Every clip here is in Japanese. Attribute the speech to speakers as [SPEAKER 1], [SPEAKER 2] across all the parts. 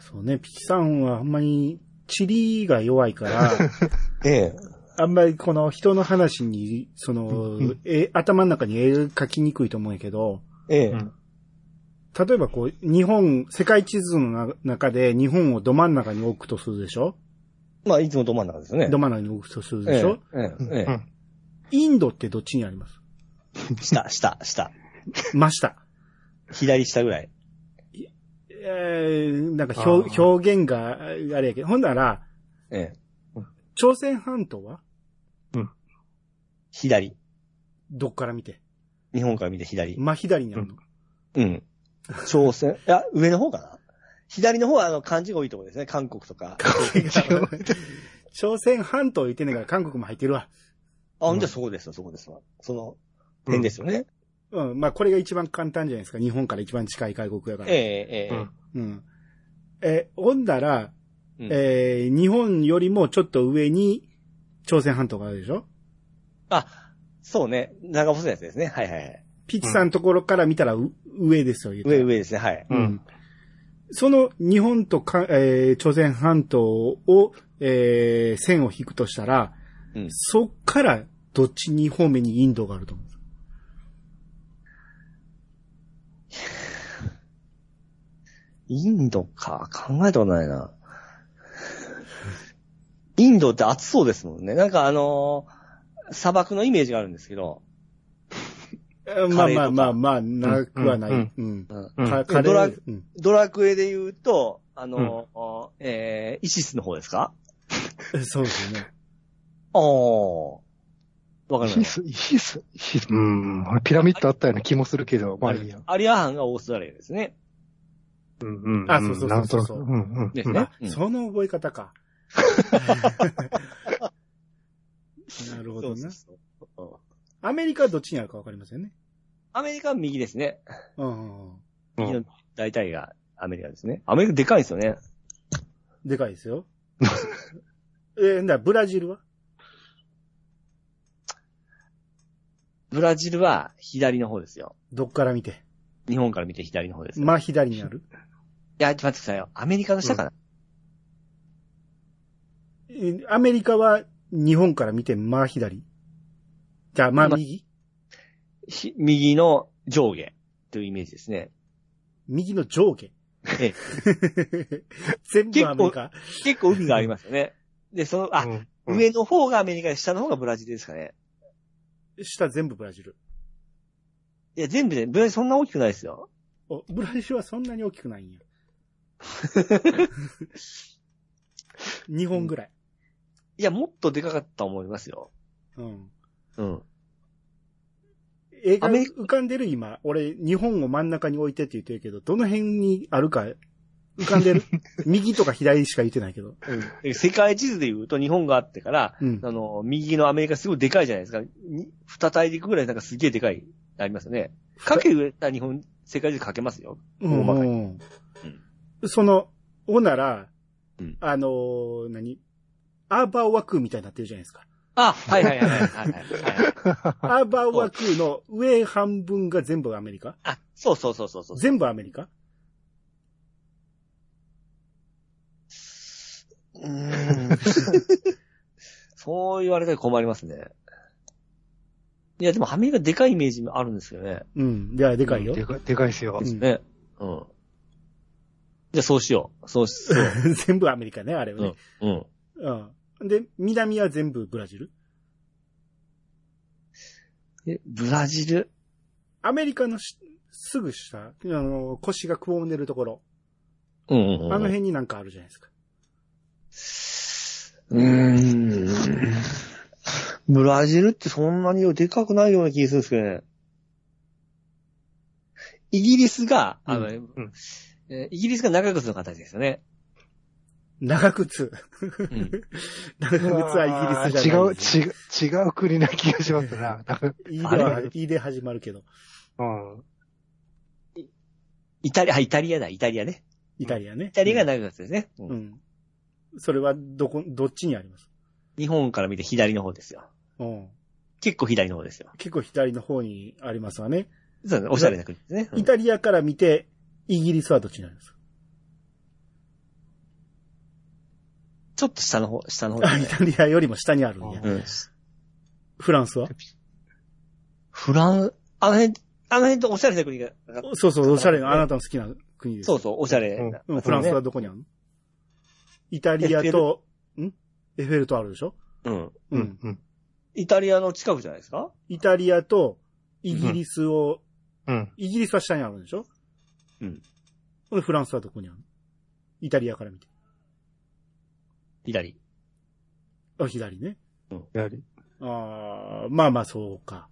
[SPEAKER 1] そうね、ピチさんはあんまり、地理が弱い から、
[SPEAKER 2] ええ。
[SPEAKER 1] あんまりこの人の話に、その
[SPEAKER 2] うん、
[SPEAKER 1] え、頭の中に絵描きにくいと思うんやけど、
[SPEAKER 2] ええ。
[SPEAKER 3] うん
[SPEAKER 1] 例えばこう、日本、世界地図のな中で日本をど真ん中に置くとするでしょ
[SPEAKER 2] まあ、いつもど真ん中ですよね。
[SPEAKER 1] ど真ん中に置くとする
[SPEAKER 2] ええ
[SPEAKER 1] でしょ、
[SPEAKER 2] ええ。え
[SPEAKER 3] う
[SPEAKER 2] え。
[SPEAKER 3] ん
[SPEAKER 1] インドってどっちにあります
[SPEAKER 2] 下、下、下。
[SPEAKER 1] 真下。
[SPEAKER 2] 左下ぐらい。
[SPEAKER 1] えー、なんか
[SPEAKER 3] あ
[SPEAKER 1] 表
[SPEAKER 3] ー
[SPEAKER 1] 表現があれやけど、ほんなら、
[SPEAKER 2] ええ。
[SPEAKER 1] 朝鮮半島は
[SPEAKER 2] 左。
[SPEAKER 1] どっから見て
[SPEAKER 2] 日本から見て左。
[SPEAKER 1] 真左にあるの。
[SPEAKER 2] うん。朝鮮。 いや、上の方かな左の方は、あの、漢字が多いところですね。韓国とか。
[SPEAKER 1] 朝鮮半島言ってんねんから韓国も入ってるわ。
[SPEAKER 2] あ、ほんじゃそこですよ、そこですわ。その、辺ですよね。
[SPEAKER 1] うん。まあ、これが一番簡単じゃないですか。日本から一番近い外国やから。
[SPEAKER 2] ええ、え
[SPEAKER 3] う
[SPEAKER 2] え
[SPEAKER 3] ん。
[SPEAKER 1] うん。え、ほんだら、
[SPEAKER 2] うん
[SPEAKER 1] えー日本よりもちょっと上に朝鮮半島があるでしょ
[SPEAKER 2] あ、そうね。長細いやつですね。はいはいはい。
[SPEAKER 1] ピッチさんのところから見たらう上ですよ、言うたら
[SPEAKER 2] 上、。上ですね。はい。
[SPEAKER 3] う
[SPEAKER 1] うんん。その日本とか、えー朝鮮半島を、えー線を引くとしたら、
[SPEAKER 2] うん
[SPEAKER 1] そっからどっちに方面にインドがあると思う。
[SPEAKER 2] インドか。考えたことないな。インドって暑そうですもんね。なんかあのー砂漠のイメージがあるんですけど、
[SPEAKER 1] えーまあ
[SPEAKER 2] カレーと
[SPEAKER 1] まあまあ
[SPEAKER 2] か
[SPEAKER 1] まあ、なくはない。
[SPEAKER 3] う
[SPEAKER 1] うん
[SPEAKER 3] ん。
[SPEAKER 2] うん
[SPEAKER 3] うん
[SPEAKER 1] かカレ
[SPEAKER 2] ドラ
[SPEAKER 1] ー、うん
[SPEAKER 2] ドラクエで言うと、あのーえーイシスの方ですか
[SPEAKER 1] そうですよね。
[SPEAKER 2] ああ。わかる
[SPEAKER 3] ヒス、ヒス、ヒス、うん、ピラミッドあったような気もするけど、まあいいや。
[SPEAKER 2] アリアハンがオーストラリアですね。
[SPEAKER 3] うんうん
[SPEAKER 1] あそうそうそうそう
[SPEAKER 3] なんとなくうんうん。
[SPEAKER 2] です
[SPEAKER 3] うん
[SPEAKER 2] ね
[SPEAKER 1] あ。
[SPEAKER 2] うん
[SPEAKER 1] その覚え方か。なるほど
[SPEAKER 2] そ
[SPEAKER 1] ね
[SPEAKER 2] う。そうそううん
[SPEAKER 1] アメリカはどっちにあるかわかりませんね。
[SPEAKER 2] アメリカは右ですね。
[SPEAKER 1] うんうんうん。
[SPEAKER 2] 右の大体がアメリカですね。アメリカでかいんですよね。
[SPEAKER 1] でかいですよ。えー、な、ブラジルは
[SPEAKER 2] ブラジルは左の方ですよ。
[SPEAKER 1] どっから見て
[SPEAKER 2] 日本から見て左の方ですよ。
[SPEAKER 1] 真左にある。
[SPEAKER 2] いや、ちょっと待ってくださいよ。アメリカの下かな、
[SPEAKER 1] えーアメリカは日本から見て真左。じゃあ、まあ
[SPEAKER 2] ま
[SPEAKER 1] 右
[SPEAKER 2] ひ右の上下というイメージです ね。
[SPEAKER 1] 右の上下
[SPEAKER 2] ええ。
[SPEAKER 1] 全部アメリカ。
[SPEAKER 2] 結構海がありますよね。で、その、あ、
[SPEAKER 3] うん、
[SPEAKER 2] 上の方がアメリカで下の方がブラジルですかね。
[SPEAKER 1] 下全部ブラジル。
[SPEAKER 2] いや、全部で、ブラジルそんな大きくないですよ。
[SPEAKER 1] おブラジルはそんなに大きくない んや。日本ぐらい。
[SPEAKER 2] いや、もっとでかかったと思いますよ。
[SPEAKER 1] うん。
[SPEAKER 2] うん。
[SPEAKER 1] 映画
[SPEAKER 2] アメリ
[SPEAKER 1] 浮かんでる今、俺、日本を真ん中に置いてって言ってるけど、どの辺にあるか浮かん でる。右とか左しか言ってないけど。
[SPEAKER 2] で世界地図で言うと日本があってから、
[SPEAKER 1] うん。
[SPEAKER 2] あの、右のアメリカすごいでかいじゃないですか。に二大陸ぐらいなんかすげえでかい、ありますよね。かけ上た日本、世界中かけますよ。
[SPEAKER 1] うん
[SPEAKER 2] 大まかに
[SPEAKER 1] うんその、ほんなら、
[SPEAKER 2] うん
[SPEAKER 1] あのー何アーバーワクーみたいになってるじゃないですか。
[SPEAKER 2] あ、はいはいはいはいはいはい。
[SPEAKER 1] アーバーワクーの上半分が全部アメリカ
[SPEAKER 2] あ、そうそうそうそうそう。
[SPEAKER 1] 全部アメリカ
[SPEAKER 2] うーんそう言われたら困りますね。いや、でもアメリカでかいイメージもあるんですよね。
[SPEAKER 1] うん。いや、でかいよ。
[SPEAKER 3] でかい、でかいですよ
[SPEAKER 1] う。ん
[SPEAKER 2] ね。うん。じゃあそうしよう。そうし、そう。
[SPEAKER 1] 全部アメリカね、あれはね。
[SPEAKER 2] うん。
[SPEAKER 1] うん。で、南は全部ブラジル
[SPEAKER 2] え、ブラジル。
[SPEAKER 1] アメリカのしすぐ下、あの、腰がくぼんでるところ、
[SPEAKER 2] うんうん
[SPEAKER 1] あ
[SPEAKER 2] うん。
[SPEAKER 1] の辺になんかあるじゃないですか。
[SPEAKER 2] うーん。ブラジルってそんなにでかくないような気がするんですけどね。イギリスが、あの、
[SPEAKER 1] うん
[SPEAKER 2] えーイギリスが長靴の形ですよね。
[SPEAKER 1] 長靴。
[SPEAKER 2] うん
[SPEAKER 1] 長靴はイギリスじゃ
[SPEAKER 3] う
[SPEAKER 1] ない
[SPEAKER 3] わー違う、違う、違う国な気がしますな。なんか
[SPEAKER 1] 違う。いいでは、いいで始まるけど、
[SPEAKER 3] うん。
[SPEAKER 2] イタリア、あイタリアだ、イタリアね。
[SPEAKER 1] イタリアね
[SPEAKER 2] イ。タリアが長靴ですね。う
[SPEAKER 1] うんん。それは、どこ、どっちにあります
[SPEAKER 2] 日本から見て左の方ですよ。
[SPEAKER 1] うん。
[SPEAKER 2] 結構左の方ですよ。
[SPEAKER 1] 結構左の方にありますわね。
[SPEAKER 2] そうですねおしゃれな国ですね。うん
[SPEAKER 1] イタリアから見て、イギリスはどっちになります
[SPEAKER 2] ちょっと下の方、下の方
[SPEAKER 1] あ
[SPEAKER 2] じゃ
[SPEAKER 1] イ
[SPEAKER 2] ない。
[SPEAKER 1] タリアよりも下にあるんや
[SPEAKER 3] あ。
[SPEAKER 2] うん。
[SPEAKER 1] フランスは
[SPEAKER 2] フラン、あの辺、あの辺とおしゃれな国が、
[SPEAKER 1] そうそう、おしゃれな、あなたの好きな国です。
[SPEAKER 2] そうそう、おしゃれな。
[SPEAKER 1] うん。
[SPEAKER 2] あ
[SPEAKER 1] フランスは
[SPEAKER 2] ね
[SPEAKER 1] どこにあるのイタリアと、んエッフェルとあるでしょ
[SPEAKER 2] うん。
[SPEAKER 1] う
[SPEAKER 3] うんん。。うん。
[SPEAKER 2] イタリアの近くじゃないですか
[SPEAKER 1] イタリアとイギリスを、
[SPEAKER 3] うん。
[SPEAKER 1] イギリスは下にあるんでしょ
[SPEAKER 2] うん。
[SPEAKER 1] ほでフランスはどこにあるのイタリアから見て。
[SPEAKER 2] 左。
[SPEAKER 1] あ、左ね。
[SPEAKER 3] やはり。
[SPEAKER 1] ああ、まあまあそうか。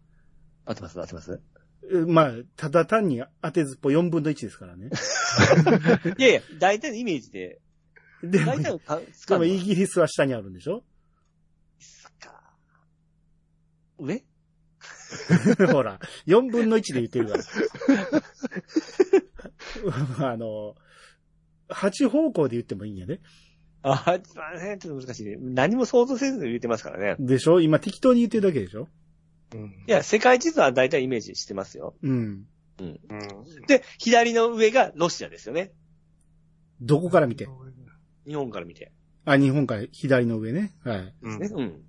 [SPEAKER 2] 合ってます合ってます。
[SPEAKER 1] えまあ、ただ単に当てずっぽ4分の1ですから ね。
[SPEAKER 2] いやいや、大体のイメージで、
[SPEAKER 1] でも
[SPEAKER 2] 大、体のか、つ
[SPEAKER 1] で
[SPEAKER 2] か
[SPEAKER 1] も
[SPEAKER 2] む
[SPEAKER 1] イギリスは下にあるんでしょ
[SPEAKER 2] か。上
[SPEAKER 1] ほら、4分の1で言ってるから。あ の、8方向で言ってもいいんやね。
[SPEAKER 2] あ、あの辺ちょっと難しいね。何も想像せずに言ってますからね。
[SPEAKER 1] でしょ今適当に言ってるだけでしょ
[SPEAKER 3] うん
[SPEAKER 2] い。や、世界地図は大体イメージしてますよ。
[SPEAKER 1] うん。
[SPEAKER 3] うん。
[SPEAKER 2] で、左の上がロシアですよね。
[SPEAKER 1] どこから見て
[SPEAKER 2] 日本から見て。
[SPEAKER 1] あ、日本から左の上ね。はい。
[SPEAKER 3] うん
[SPEAKER 2] ね。うん。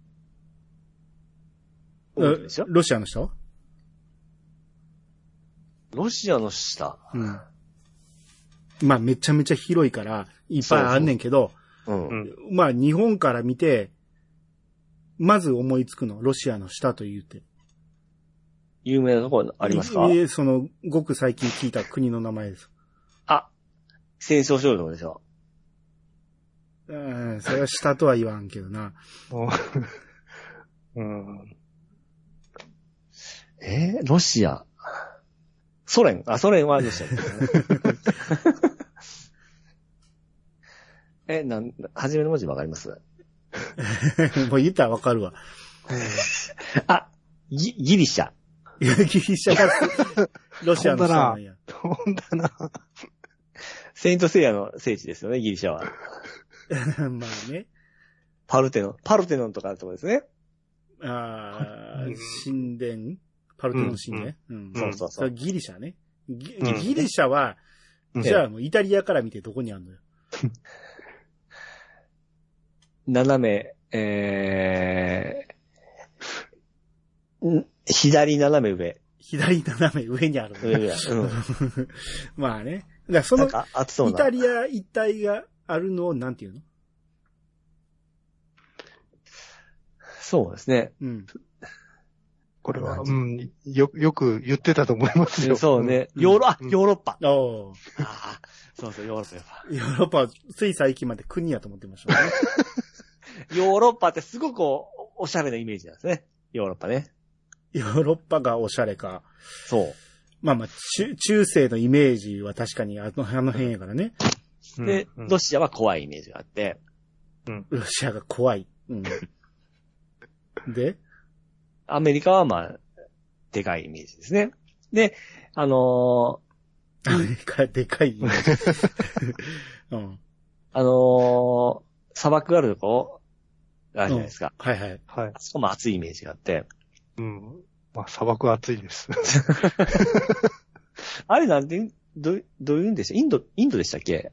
[SPEAKER 2] そうでしょ
[SPEAKER 1] ロシアの人は
[SPEAKER 2] ロシアの下。
[SPEAKER 1] うん。まあめちゃめちゃ広いから、いっぱいあんねんけど、
[SPEAKER 2] うん
[SPEAKER 3] うん
[SPEAKER 1] まあ日本から見て、まず思いつくの、ロシアの下と言って。
[SPEAKER 2] 有名なところありますか
[SPEAKER 1] いいえその、ごく最近聞いた国の名前です。
[SPEAKER 2] あ、戦争衝動でしょ。
[SPEAKER 1] うん、それは下とは言わんけどな。
[SPEAKER 3] うん。
[SPEAKER 2] えーロシア。ソ連。あ、ソ連は ロシアですね。え、なん、初めの文字わかります
[SPEAKER 1] もう言ったらわかるわ。
[SPEAKER 2] あ、ギ、ギリシャ。
[SPEAKER 1] ギリシャが、ロシアの下なんや。
[SPEAKER 3] ほんだな。
[SPEAKER 2] セイントセイヤの聖地ですよね、ギリシャは。
[SPEAKER 1] まあね。
[SPEAKER 2] パルテノン。パルテノンとかあるとこですね。
[SPEAKER 1] あ
[SPEAKER 3] う
[SPEAKER 1] ー
[SPEAKER 3] ん
[SPEAKER 1] 神殿パルテノン神殿うん
[SPEAKER 2] そうそ
[SPEAKER 1] そ
[SPEAKER 2] うそ
[SPEAKER 1] れ
[SPEAKER 2] う。
[SPEAKER 1] ギリシャね。ギ
[SPEAKER 3] うん
[SPEAKER 1] ギリシャは、
[SPEAKER 3] うん
[SPEAKER 1] じゃあもうイタリアから見てどこにあるのよ。
[SPEAKER 2] 斜め、えー、ん左斜め上。
[SPEAKER 1] 左斜め上にあるの
[SPEAKER 2] 上
[SPEAKER 1] よ。
[SPEAKER 2] 上。うん。
[SPEAKER 1] まあね。だからそ
[SPEAKER 2] な
[SPEAKER 1] の
[SPEAKER 2] ん、か熱そう
[SPEAKER 1] イ
[SPEAKER 2] な
[SPEAKER 1] タ。リア一帯があるのをなんていうの
[SPEAKER 2] そうですね。
[SPEAKER 1] うん。
[SPEAKER 3] これは、うん。よ、よく言ってたと思いますよ。
[SPEAKER 2] そうね。
[SPEAKER 1] うん
[SPEAKER 2] ヨーロ、あ、
[SPEAKER 3] うん
[SPEAKER 2] ヨーロッパ。
[SPEAKER 1] おー
[SPEAKER 2] ああ、そうそう、ヨーロッパヨーロッ
[SPEAKER 1] ヨーロッパはつい最近まで国やと思ってましたもんね。
[SPEAKER 2] パ。ヨーロッパってすごくおおしゃれなイメージなんですね。ヨーロッパね。
[SPEAKER 1] ヨーロッパがオシャレか。
[SPEAKER 2] そう。
[SPEAKER 1] まあまあ、中、中世のイメージは確かにあのあの辺やからね。
[SPEAKER 3] うん。
[SPEAKER 2] で、
[SPEAKER 3] うん
[SPEAKER 2] ロシアは怖いイメージがあって、
[SPEAKER 1] ロシアが怖い。 うん。で、
[SPEAKER 2] アメリカはまあ、でかいイメージですね。で、あの
[SPEAKER 1] アメリカでか いイメージ。うん。
[SPEAKER 2] ー、あのー、砂漠があるとこがあるじゃないですか。
[SPEAKER 1] はいはい。
[SPEAKER 3] は
[SPEAKER 2] あ
[SPEAKER 3] い。
[SPEAKER 2] そこも暑いイメージがあって、
[SPEAKER 3] うん。まあ、砂漠は暑いです。
[SPEAKER 2] あれなんて、どう、どういうんでしたインド、インドでしたっけ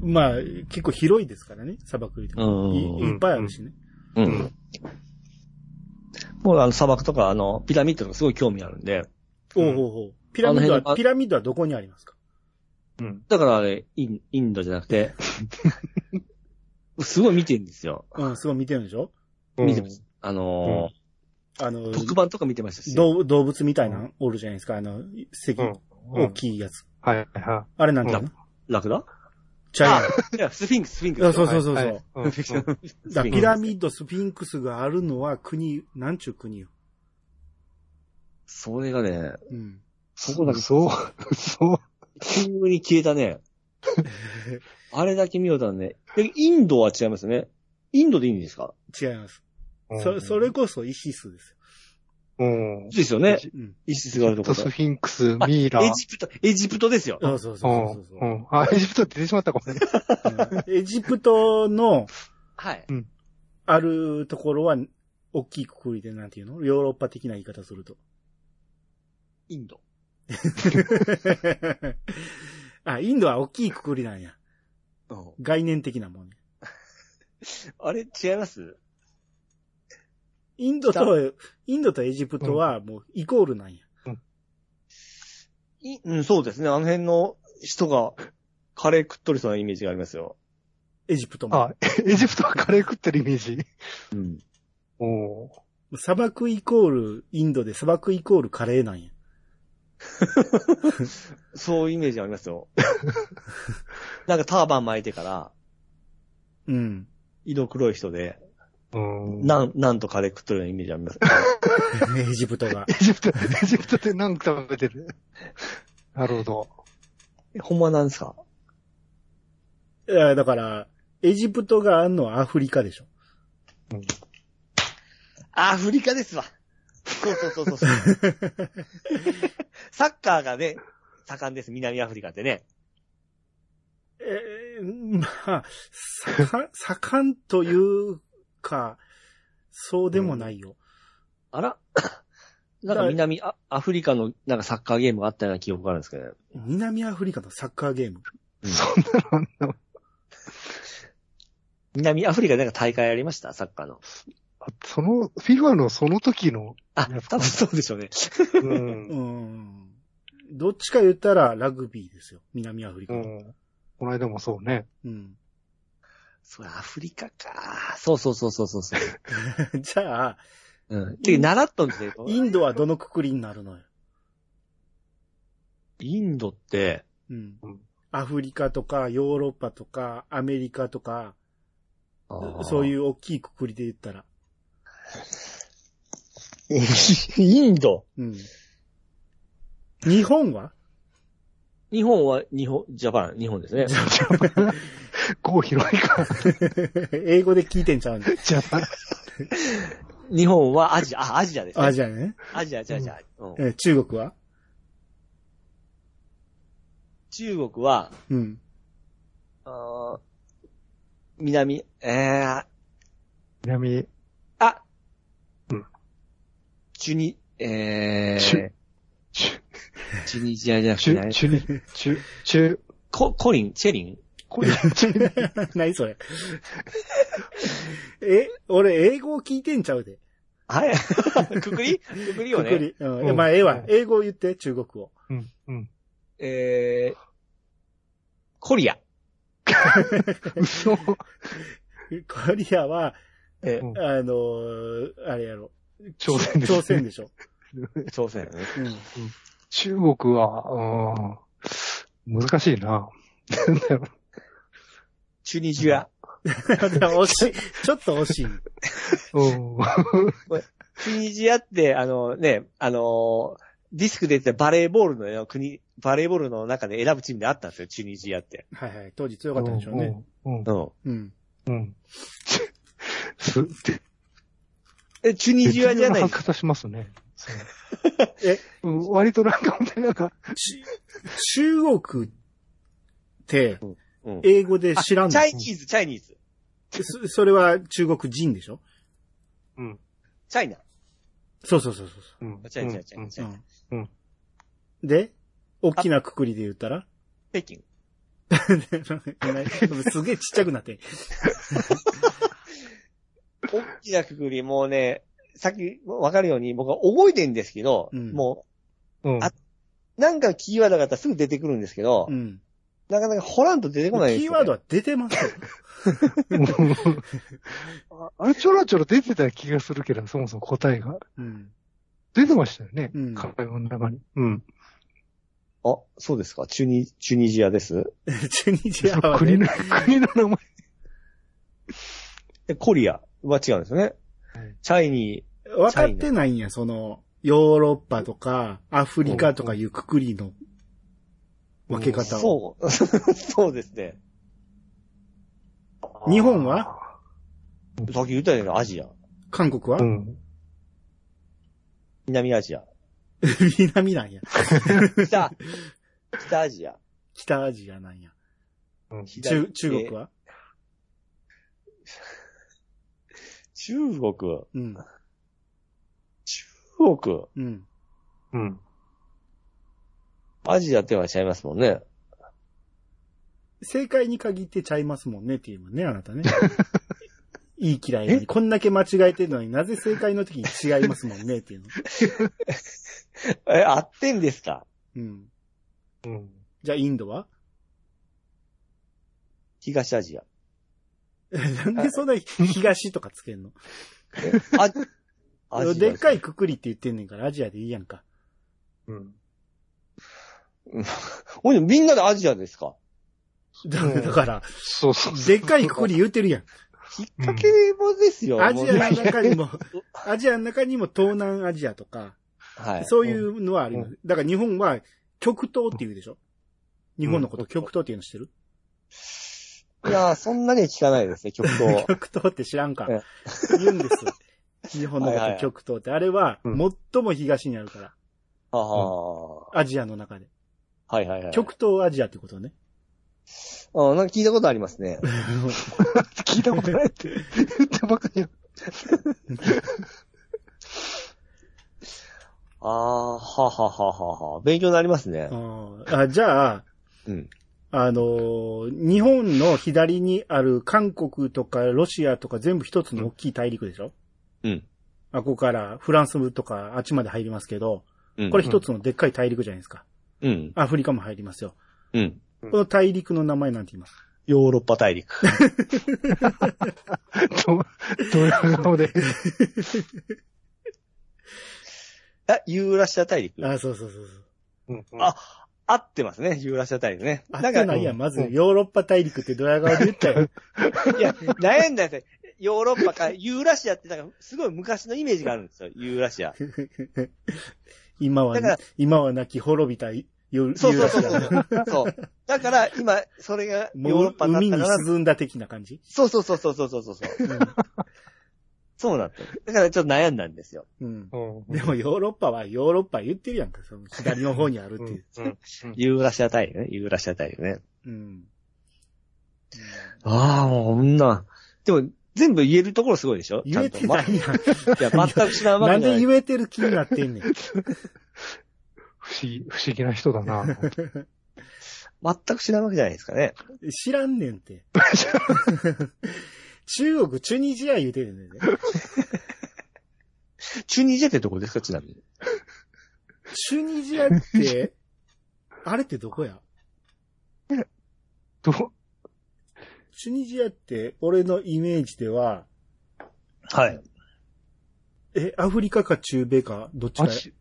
[SPEAKER 1] まあ、結構広いですからね、砂漠とか
[SPEAKER 2] うん
[SPEAKER 1] いいっぱいあるしね。
[SPEAKER 2] うんん。もうあの砂漠とかあの、ピラミッドとかすごい興味あるんで、
[SPEAKER 1] お
[SPEAKER 3] うん
[SPEAKER 1] うおうおうピラミッド
[SPEAKER 2] あの辺の
[SPEAKER 1] は、
[SPEAKER 2] あ
[SPEAKER 1] ピラミッドはどこにありますか
[SPEAKER 3] うん。
[SPEAKER 2] だからあれ、インインドじゃなくて、 すごい見てるんですよ。
[SPEAKER 1] うん、すごい見てるんでしょ
[SPEAKER 2] 見てます。あの
[SPEAKER 1] あの
[SPEAKER 2] ー、、特番とか見てましたし。
[SPEAKER 1] 動動物みたいなのおるじゃないですか、あの、石、
[SPEAKER 3] うん。うん
[SPEAKER 1] 大きいやつ。
[SPEAKER 3] はい、はいは
[SPEAKER 1] あれなんだな
[SPEAKER 2] ラクダ
[SPEAKER 1] ジャイアン
[SPEAKER 2] いや、スフィンクス、スフィンク
[SPEAKER 1] ト。あ
[SPEAKER 2] ス。
[SPEAKER 1] そう
[SPEAKER 3] い。
[SPEAKER 1] そうそう
[SPEAKER 3] は
[SPEAKER 1] そ。
[SPEAKER 3] いうはいうんうん
[SPEAKER 2] スフ
[SPEAKER 1] だ
[SPEAKER 2] ィン
[SPEAKER 1] ピ
[SPEAKER 2] クス
[SPEAKER 1] ラミッド、スフィンクスがあるのは国、なんちゅう国よ。
[SPEAKER 2] それがね、
[SPEAKER 1] うん。
[SPEAKER 2] そこだけ
[SPEAKER 3] そう、そう。
[SPEAKER 2] 急に消えたね。あれだけ見ようとね。でインドは違いますね。インドでいいんですか
[SPEAKER 1] 違います。
[SPEAKER 3] う
[SPEAKER 1] そ、
[SPEAKER 3] ん
[SPEAKER 1] それ、こそイシスですよ。
[SPEAKER 3] うん。
[SPEAKER 2] そうですよね。
[SPEAKER 1] うん。
[SPEAKER 2] イシス
[SPEAKER 3] エ
[SPEAKER 2] があ
[SPEAKER 3] ジ
[SPEAKER 2] る
[SPEAKER 3] プ
[SPEAKER 2] とこ
[SPEAKER 3] トス
[SPEAKER 2] ろ。
[SPEAKER 3] フィンクス、ミイラ。
[SPEAKER 2] エジプト、エジプトですよ。
[SPEAKER 1] あそうそう
[SPEAKER 3] う
[SPEAKER 1] そ
[SPEAKER 3] ん
[SPEAKER 1] うそう
[SPEAKER 3] う。ん。あ、エジプトって出てしまったかもね。
[SPEAKER 1] うんエジプトの
[SPEAKER 2] はい。
[SPEAKER 1] あるところは、大きいくくりでなんていうのヨーロッパ的な言い方すると。
[SPEAKER 2] インド。
[SPEAKER 1] あ、インドは大きいくくりなんや。
[SPEAKER 2] うん
[SPEAKER 1] 概念的なもんね。
[SPEAKER 2] あれ、違います
[SPEAKER 1] インドと、インドとエジプトはもうイコールなんや。
[SPEAKER 2] いうん、そうですね。あの辺の人が、カレー食っとりそうなイメージがありますよ。
[SPEAKER 1] エジプトも。
[SPEAKER 3] あ、エジプトはカレー食ってるイメージ。
[SPEAKER 2] うん。
[SPEAKER 3] おー
[SPEAKER 1] 砂漠イコールインドで砂漠イコールカレーなんや。
[SPEAKER 2] そういうイメージありますよ。 なんかターバン巻いてから、
[SPEAKER 1] うん。
[SPEAKER 2] 色黒い人で、
[SPEAKER 3] うん。
[SPEAKER 2] なん、なんとカレー食っとるようなイメージあります。
[SPEAKER 1] エジプトが
[SPEAKER 3] エ。ジプト、エジプトって何食べてる なるほど。
[SPEAKER 2] えほんまなんですか
[SPEAKER 1] いや、だから、エジプトがあんのはアフリカでしょ。
[SPEAKER 2] アフリカですわ。そうそうそう そう。サッカーがね、盛んです。南アフリカってね。
[SPEAKER 1] えーまあ、盛ん、盛んというか、そうでもないよ。
[SPEAKER 2] あらなんか南アアフリカのなんかサッカーゲームがあったような記憶があるんですけど、ね、
[SPEAKER 1] 南アフリカのサッカーゲーム。
[SPEAKER 3] そんなのあんな
[SPEAKER 2] 南アフリカでなんか大会ありましたサッカーの。
[SPEAKER 3] その、FIFA のその時の、
[SPEAKER 2] あ、多分そうでしょうね。
[SPEAKER 3] うん
[SPEAKER 1] う。ん。どっちか言ったらラグビーですよ。南アフリカ
[SPEAKER 3] う
[SPEAKER 1] の。
[SPEAKER 3] ん。この間もそうね。
[SPEAKER 1] うん。
[SPEAKER 2] それアフリカか。そうそうそうそうそうそう。
[SPEAKER 1] じゃあ、
[SPEAKER 2] うん。てか習っとんですよ。
[SPEAKER 1] インドはどのくくりになるのよ。
[SPEAKER 2] インドって、。
[SPEAKER 1] うん
[SPEAKER 3] うん。
[SPEAKER 1] アフリカとか、ヨーロッパとか、アメリカとか、そういうう大きいくくりで言ったら。
[SPEAKER 2] インド
[SPEAKER 1] うん。日本は
[SPEAKER 2] 日本は日本、ジャパン、日本ですね。
[SPEAKER 3] こう広いから、
[SPEAKER 1] 英語で聞いてんちゃうん
[SPEAKER 3] ジャパン。
[SPEAKER 2] 日本はアジア、あ、アジアです、ね。
[SPEAKER 1] ア
[SPEAKER 2] アジ
[SPEAKER 1] ジアね。
[SPEAKER 2] ア。アジア、アジア。うん
[SPEAKER 1] えー中国は
[SPEAKER 2] 中国は、
[SPEAKER 1] うん。
[SPEAKER 2] あー南、えー、
[SPEAKER 3] 南、
[SPEAKER 2] あ、
[SPEAKER 3] うん
[SPEAKER 2] チュニ、え
[SPEAKER 3] チ
[SPEAKER 2] ー
[SPEAKER 3] ュ、チュ、
[SPEAKER 2] チュニジアじゃなくて
[SPEAKER 3] チ
[SPEAKER 2] 何
[SPEAKER 3] ュ、、チュ、チュ、チュ、
[SPEAKER 2] ココリン、チェリン
[SPEAKER 3] これ、チュ、
[SPEAKER 1] 何それ。え、俺英語を聞いてんちゃうで。
[SPEAKER 2] はい。 くくりくくりよ
[SPEAKER 1] く
[SPEAKER 2] ね。
[SPEAKER 1] くり。うん。
[SPEAKER 3] うん
[SPEAKER 1] まあ、ええわ
[SPEAKER 3] うん。
[SPEAKER 1] 英語を言って、中国を。
[SPEAKER 3] うん、うん。
[SPEAKER 2] えー、コリア。
[SPEAKER 3] 嘘。
[SPEAKER 1] コリアは、
[SPEAKER 2] え
[SPEAKER 3] うん
[SPEAKER 1] あのーあれやろ。
[SPEAKER 3] 朝鮮です、ね。
[SPEAKER 1] 朝鮮でしょ。
[SPEAKER 2] 朝鮮ね。
[SPEAKER 1] うん。
[SPEAKER 3] 中国は、うん、難しいな。なんだろ
[SPEAKER 2] チュニジア。
[SPEAKER 1] 惜しい。ちょっと惜しい。
[SPEAKER 3] ううん。
[SPEAKER 2] チュニジアって、あのね、あのーディスクで言ってたバレーボールのね国、バレーボールの中で選ぶチームであったんですよ、チュニジアって。
[SPEAKER 1] はいはい。当時強かったんでしょうね。
[SPEAKER 3] うん。うん。
[SPEAKER 2] うん。
[SPEAKER 1] うん。
[SPEAKER 3] うん。す、
[SPEAKER 2] え、チュニジアじゃない
[SPEAKER 3] 別人の履き方しますね。そう
[SPEAKER 1] え
[SPEAKER 3] うん割となんか、本当になんか、
[SPEAKER 1] ち中国って、
[SPEAKER 2] うん
[SPEAKER 1] 英語で知らん
[SPEAKER 2] チ
[SPEAKER 1] の
[SPEAKER 2] ャイニーズ、チャイニーズ。
[SPEAKER 1] そそれは中国人でしょ
[SPEAKER 3] うん。
[SPEAKER 2] チャイナ。
[SPEAKER 1] そうそうそうそうそう
[SPEAKER 3] うん。
[SPEAKER 2] チャイナ、チャイ
[SPEAKER 3] う
[SPEAKER 2] ナ、
[SPEAKER 3] ん
[SPEAKER 2] チャイナ。
[SPEAKER 1] う
[SPEAKER 3] うんん。
[SPEAKER 1] で、大きなくくりで言ったら
[SPEAKER 2] 北京。
[SPEAKER 1] すげえちっちゃくなって。
[SPEAKER 2] 大きなくくり、もうね、さっきわかるように僕は覚えてんですけど、
[SPEAKER 1] うん
[SPEAKER 2] も
[SPEAKER 3] うん。
[SPEAKER 2] あう、なんかキーワードがあったらすぐ出てくるんですけど、
[SPEAKER 1] うん。
[SPEAKER 2] なかなかホランと出て
[SPEAKER 1] キ
[SPEAKER 2] こないです
[SPEAKER 1] ー
[SPEAKER 2] よ、
[SPEAKER 1] ワードは出て ますよ。
[SPEAKER 3] ああれ、ちょろちょろ出てた気がするけど、そもそも答えが。
[SPEAKER 1] うん。
[SPEAKER 3] 出てましたよね。
[SPEAKER 1] うん
[SPEAKER 3] 会話の中に。うん。
[SPEAKER 2] あ、そうですか。チュニ、チュニジアです。
[SPEAKER 1] チュニジアはね
[SPEAKER 3] 国の、国の名前。
[SPEAKER 2] で、コリアは違うんですよね。チャイニ
[SPEAKER 1] 分かってないんや、その、ヨーロッパとか、アフリカとかいうくくりの分け
[SPEAKER 2] ー。
[SPEAKER 1] 方を。
[SPEAKER 2] そう。 そうですね。
[SPEAKER 1] 日本は
[SPEAKER 2] さっき言ったようにアジア。
[SPEAKER 1] 韓国は
[SPEAKER 3] うん。
[SPEAKER 2] 南アジア。
[SPEAKER 1] 南なんや。
[SPEAKER 2] 北。 北アジア。
[SPEAKER 1] 北アジアなんや。
[SPEAKER 3] うん
[SPEAKER 1] 中、中国は
[SPEAKER 2] 中国。
[SPEAKER 1] うん。
[SPEAKER 2] 中国。
[SPEAKER 1] うん。
[SPEAKER 3] うん。
[SPEAKER 2] アジアってはちゃいますもんね。
[SPEAKER 1] 正解に限ってちゃいますもんねっていうもんね、あなたね。いい嫌いなのに、こんだけ間違えてるのになぜ正解の時に違いますもんねっていうの。
[SPEAKER 2] え、合ってんですか
[SPEAKER 1] うん。
[SPEAKER 3] うん。
[SPEAKER 1] じゃあインドは
[SPEAKER 2] 東アジア。
[SPEAKER 1] なんでそんな東とかつけんの
[SPEAKER 2] えあ アジア
[SPEAKER 1] でっかいくくりって言ってんねんからアジアでいいやんか。
[SPEAKER 3] うん。
[SPEAKER 2] おいみんなでアジアですか
[SPEAKER 1] だ
[SPEAKER 3] うん
[SPEAKER 1] だから、
[SPEAKER 3] そうそうそう。
[SPEAKER 1] でっかいくくり言ってるやん。
[SPEAKER 2] きっかけもですよ。
[SPEAKER 1] アジア
[SPEAKER 2] もう
[SPEAKER 1] の中にも、アジアの中にも東南アジアとか、
[SPEAKER 2] はい。
[SPEAKER 1] そういうのはあります。だから日本は極東って言うでしょ日本のこと極東っていうの知ってる。
[SPEAKER 2] いやー、そんなには聞かないですね、曲 と
[SPEAKER 1] 極東って知らんか
[SPEAKER 2] え。
[SPEAKER 1] 言うんです よ。日本のこ
[SPEAKER 2] はい
[SPEAKER 1] と
[SPEAKER 2] はい
[SPEAKER 1] 極東って。あれは、
[SPEAKER 3] うん
[SPEAKER 1] 最も東にあるから。
[SPEAKER 2] ああ、は
[SPEAKER 1] アジアの中で。
[SPEAKER 2] いはいはい。
[SPEAKER 1] 極東アジアってことね。
[SPEAKER 2] あなんか聞いたことありますね。
[SPEAKER 3] 聞いたことないって。言ってばっかりや。
[SPEAKER 2] ああ、ははははは。勉強になりますね
[SPEAKER 1] あ。ーあじゃあ、
[SPEAKER 2] うん。
[SPEAKER 1] あのー日本の左にある韓国とかロシアとか全部一つの大きい大陸でしょ
[SPEAKER 2] うん。
[SPEAKER 1] あ、ここからフランスとかあっちまで入りますけど、
[SPEAKER 2] うん。
[SPEAKER 1] これ一つのでっかい大陸じゃないですか。
[SPEAKER 2] うん。
[SPEAKER 1] アフリカも入りますよ。
[SPEAKER 2] うん。
[SPEAKER 1] この大陸の名前なんて言います
[SPEAKER 2] ヨーロッパ大陸。
[SPEAKER 3] ど、どういう顔で。
[SPEAKER 2] あ、ユーラシア大陸。
[SPEAKER 1] あ、そうそうそうそう。
[SPEAKER 3] うんうん
[SPEAKER 2] あ、合ってますね、ユーラシア大陸ね。
[SPEAKER 1] あってないやん、まずヨーロッパ大陸ってドヤ顔で言ったよ。
[SPEAKER 2] いや、悩んだんですよ。ヨーロッパか、ユーラシアって、なんか、すごい昔のイメージがあるんですよ、ユーラシア。
[SPEAKER 1] 今は
[SPEAKER 2] だから、
[SPEAKER 1] 今は亡き滅びたヨユ
[SPEAKER 2] そう
[SPEAKER 1] ー
[SPEAKER 2] そう
[SPEAKER 1] ラ
[SPEAKER 2] そ
[SPEAKER 1] シ
[SPEAKER 2] うそ
[SPEAKER 1] ア。
[SPEAKER 2] う。そう。だから、今、それがヨー
[SPEAKER 1] も
[SPEAKER 2] ロッ
[SPEAKER 1] う
[SPEAKER 2] パになっ
[SPEAKER 1] 海
[SPEAKER 2] た
[SPEAKER 1] に
[SPEAKER 2] から、
[SPEAKER 1] 沈んだ的な感じ。
[SPEAKER 2] そうそうそうそうそうそうそう。 そうなんですよだから、ちょっと悩んだんですよ。
[SPEAKER 1] うん。
[SPEAKER 3] うん
[SPEAKER 1] でもヨーロッパはヨーロッパ言ってるやんか、その左の方にあるっていう。
[SPEAKER 3] うん
[SPEAKER 2] ユーラシア大陸ね、ユーラシア大陸ね。
[SPEAKER 1] うん。うん
[SPEAKER 2] ああ、もう、こんな。でも、全部言えるところすごいでしょ
[SPEAKER 1] 言えて
[SPEAKER 2] ちゃんとま
[SPEAKER 1] ないやん。
[SPEAKER 2] いや、全く知らん わ
[SPEAKER 1] な
[SPEAKER 2] け
[SPEAKER 1] ん
[SPEAKER 2] じゃな
[SPEAKER 1] で
[SPEAKER 2] い。
[SPEAKER 1] 言えてる気になってんねん。
[SPEAKER 3] 不思議、不思議な人だ な。
[SPEAKER 2] 全く知らんわけじゃないですかね。
[SPEAKER 1] 知らんねん って。中国、チュニジア言うてるねんね。
[SPEAKER 2] チュニジェってどこですか、ちなみに。
[SPEAKER 1] チュニジアって、あれってどこや
[SPEAKER 3] ど、
[SPEAKER 1] チュニジアって、俺のイメージでは、
[SPEAKER 2] はい。
[SPEAKER 1] え、アフリカか中米か、どっちか
[SPEAKER 3] あ
[SPEAKER 1] や。
[SPEAKER 3] ち、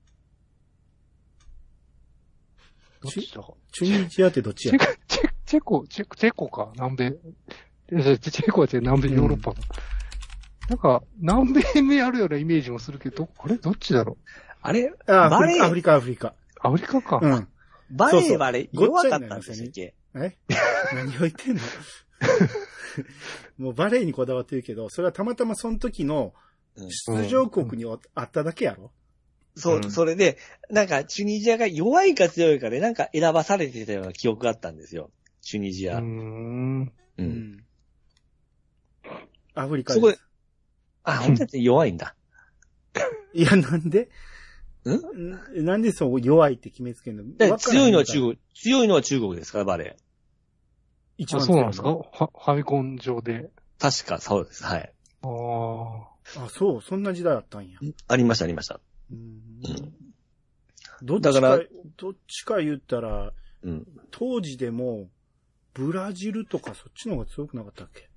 [SPEAKER 3] どっちだか。
[SPEAKER 1] チュニジアってどっちや
[SPEAKER 3] チェコ、チェチェコ、チェコ、チェコか、南米。いやチェチェコは違う南米ヨーロッパの。なんか、南米にあるようなイメージもするけど、これどっちだろう
[SPEAKER 2] あれ
[SPEAKER 1] あ、アフ
[SPEAKER 2] バ
[SPEAKER 1] リ
[SPEAKER 2] レ
[SPEAKER 1] カ、ア
[SPEAKER 2] ー
[SPEAKER 1] フリカ、アフリカ。
[SPEAKER 3] アフリカか。
[SPEAKER 1] うん。
[SPEAKER 2] バ
[SPEAKER 1] そう
[SPEAKER 2] レ
[SPEAKER 1] そ
[SPEAKER 2] ー
[SPEAKER 1] う
[SPEAKER 2] はあれ、
[SPEAKER 1] ごっ
[SPEAKER 2] 弱
[SPEAKER 1] ち
[SPEAKER 2] か
[SPEAKER 1] ゃ
[SPEAKER 2] っ
[SPEAKER 1] にな
[SPEAKER 2] た
[SPEAKER 1] り
[SPEAKER 2] ん
[SPEAKER 1] ま
[SPEAKER 2] で
[SPEAKER 1] よ
[SPEAKER 2] す
[SPEAKER 1] ね
[SPEAKER 2] すっけ
[SPEAKER 1] え 何を言ってんの もうバレーにこだわってるけど、それはたまたまその時の
[SPEAKER 2] うん
[SPEAKER 1] 出場国におあっただけやろ
[SPEAKER 2] そう、
[SPEAKER 3] うん
[SPEAKER 2] それで、なんか、チュニジアが弱いか強いかで、なんか選ばされてたような記憶があったんですよ。チュニジ
[SPEAKER 3] う
[SPEAKER 2] ア。
[SPEAKER 3] ーん。
[SPEAKER 2] う。
[SPEAKER 1] うんアフリカ
[SPEAKER 2] すご
[SPEAKER 1] で
[SPEAKER 2] い
[SPEAKER 1] す。
[SPEAKER 2] あ、本当に弱いんだ。
[SPEAKER 1] いや、なんで
[SPEAKER 2] ん
[SPEAKER 1] んなんでそう弱いって決めつけんの
[SPEAKER 2] だから強いのは中
[SPEAKER 1] 国。
[SPEAKER 2] 国、強いのは中国ですから、バレ
[SPEAKER 1] 一
[SPEAKER 3] あ、
[SPEAKER 1] 番
[SPEAKER 3] そう
[SPEAKER 1] 強い
[SPEAKER 3] なんですかファファミコン上で。
[SPEAKER 2] ー。確か、そうです。はい。
[SPEAKER 3] ああ。
[SPEAKER 1] あ、そう、そんな時代だったんや。
[SPEAKER 2] ありました、ありました。
[SPEAKER 1] うん
[SPEAKER 2] うん
[SPEAKER 1] どっちか、
[SPEAKER 2] だから
[SPEAKER 1] どっちか言ったら、
[SPEAKER 2] うん。
[SPEAKER 1] 当時でも、ブラジルとかそっちの方が強くなかったっけ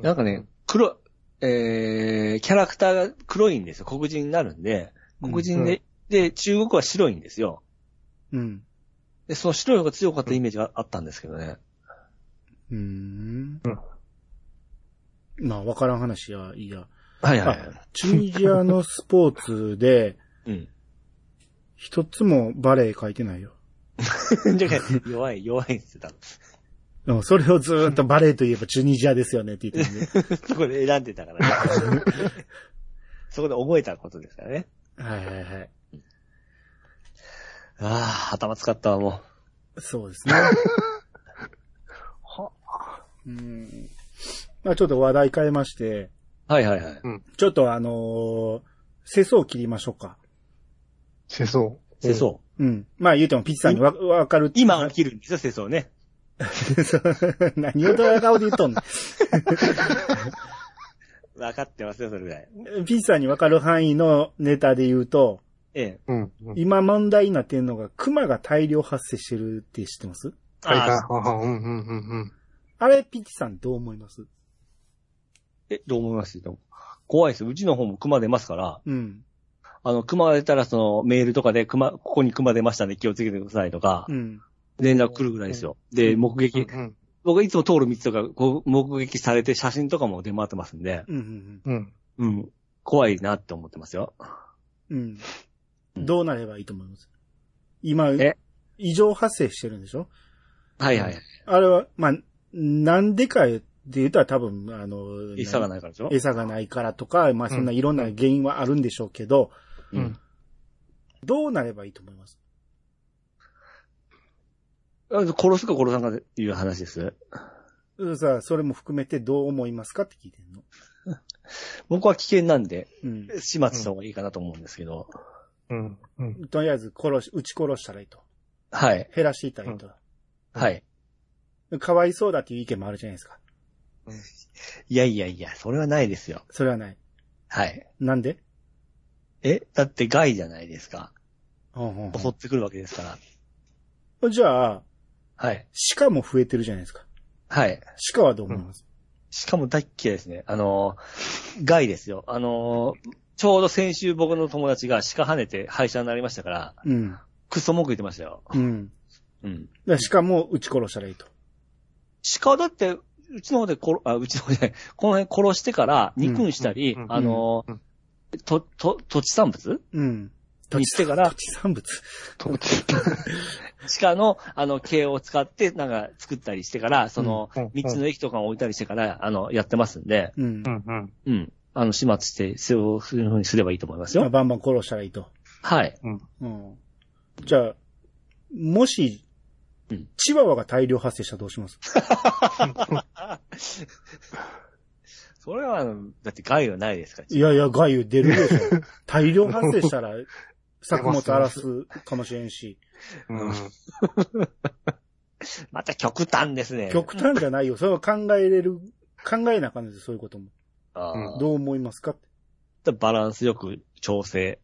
[SPEAKER 2] なんかね、、黒、えー、キャラクターが黒いんですよ。黒人になるんで、黒人で、で、中国は白いんですよ。
[SPEAKER 1] うん。
[SPEAKER 2] で、その白い方が強かったイメージがあったんですけどね。
[SPEAKER 1] うーん
[SPEAKER 3] うん。
[SPEAKER 1] まあ、わからん話や、いいや。
[SPEAKER 2] はいはいはい
[SPEAKER 1] あ。チュニジアのスポーツで、
[SPEAKER 2] うん。
[SPEAKER 1] 一つもバレエ書いてないよ。
[SPEAKER 2] だから弱い、弱いって言ってた。
[SPEAKER 1] でもそれをずーっとバレエといえばチュニジアですよねって言って るんで。
[SPEAKER 2] そこで選んで たからね。そこで覚えたことですからね。
[SPEAKER 1] はいはいはい。
[SPEAKER 2] ああ、頭使ったわ、も
[SPEAKER 1] そうですね。
[SPEAKER 3] は、
[SPEAKER 1] うん。まあ、ちょっと話題変えまして、
[SPEAKER 2] う。はいはいはい。
[SPEAKER 1] ちょっとあのー世相を切りましょうか。
[SPEAKER 3] 世相。
[SPEAKER 2] 世相。
[SPEAKER 1] うん。まあ言うても、ピッチさんにわわかるって。
[SPEAKER 2] 今 起きるんですよ、世相ね。
[SPEAKER 1] そう何をドヤ顔で言っとんの
[SPEAKER 2] 分かってますよ、それぐらい。
[SPEAKER 1] ピッチさんにわかる範囲のネタで言うと、
[SPEAKER 2] ええ。
[SPEAKER 3] うん。うん
[SPEAKER 1] 今問題になってるのが、熊が大量発生してるって知ってます
[SPEAKER 3] はいはい
[SPEAKER 2] ああ
[SPEAKER 3] はいはい。うんうんうん
[SPEAKER 1] あれ、ピッチさんどう思います
[SPEAKER 2] え、どう思いますでも怖いです。うちの方も熊出ますから、
[SPEAKER 1] うん。
[SPEAKER 2] あの、熊が出たら、その、メールとかで、熊、ここに熊出ましたんで気をつけてくださいとか
[SPEAKER 1] う、ん。
[SPEAKER 2] 連絡来るぐらいですよ。で、目
[SPEAKER 3] うん
[SPEAKER 2] 撃、
[SPEAKER 3] うん。
[SPEAKER 2] 僕はいつも通る道とか、こう、目撃されて写真とかも出回ってますんで、
[SPEAKER 1] うんうん。
[SPEAKER 3] うん。
[SPEAKER 2] うん。怖いなって思ってますよ。
[SPEAKER 1] うん。
[SPEAKER 2] うん
[SPEAKER 1] どうなればいいと思います今
[SPEAKER 2] え、
[SPEAKER 1] 異常発生してるんでしょ
[SPEAKER 2] はいはい。
[SPEAKER 1] あれは、まあ、なんでかって言ったら多分、あの、
[SPEAKER 2] 餌がないからでしょ
[SPEAKER 1] 餌がないからとか、まあ、そんないろんな原因はあるんでしょうけど、
[SPEAKER 3] うん
[SPEAKER 2] うん
[SPEAKER 1] どうなればいいと思います
[SPEAKER 2] あ殺すか殺さんかっていう話です。
[SPEAKER 1] うんさあ、それも含めてどう思いますかって聞いてんの。
[SPEAKER 2] 僕は危険なんで、
[SPEAKER 1] うん。
[SPEAKER 2] 始末した方がいいかなと思うんですけど。
[SPEAKER 3] うん。うん。
[SPEAKER 1] とりあえず殺し、撃ち殺したらいいと。
[SPEAKER 2] はい。
[SPEAKER 1] 減らしていったらいいと。
[SPEAKER 2] はい。
[SPEAKER 1] かわいそうだっていう意見もあるじゃないですか。
[SPEAKER 2] いやいやいや、それはないですよ。
[SPEAKER 1] それはない。
[SPEAKER 2] はい。
[SPEAKER 1] なんで
[SPEAKER 2] えだって害じゃないですか。
[SPEAKER 1] ほうほう
[SPEAKER 2] 襲ってくるわけですから。
[SPEAKER 1] ほうじゃあ、
[SPEAKER 2] はい。
[SPEAKER 1] 鹿も増えてるじゃないですか。
[SPEAKER 2] はい。
[SPEAKER 1] 鹿はどう思います、
[SPEAKER 2] しかも大っ嫌いですね。あのー、害ですよ。あのー、ちょうど先週僕の友達が鹿跳ねて廃車になりましたから、
[SPEAKER 1] うん、
[SPEAKER 2] クソ文句言ってましたよ。
[SPEAKER 1] うん。
[SPEAKER 2] う
[SPEAKER 1] だ
[SPEAKER 2] ん。
[SPEAKER 1] から鹿も撃ち殺したらいいと。
[SPEAKER 2] 鹿だって、うちの方で殺、あ、うちの方で、この辺殺してから肉にしたり、
[SPEAKER 3] うんうん
[SPEAKER 2] あのー、
[SPEAKER 3] うん
[SPEAKER 2] と、と、土地産物
[SPEAKER 1] うん。
[SPEAKER 2] にしてから
[SPEAKER 1] 土地産物。
[SPEAKER 3] とち
[SPEAKER 2] 鹿の、あの、毛を使って、なんか、作ったりしてから、その、
[SPEAKER 3] うんうん
[SPEAKER 2] 道の駅とかを置いたりしてから、あの、やってますんで、
[SPEAKER 1] うん
[SPEAKER 3] う。んうん。
[SPEAKER 2] うん。あの、始末して、そういうふうにすればいいと思います
[SPEAKER 1] まあ
[SPEAKER 2] よ。
[SPEAKER 1] バンバン殺したらいいと。
[SPEAKER 2] はい。
[SPEAKER 1] うん。じゃあ、もし
[SPEAKER 2] うん、
[SPEAKER 1] チワワが大量発生したらどうします
[SPEAKER 2] それは、あのだって害はないですから。
[SPEAKER 1] いやいや、害油出るでし ょ。大量発生したら、作物荒らすかもしれんし。
[SPEAKER 3] うん。
[SPEAKER 2] また極端ですね。
[SPEAKER 1] 極端じゃないよ。それは考えれる、考えなあかんですよ、そういうことも。
[SPEAKER 2] あー
[SPEAKER 3] う
[SPEAKER 2] どう
[SPEAKER 3] ん
[SPEAKER 1] どう思いますかって。
[SPEAKER 2] やってバランスよく調整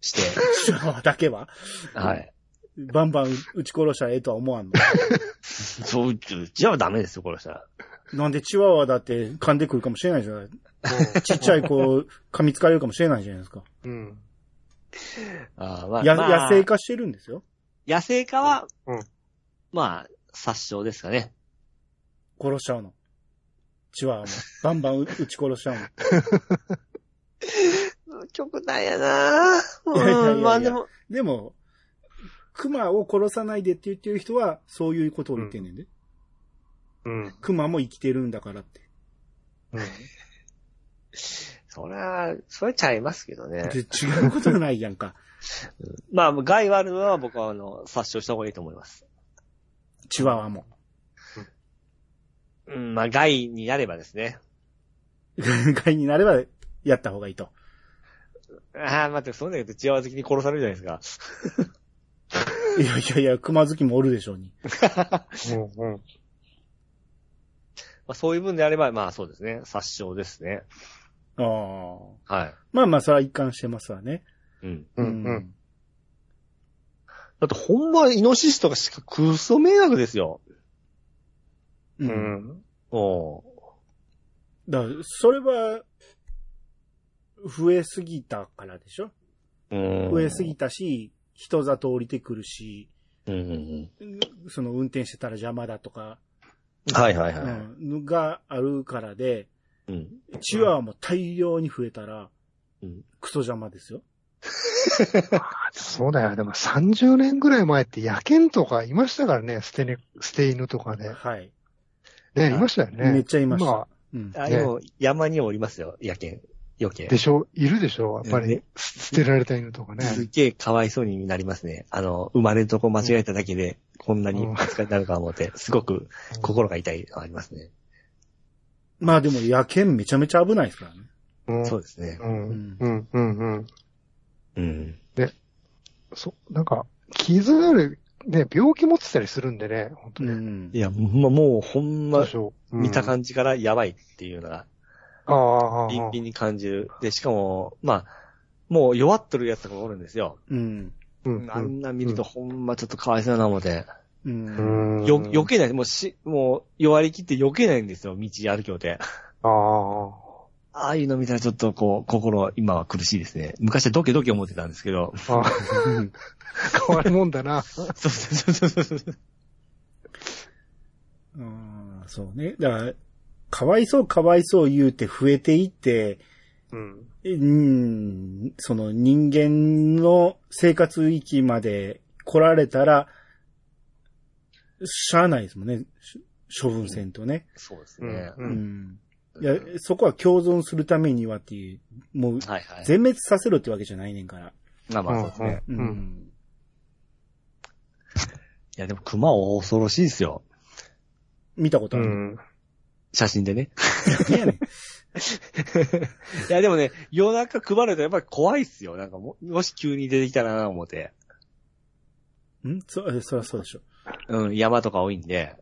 [SPEAKER 2] して、
[SPEAKER 1] チワワだけ は
[SPEAKER 2] はい。
[SPEAKER 1] バンバン撃ち殺したらええとは思わんの。
[SPEAKER 2] そう、じゃあダメですよ、この人は。
[SPEAKER 1] なんでチワワだって噛んでくるかもしれないじゃない。ちっちゃい子、噛みつかれるかもしれないじゃないですか。
[SPEAKER 3] うん。
[SPEAKER 2] あーまあ
[SPEAKER 1] や、
[SPEAKER 2] まあ
[SPEAKER 1] 野生化してるんですよ。
[SPEAKER 2] 野生化は、
[SPEAKER 3] うん
[SPEAKER 2] まあ、殺傷ですかね。
[SPEAKER 1] 殺しちゃうの。チワワも。バンバン撃ち殺しちゃうの。
[SPEAKER 2] 極端やなぁ
[SPEAKER 1] いやいやいやいや
[SPEAKER 2] うんまあでも、
[SPEAKER 1] でも、熊を殺さないでって言ってる人は、そういうことを言ってんねんで。
[SPEAKER 3] うん。
[SPEAKER 1] 熊も生きてるんだからって。
[SPEAKER 2] そりゃ、それちゃいますけど ね。
[SPEAKER 1] で違うことないやんか。
[SPEAKER 2] まあ、害はあるのは僕は、あの、殺傷した方がいいと思います。
[SPEAKER 1] チワワも。
[SPEAKER 2] うん、まあ、害になればですね。
[SPEAKER 1] 害になれば、やった方がいいと。
[SPEAKER 2] ああ、待って、そんなことチワワ好きに殺されるじゃないですか。
[SPEAKER 1] いやいやいや、熊好きもおるでしょうに。
[SPEAKER 3] うん。うん。
[SPEAKER 2] まあ、そういう分であれば、まあそうですね。殺傷ですね。
[SPEAKER 1] ああ。
[SPEAKER 2] はい。
[SPEAKER 1] まあまあ、それは一貫してますわね。
[SPEAKER 2] うん。
[SPEAKER 3] うん。うん。
[SPEAKER 2] だってほんま、イノシシとかしかクソ迷惑ですよ。
[SPEAKER 1] うん。うん。
[SPEAKER 3] ん。
[SPEAKER 2] お
[SPEAKER 1] だから、それは、増えすぎたからでしょ
[SPEAKER 2] うん。
[SPEAKER 1] 増えすぎたし、人里降りてくるし、
[SPEAKER 2] うんうん
[SPEAKER 1] その運転してたら邪魔だとか、
[SPEAKER 2] うん。はいはいは
[SPEAKER 1] うん、があるからで、
[SPEAKER 2] い。うん。
[SPEAKER 1] チワワも大量に増えたら、
[SPEAKER 2] うん
[SPEAKER 1] クソ邪魔ですよ。
[SPEAKER 3] そうだよ。でも30年ぐらい前って野犬とかいましたからね。捨てね、捨て犬とかね。
[SPEAKER 1] はい。
[SPEAKER 3] ね、いましたよね。
[SPEAKER 1] めっちゃいました
[SPEAKER 3] 今
[SPEAKER 1] うん。
[SPEAKER 2] あ、でも、山におりますよ、野犬。余計。
[SPEAKER 3] でしょいるでしょやっぱり
[SPEAKER 2] ね、
[SPEAKER 3] 捨てられた犬とかね。
[SPEAKER 2] すっげえかわいそうになりますね。あの、生まれるとこ間違えただけで、こんなに扱いになるか思って、すごく心が痛いのありますね。
[SPEAKER 1] まあでも野犬めちゃめちゃ危ないですからね。
[SPEAKER 3] うん。
[SPEAKER 2] そうですね。
[SPEAKER 3] うん。うん。うん。うん。
[SPEAKER 2] うん。
[SPEAKER 3] そう、なんか、傷がある、ね、病気持ってたりするんでね。本当
[SPEAKER 1] う
[SPEAKER 3] に。
[SPEAKER 1] ん
[SPEAKER 2] い。や、ほんまもうほん
[SPEAKER 3] どう
[SPEAKER 2] ま
[SPEAKER 3] でし、ょう。うん
[SPEAKER 2] 見た感じからやばいっていうのが
[SPEAKER 3] ああ。
[SPEAKER 2] ビンビンに感じる。で、しかも、まあ、もう弱っとるやつとかおるんですよ。
[SPEAKER 1] うん。
[SPEAKER 3] うん
[SPEAKER 2] あんな見るとほんまちょっとかわいそうなので、
[SPEAKER 1] う。
[SPEAKER 3] うんん。
[SPEAKER 2] よ、避けない、もうし、もう弱りきって避けないんですよ、道歩きょうて。
[SPEAKER 3] ああ。
[SPEAKER 2] ああいうの見たらちょっとこう、心、今は苦しいですね。昔はドキドキ思ってたんですけど。
[SPEAKER 3] ああ変わるもんだな。
[SPEAKER 2] そうそうそうそうそう。
[SPEAKER 1] うんそうね。だから、かわいそうかわいそう言うて増えていって、
[SPEAKER 3] うん。
[SPEAKER 1] うん、その人間の生活域まで来られたら、しゃあないですもんね。し処分せんとね。
[SPEAKER 2] そうですね。
[SPEAKER 3] う
[SPEAKER 1] うんん。い
[SPEAKER 2] は
[SPEAKER 1] や
[SPEAKER 2] い、
[SPEAKER 1] そこは共存するためにはっていう、もう
[SPEAKER 2] はい。
[SPEAKER 1] 全滅させろってわけじゃないねんから。
[SPEAKER 2] まあまあそうですね。
[SPEAKER 1] う
[SPEAKER 3] うんん。
[SPEAKER 2] いやでも熊は恐ろしいですよ。
[SPEAKER 1] 見たこと
[SPEAKER 3] う
[SPEAKER 1] ある。
[SPEAKER 3] ん。
[SPEAKER 2] 写真でね。
[SPEAKER 1] いやね
[SPEAKER 2] いやでもね、夜中配るとやっぱり怖いっすよ。なんかも、もし急に出てきたらな思って。
[SPEAKER 1] んそ、そりゃそうでしょ。
[SPEAKER 2] うん、山とか多いんで。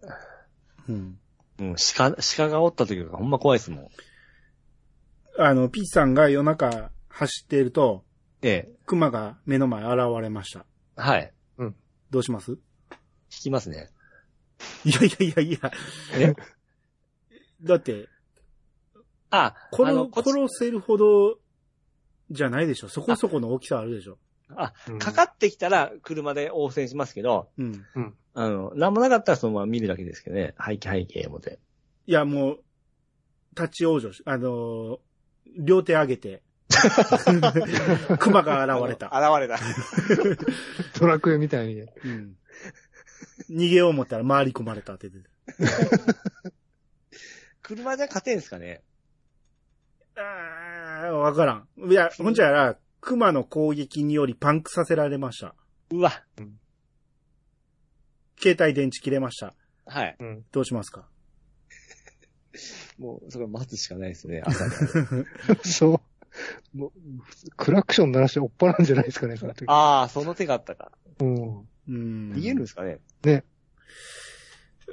[SPEAKER 1] うん。
[SPEAKER 2] うん、鹿、鹿がおった時とかほんま怖いっすもん。
[SPEAKER 1] あの、ピーチさんが夜中走っていると、
[SPEAKER 2] ええ。
[SPEAKER 1] 熊が目の前現れました。
[SPEAKER 2] はい。
[SPEAKER 1] どうします
[SPEAKER 2] 聞きますね。
[SPEAKER 1] いやいやいやいや。
[SPEAKER 2] え
[SPEAKER 1] だって、
[SPEAKER 2] あ、あ
[SPEAKER 1] 殺
[SPEAKER 2] の、こっち
[SPEAKER 1] 殺せるほどじゃないでしょ。そこそこの大きさあるでしょ。
[SPEAKER 2] あ、かかってきたら車で応戦しますけど、
[SPEAKER 1] うん。
[SPEAKER 2] あの、なんもなかったらそのまま見るだけですけどね。背景背景思って。
[SPEAKER 1] いや、もう、立ち往生し、あのー両手上げ て、熊が現れた。
[SPEAKER 2] 現れた。
[SPEAKER 3] ドラクエみたいに。
[SPEAKER 1] うん。逃げよう思ったら回り込まれたって出て
[SPEAKER 2] 車じゃ勝てんすかね。
[SPEAKER 1] あー、わからん。いや、ほんじゃら、熊の攻撃によりパンクさせられました。
[SPEAKER 2] うわ。
[SPEAKER 1] 携帯電池切れました。
[SPEAKER 2] はい。
[SPEAKER 3] うん。
[SPEAKER 1] どうしますか
[SPEAKER 2] もう、そこは待つしかないですね。朝で
[SPEAKER 3] そう。もう、クラクション鳴らして追っ払うんじゃないですかね、その時。
[SPEAKER 2] ああ、その手があったか。
[SPEAKER 3] うん。
[SPEAKER 1] うん。
[SPEAKER 2] 逃げるんですかね。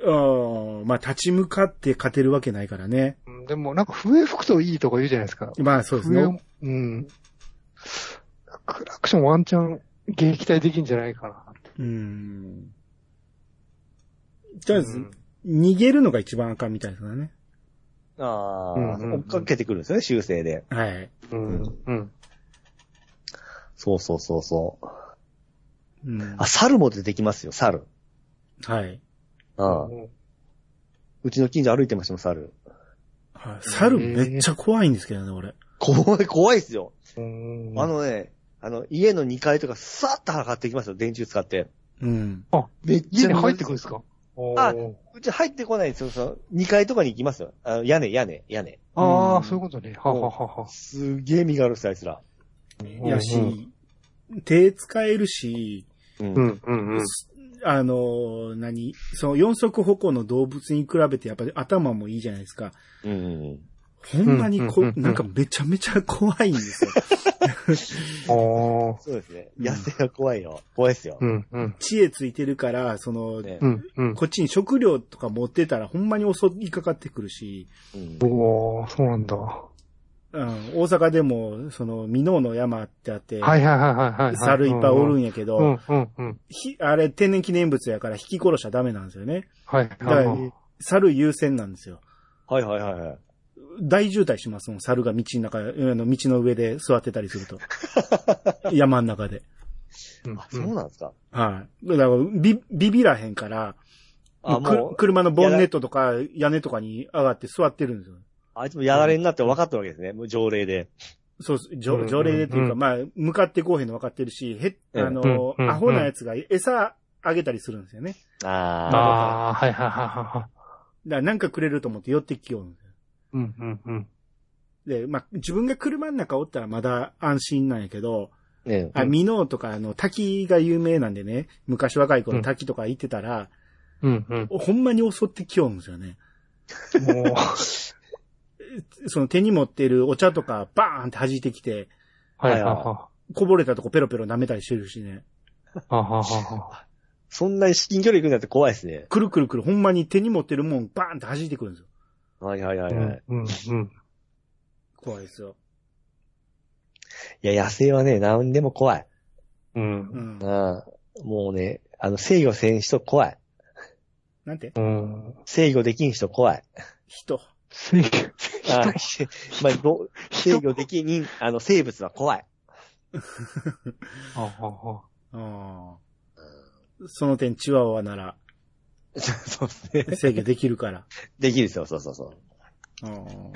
[SPEAKER 1] うんまあ、立ち向かって勝てるわけないからね。
[SPEAKER 3] うんでも、なんか笛吹くといいとか言うじゃないですか。
[SPEAKER 1] まあ、そうです
[SPEAKER 3] 笛
[SPEAKER 1] ね。
[SPEAKER 3] を、うん。クラクションワンチャン撃退できんじゃないかな。
[SPEAKER 1] うん。とりあえ
[SPEAKER 3] う
[SPEAKER 1] ず
[SPEAKER 3] ん、
[SPEAKER 1] 逃げるのが一番あかんみたいですからね。
[SPEAKER 2] ああ、
[SPEAKER 3] うんうんうん
[SPEAKER 2] 追っかけてくるんですよね、修正で。
[SPEAKER 1] はい。
[SPEAKER 3] うん。うん。
[SPEAKER 2] そうそうそうそう。
[SPEAKER 1] うん。
[SPEAKER 2] あ、猿も出てきますよ、猿。
[SPEAKER 1] はい。
[SPEAKER 2] ああ。うちの近所歩いてましたもん、猿。
[SPEAKER 1] はい猿めっちゃ怖いんですけどね、俺。
[SPEAKER 2] 怖い、怖いっすよ。
[SPEAKER 3] うん。
[SPEAKER 2] あ、のね、あの、家の2階とか、さーっと上がってきますよ、電柱使って。
[SPEAKER 1] うん。
[SPEAKER 2] めっ
[SPEAKER 3] 家に入ってくるんですか
[SPEAKER 2] あうち入ってこないんですよ、その、2階とかに行きますよ。あの屋根、屋根、屋根。
[SPEAKER 3] あ
[SPEAKER 1] うん
[SPEAKER 3] あ、そういうことね。はははは。
[SPEAKER 2] すげえ身軽っす、あいつら。
[SPEAKER 1] いやし、手使えるし、
[SPEAKER 2] うん
[SPEAKER 3] うん、うん、うん。
[SPEAKER 1] あのー、何その四足歩行の動物に比べてやっぱり頭もいいじゃないですか。
[SPEAKER 2] うんうん。
[SPEAKER 1] ほんまにこ
[SPEAKER 3] うんうんうん、うん
[SPEAKER 1] なんかめちゃめちゃ怖いんです よ。
[SPEAKER 3] ああ。
[SPEAKER 2] そうですね。
[SPEAKER 1] うん
[SPEAKER 2] 野生が怖いよ。怖いっすよ
[SPEAKER 3] う。ん、うん。
[SPEAKER 1] 知恵ついてるから、その、
[SPEAKER 2] ね
[SPEAKER 3] うん、うん。
[SPEAKER 1] こっちに食料とか持ってたらほんまに襲いかかってくるし、
[SPEAKER 2] うん
[SPEAKER 3] おー、そうなんだ。は
[SPEAKER 1] うん、大阪でも、その、美濃の山ってあって、
[SPEAKER 3] いはいはいはいはい。
[SPEAKER 1] 猿いっぱいおる
[SPEAKER 3] ん
[SPEAKER 1] んやけ
[SPEAKER 3] う
[SPEAKER 1] ど、
[SPEAKER 3] ん、うん、うん。
[SPEAKER 1] ひあれ天然記念物やから引き殺しちゃダメなんですよね。
[SPEAKER 3] はい
[SPEAKER 1] だか
[SPEAKER 3] はい
[SPEAKER 1] ら
[SPEAKER 3] はい。、
[SPEAKER 1] 猿優先なんですよ。
[SPEAKER 2] はいはいはいはい。
[SPEAKER 1] 大渋滞しますもん、猿が道の中、あの、道の上で座ってたりする と。山の中で。
[SPEAKER 2] あ、そうなんですか。
[SPEAKER 1] はい。だから、ビ、ビビらへんから、く
[SPEAKER 2] あ、もう、
[SPEAKER 1] 車のボンネットとか屋根とかに上がって座ってるんですよ。
[SPEAKER 2] あいつもやられになって分かったわけですね。もう条例で。
[SPEAKER 1] そうです。
[SPEAKER 3] うんうん
[SPEAKER 1] 条
[SPEAKER 3] うん
[SPEAKER 1] 条例でっていうか、まあ、向かってこうへんの分かってるし、へ
[SPEAKER 2] うん
[SPEAKER 1] あの、
[SPEAKER 3] うんうん
[SPEAKER 1] アホなやつが餌あげたりするんですよね。
[SPEAKER 2] あ
[SPEAKER 3] ああ、はいはいはいはいはい。
[SPEAKER 1] だからなんかくれると思って寄ってきようんですよ。
[SPEAKER 3] うん、うん、うん。
[SPEAKER 1] で、まあ、自分が車の中おったらまだ安心なんやけど、
[SPEAKER 2] あ。ね
[SPEAKER 1] あ、
[SPEAKER 3] うん
[SPEAKER 1] ミノーとかあの、滝が有名なんでね、昔若い頃
[SPEAKER 3] うん
[SPEAKER 1] 滝とか行ってたら、
[SPEAKER 3] うん、うん。
[SPEAKER 1] ほんまに襲ってきようんですよね。
[SPEAKER 3] もう、
[SPEAKER 1] その手に持ってるお茶とかバーンって弾いてきて、
[SPEAKER 3] はいはいはい。は
[SPEAKER 1] こぼれたとこペロペロ舐めたりしてるしね。
[SPEAKER 3] ははは。
[SPEAKER 2] そんなに至近距離行くんだって怖いですね。
[SPEAKER 1] くるくるくる、ほんまに手に持ってるもんバーンって弾いてくるんですよ。
[SPEAKER 2] はいはいは
[SPEAKER 3] う
[SPEAKER 2] いはい
[SPEAKER 3] ん、。うん、うん。
[SPEAKER 1] 怖いですよ。
[SPEAKER 2] いや、野生はね、何でも怖い。
[SPEAKER 3] うん。
[SPEAKER 1] うん
[SPEAKER 2] うん。。もうね、あの、制御せん人怖い。
[SPEAKER 1] なんて
[SPEAKER 3] うん。
[SPEAKER 2] 制御できん人怖い。
[SPEAKER 1] 人。
[SPEAKER 3] 制御、
[SPEAKER 2] あし まあ、ど制御できん、あの、生物は怖い。
[SPEAKER 3] ああ、
[SPEAKER 1] あーその点、チワワなら
[SPEAKER 2] そうですね。
[SPEAKER 1] 制御できるから。
[SPEAKER 2] できるですよ、そうそうそう。
[SPEAKER 1] あー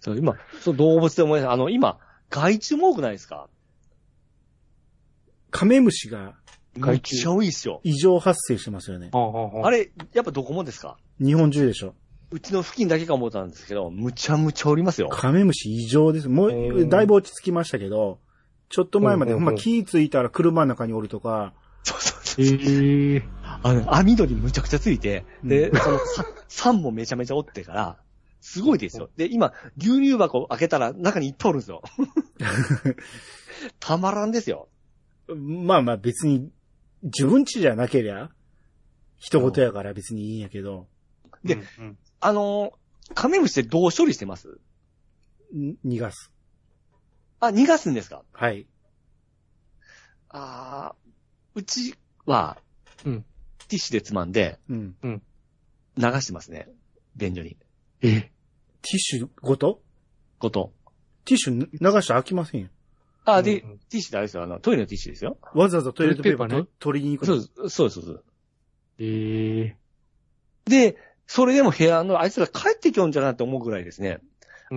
[SPEAKER 2] そう、今、そう動物で思い出した。あの、今、害虫も多くないですか
[SPEAKER 1] カメムシが
[SPEAKER 2] 害虫。めっちゃ多いっすよ。
[SPEAKER 1] 異常発生してますよね。
[SPEAKER 3] ああ、あ
[SPEAKER 2] あ
[SPEAKER 3] れ
[SPEAKER 2] れ、やっぱどこもですか
[SPEAKER 1] 日本中でしょ。
[SPEAKER 2] うちの付近だけか思ったんですけど、むちゃむちゃおりますよ。
[SPEAKER 1] カメムシ異常です。も
[SPEAKER 3] う
[SPEAKER 1] う、
[SPEAKER 3] ん
[SPEAKER 1] だいぶ落ち着きましたけど、ちょっと前まで、
[SPEAKER 3] う
[SPEAKER 1] ほ
[SPEAKER 3] んうん
[SPEAKER 1] ん
[SPEAKER 3] うん
[SPEAKER 1] ま気ぃついたら車の中におるとか、
[SPEAKER 2] そうそうそう。
[SPEAKER 3] ええ。
[SPEAKER 2] あの、網戸にむちゃくちゃついて、で
[SPEAKER 1] う、
[SPEAKER 2] その、さ 酸もめちゃめちゃおってから、すごいですよ。で、今、牛乳箱を開けたら中にいっぱいおるん ですよ。たまらんですよ。
[SPEAKER 1] まあまあ別に、自分家じゃなけりゃ、人事やから別にいいんやけど、
[SPEAKER 2] で
[SPEAKER 3] うん、
[SPEAKER 2] あのー、カメムシってどう処理してます
[SPEAKER 1] ん逃がす。
[SPEAKER 2] あ、逃がすんですか
[SPEAKER 1] はい。
[SPEAKER 2] あーうちは、
[SPEAKER 3] うん
[SPEAKER 2] ティッシュでつまんで
[SPEAKER 1] うん。
[SPEAKER 2] 流してますね。便所に。
[SPEAKER 3] え
[SPEAKER 1] ティッシュごと
[SPEAKER 2] ごと。
[SPEAKER 1] ティッシュ流したら飽きませんよ。
[SPEAKER 2] あ、で、
[SPEAKER 3] うんうん
[SPEAKER 2] ティッシュってあれですよ。あの、トイレのティッシュですよ。
[SPEAKER 1] わざわざトイレットペーパー
[SPEAKER 3] トイレットペーパー
[SPEAKER 1] と
[SPEAKER 3] ね
[SPEAKER 1] 取りに行く
[SPEAKER 2] そう
[SPEAKER 1] の。
[SPEAKER 2] です、そうです。そうです
[SPEAKER 3] ええ。
[SPEAKER 2] で、それでも部屋の、あいつら帰ってきよんじゃなって思うぐらいですね。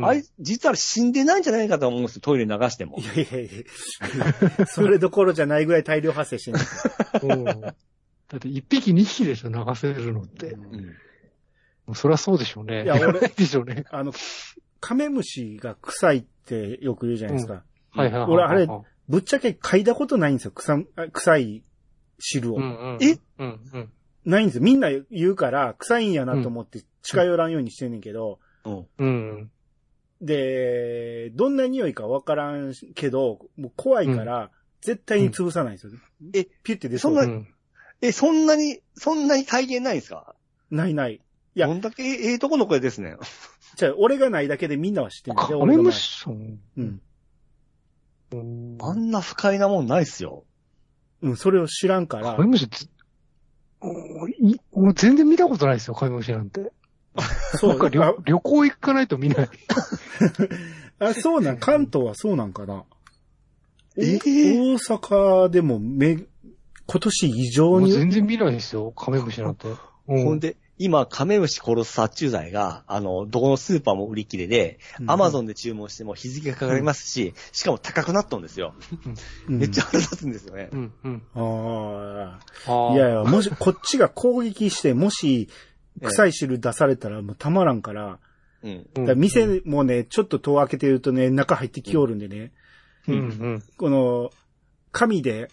[SPEAKER 2] あい、実は死んでないんじゃないかと思うんですよ、トイレ流しても
[SPEAKER 1] い。やいやいや それどころじゃないぐらい大量発生 してるんです
[SPEAKER 3] うんだって一匹二匹でしょ、流せるのって。
[SPEAKER 1] よ
[SPEAKER 2] うん
[SPEAKER 3] もうそりゃそうでしょうね。
[SPEAKER 1] いや俺
[SPEAKER 3] ないでしょうね。
[SPEAKER 1] あの、カメムシが臭いってよく言うじゃないですか。
[SPEAKER 3] はいはいはい。
[SPEAKER 1] 俺あれ
[SPEAKER 3] うん
[SPEAKER 1] ぶっちゃけ嗅いだことないんですよ。臭ん、あ臭い汁を。
[SPEAKER 3] うん。
[SPEAKER 2] え
[SPEAKER 3] うんうん。
[SPEAKER 1] ないんですよ。みんな言うから、臭いんやなと思って近寄らんようにしてんねんけど、
[SPEAKER 2] うん。
[SPEAKER 3] うん。
[SPEAKER 1] で、どんな匂いかわからんけど、もう怖いから、絶対に潰さないんですよ。
[SPEAKER 2] え
[SPEAKER 1] ピュって出そう
[SPEAKER 2] そん
[SPEAKER 3] う
[SPEAKER 2] な。
[SPEAKER 3] ん。
[SPEAKER 2] え、そんなに、そんなに体験ないんですか
[SPEAKER 1] ないない。
[SPEAKER 2] い
[SPEAKER 1] や
[SPEAKER 2] どんだけえええとこの声ですね。
[SPEAKER 1] じゃあ、俺がないだけでみんなは知ってるんで、
[SPEAKER 3] カ
[SPEAKER 1] 俺が
[SPEAKER 3] メ
[SPEAKER 1] な
[SPEAKER 3] ム
[SPEAKER 1] い。
[SPEAKER 3] シさん。
[SPEAKER 1] うん。
[SPEAKER 3] うん
[SPEAKER 2] あんな不快なもんないっすよ。
[SPEAKER 1] うん、それを知らんから
[SPEAKER 3] カメ、ムシず、おい俺全然見たことないですよ、カメムシなんて。
[SPEAKER 1] そ
[SPEAKER 3] なんか
[SPEAKER 1] う、
[SPEAKER 3] 旅
[SPEAKER 1] あ
[SPEAKER 3] 旅行行かないと見ない。
[SPEAKER 1] あそうなん、関東はそうなんかな。
[SPEAKER 2] え
[SPEAKER 1] 大阪でもめ、今年異常
[SPEAKER 3] もう
[SPEAKER 1] に、
[SPEAKER 3] 全然見ないですよ、カメムシなんて。うん
[SPEAKER 2] ほんで、今、カメムシ殺す殺虫剤が、あの、どこのスーパーも売り切れで、アマゾ
[SPEAKER 1] ン、
[SPEAKER 2] ンで注文しても日付がかかりますし、しかも高くなったんですよ。
[SPEAKER 1] うん
[SPEAKER 2] めっちゃ。腹立つんですよね
[SPEAKER 3] う。んうん。
[SPEAKER 1] ああ。
[SPEAKER 3] ああ。
[SPEAKER 1] いやいや、もし、こっちが攻撃して、もし、臭い汁出されたらもうたまらんから、
[SPEAKER 2] うん。
[SPEAKER 3] う
[SPEAKER 1] だ
[SPEAKER 3] ん、
[SPEAKER 1] から店もね、ちょっと戸を開けてるとね、中入ってきおるんでね、
[SPEAKER 3] うんうん。
[SPEAKER 1] この、紙で